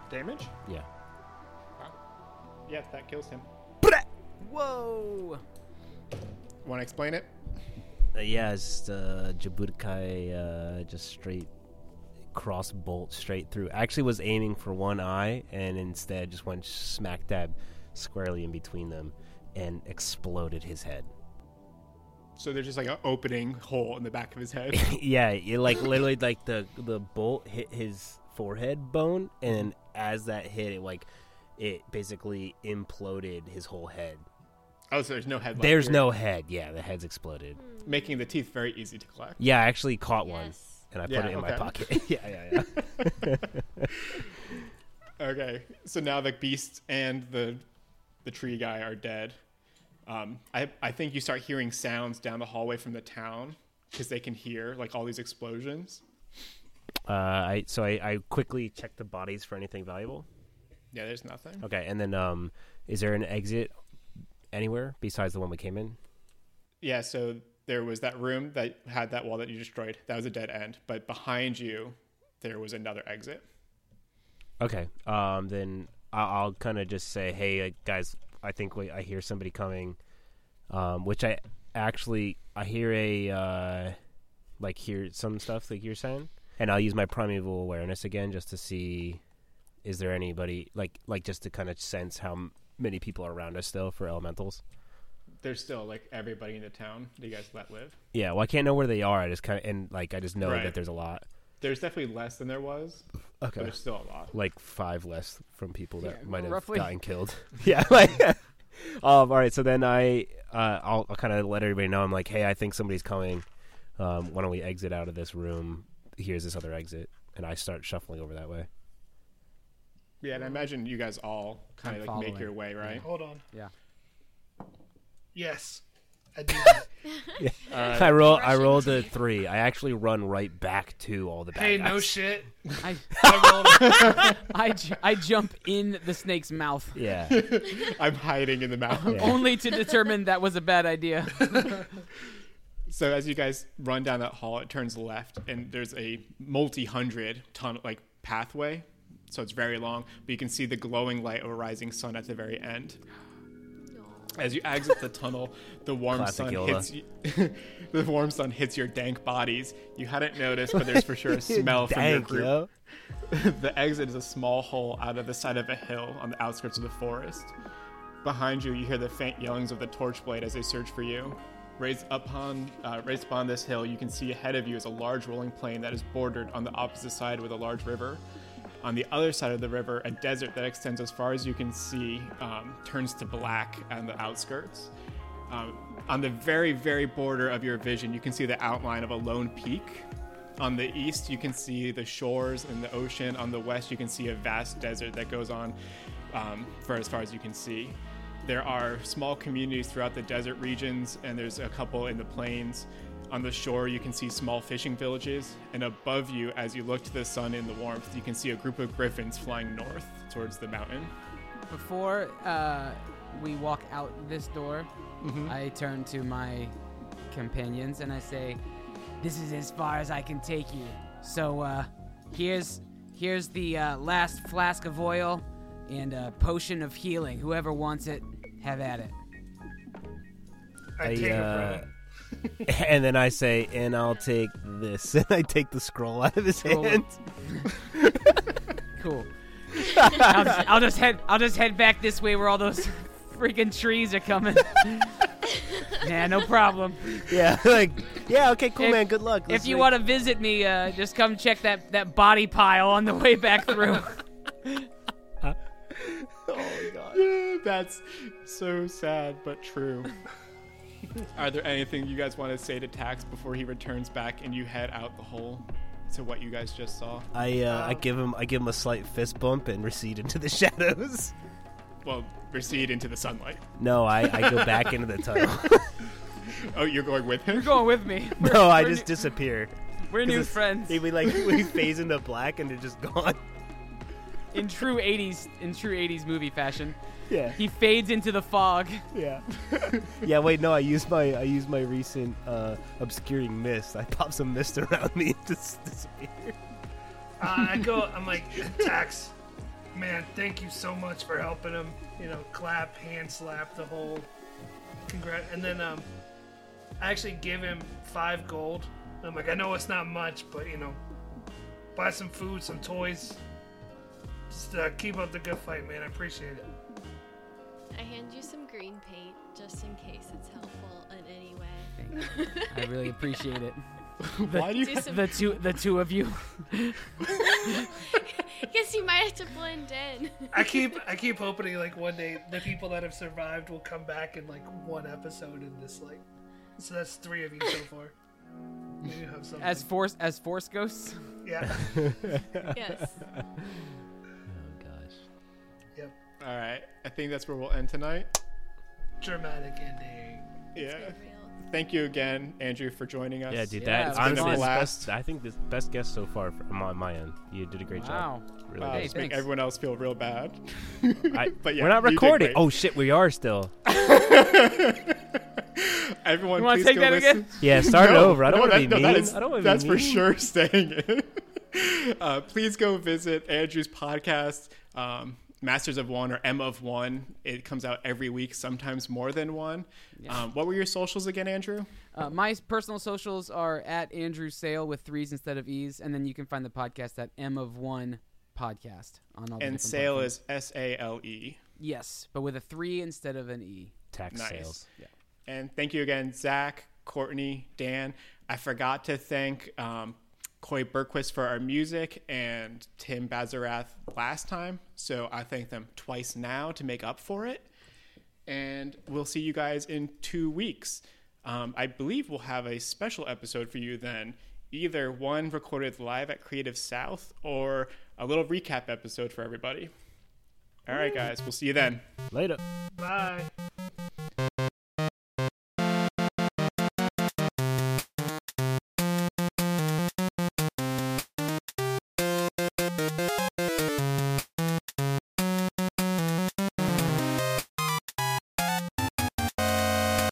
S1: Damage?
S4: Yeah.
S1: Yeah, that kills him.
S3: Whoa.
S1: Want to explain it?
S4: Uh, yeah, it's just, uh, Jabutkai uh, just straight cross bolt straight through. Actually, was aiming for one eye and instead just went smack dab squarely in between them and exploded his head.
S1: So there's just like an opening hole in the back of his head.
S4: yeah, it, like literally, like the the bolt hit his forehead bone, and
S1: Mm-hmm.
S4: as that hit, it like it basically imploded his whole head.
S1: oh, so there's no head. left
S4: There's
S1: here.
S4: no head. Yeah, the head's exploded.
S1: making the teeth very easy to collect.
S4: Yeah, I actually caught one,
S5: Yes.
S4: and I put
S1: Yeah,
S4: it in my
S1: okay.
S4: pocket. yeah, yeah, yeah.
S1: Okay, so now the beast and the the tree guy are dead. Um, I I think you start hearing sounds down the hallway from the town because they can hear like all these explosions.
S4: Uh, I so I, I quickly checked the bodies for anything valuable.
S1: Yeah, there's nothing.
S4: Okay, and then um, is there an exit anywhere besides the one we came in?
S1: Yeah, so there was that room that had that wall that you destroyed. That was a dead end. But behind you, there was another exit.
S4: Okay, um, then I'll, I'll kind of just say, hey uh, guys, I think we, I hear somebody coming, um, which I actually I hear a uh, like hear some stuff like you're saying, and I'll use my primeval awareness again just to see is there anybody like like just to kind of sense how m- many people are around us still for elementals.
S1: There's still like everybody in the town that you guys let live.
S4: Yeah, well I can't know where they are. I just kind of and like I just know
S1: Right.
S4: that there's a lot,
S1: There's definitely less than there was, but
S4: Okay.
S1: there's still a lot.
S4: like five less from people that
S3: Yeah,
S4: might have
S3: roughly.
S4: gotten killed. yeah, like um, all right. So then I uh, I'll, I'll kind of let everybody know. I'm like, hey, I think somebody's coming. Um, why don't we exit out of this room? Here's this other exit, and I start shuffling over that way.
S1: Yeah, and I imagine you guys all kind
S3: I'm
S1: of like make
S3: following.
S1: your way, right?
S2: Hold on.
S3: Yeah.
S2: Yes. I do. that.
S4: I roll. I
S5: Russian
S4: rolled a three. I actually run right back to all the bad
S2: hey, no
S4: guys.
S2: shit.
S3: I,
S2: I rolled a
S3: I, ju- I jump in the snake's mouth
S4: yeah.
S1: I'm hiding in the mountain.
S3: only to determine that was a bad idea.
S1: So as you guys run down that hall, it turns left, and there's a multi-hundred ton like pathway. So it's very long, but you can see the glowing light of a rising sun at the very end. As you exit the tunnel, the warm
S4: Classic
S1: sun
S4: Yola.
S1: hits you, the warm sun hits your dank bodies. You hadn't noticed, but there's for sure a smell from your
S4: Thank
S1: group.
S4: you.
S1: The exit is a small hole out of the side of a hill on the outskirts of the forest. Behind you, you hear the faint yellings of the torchblade as they search for you. Raised upon, uh, raised upon this hill, you can see ahead of you is a large rolling plain that is bordered on the opposite side with a large river. On the other side of the river, a desert that extends as far as you can see um, turns to black on the outskirts. Um, on the very, very border of your vision, you can see the outline of a lone peak. On the east, you can see the shores and the ocean. On the west, you can see a vast desert that goes on um, for as far as you can see. There are small communities throughout the desert regions, and there's a couple in the plains. On the shore, you can see small fishing villages, and above you, as you look to the sun in the warmth, you can see a group of griffins flying north towards the mountain.
S3: Before uh, we walk out this door, I turn to my companions and I say, "This is as far as I can take you. So uh, here's here's the uh, last flask of oil and a potion of healing. Whoever wants it, have at it."
S2: I take
S4: I,
S2: it,
S4: uh,
S2: bro.
S4: and then I say, and I'll take this, and I take the scroll out of his
S3: Scroll.
S4: hand.
S3: Cool. I'll, just, I'll just head I'll just head back this way where all those freaking trees are coming. yeah, no problem.
S4: Yeah, like, yeah, okay, cool,
S3: If-
S4: man. Good luck.
S3: if you want to visit me, uh, just come check that, that body pile on the way back through.
S4: Oh
S1: That's so sad, but true. Are there anything you guys want to say to Tax before he returns back and you head out the hole to what you guys just saw?
S4: I uh, I give him I give him a slight fist bump and recede into the shadows.
S1: Well, recede into the sunlight.
S4: No, I, I go back into the tunnel.
S1: Oh, you're going with him?
S3: Going with me.
S4: no, I
S3: We're
S4: just disappear.
S3: new, we're new friends
S4: We like we phase into black and they're just gone.
S3: in true '80s in true '80s movie fashion.
S4: Yeah,
S3: He fades into the fog.
S4: yeah, yeah. Wait, no, I use my I use my recent uh, obscuring mist. I pop some mist around me and just disappear.
S2: Uh, I go. I'm like, tax. Man, thank you so much for helping him. You know, clap, hand slap, the whole. Congrat. And then um, I actually give him five gold. I'm like, I know it's not much, but you know, buy some food, some toys. Just uh, keep up the good fight, man. I appreciate it.
S5: I hand you some green paint just in case it's helpful in any way.
S3: I really appreciate it.
S1: Why do you
S5: Do
S1: have
S5: some
S3: The two the two of you.
S5: Guess you might have to blend in.
S2: I keep I keep hoping like one day the people that have survived will come back in like one episode in this like. So that's three of you so far. Maybe you have something.
S3: As force as force ghosts.
S2: yeah.
S5: yes.
S2: Yep.
S1: All right. I think that's where we'll end tonight.
S2: Dramatic ending.
S1: Yeah.
S5: Real.
S1: thank you again, Andrew, for joining us.
S9: Yeah, dude,
S3: Yeah,
S9: that
S3: it's
S1: been a
S9: honestly, is
S1: blast.
S9: best, I think this best guest so far from my, my end. You did a great
S3: Wow.
S9: job. Really
S1: Wow,
S3: Hey,
S1: this make
S3: thanks.
S1: everyone else feel real bad.
S9: good. I,
S1: But yeah,
S9: we're not
S1: you did
S9: recording.
S1: great.
S9: Oh shit, we are still.
S1: Everyone,
S3: You wanna
S1: please
S3: take
S1: go
S3: that
S1: listen.
S3: again?
S9: Yeah, start
S1: no,
S9: over. I don't
S1: no,
S9: want to
S1: that-
S9: be
S1: no,
S9: mean.
S1: That is,
S9: I don't want to
S1: that's
S9: be
S1: for
S9: mean.
S1: sure staying it. uh, please go visit Andrew's podcast, um, Masters of One or M of One. It comes out every week, sometimes more than one. Um, what were your socials again, Andrew?
S3: Uh, my personal socials are at Andrew Sale with threes instead of E's, and then you can find the podcast at M of One Podcast on all. The
S1: And
S3: different
S1: Sale
S3: platforms.
S1: is S A L E.
S3: yes, but with a three instead of an E.
S9: Tax
S1: Nice.
S9: sales.
S1: And thank you again, Zach, Courtney, Dan. I forgot to thank um, Coy Berquist for our music and Tim Bazarath last time. So I thank them twice now to make up for it. And we'll see you guys in two weeks. Um, I believe we'll have a special episode for you then. Either one recorded live at Creative South or a little recap episode for everybody. All right, guys, we'll see you then.
S9: Later.
S2: Bye.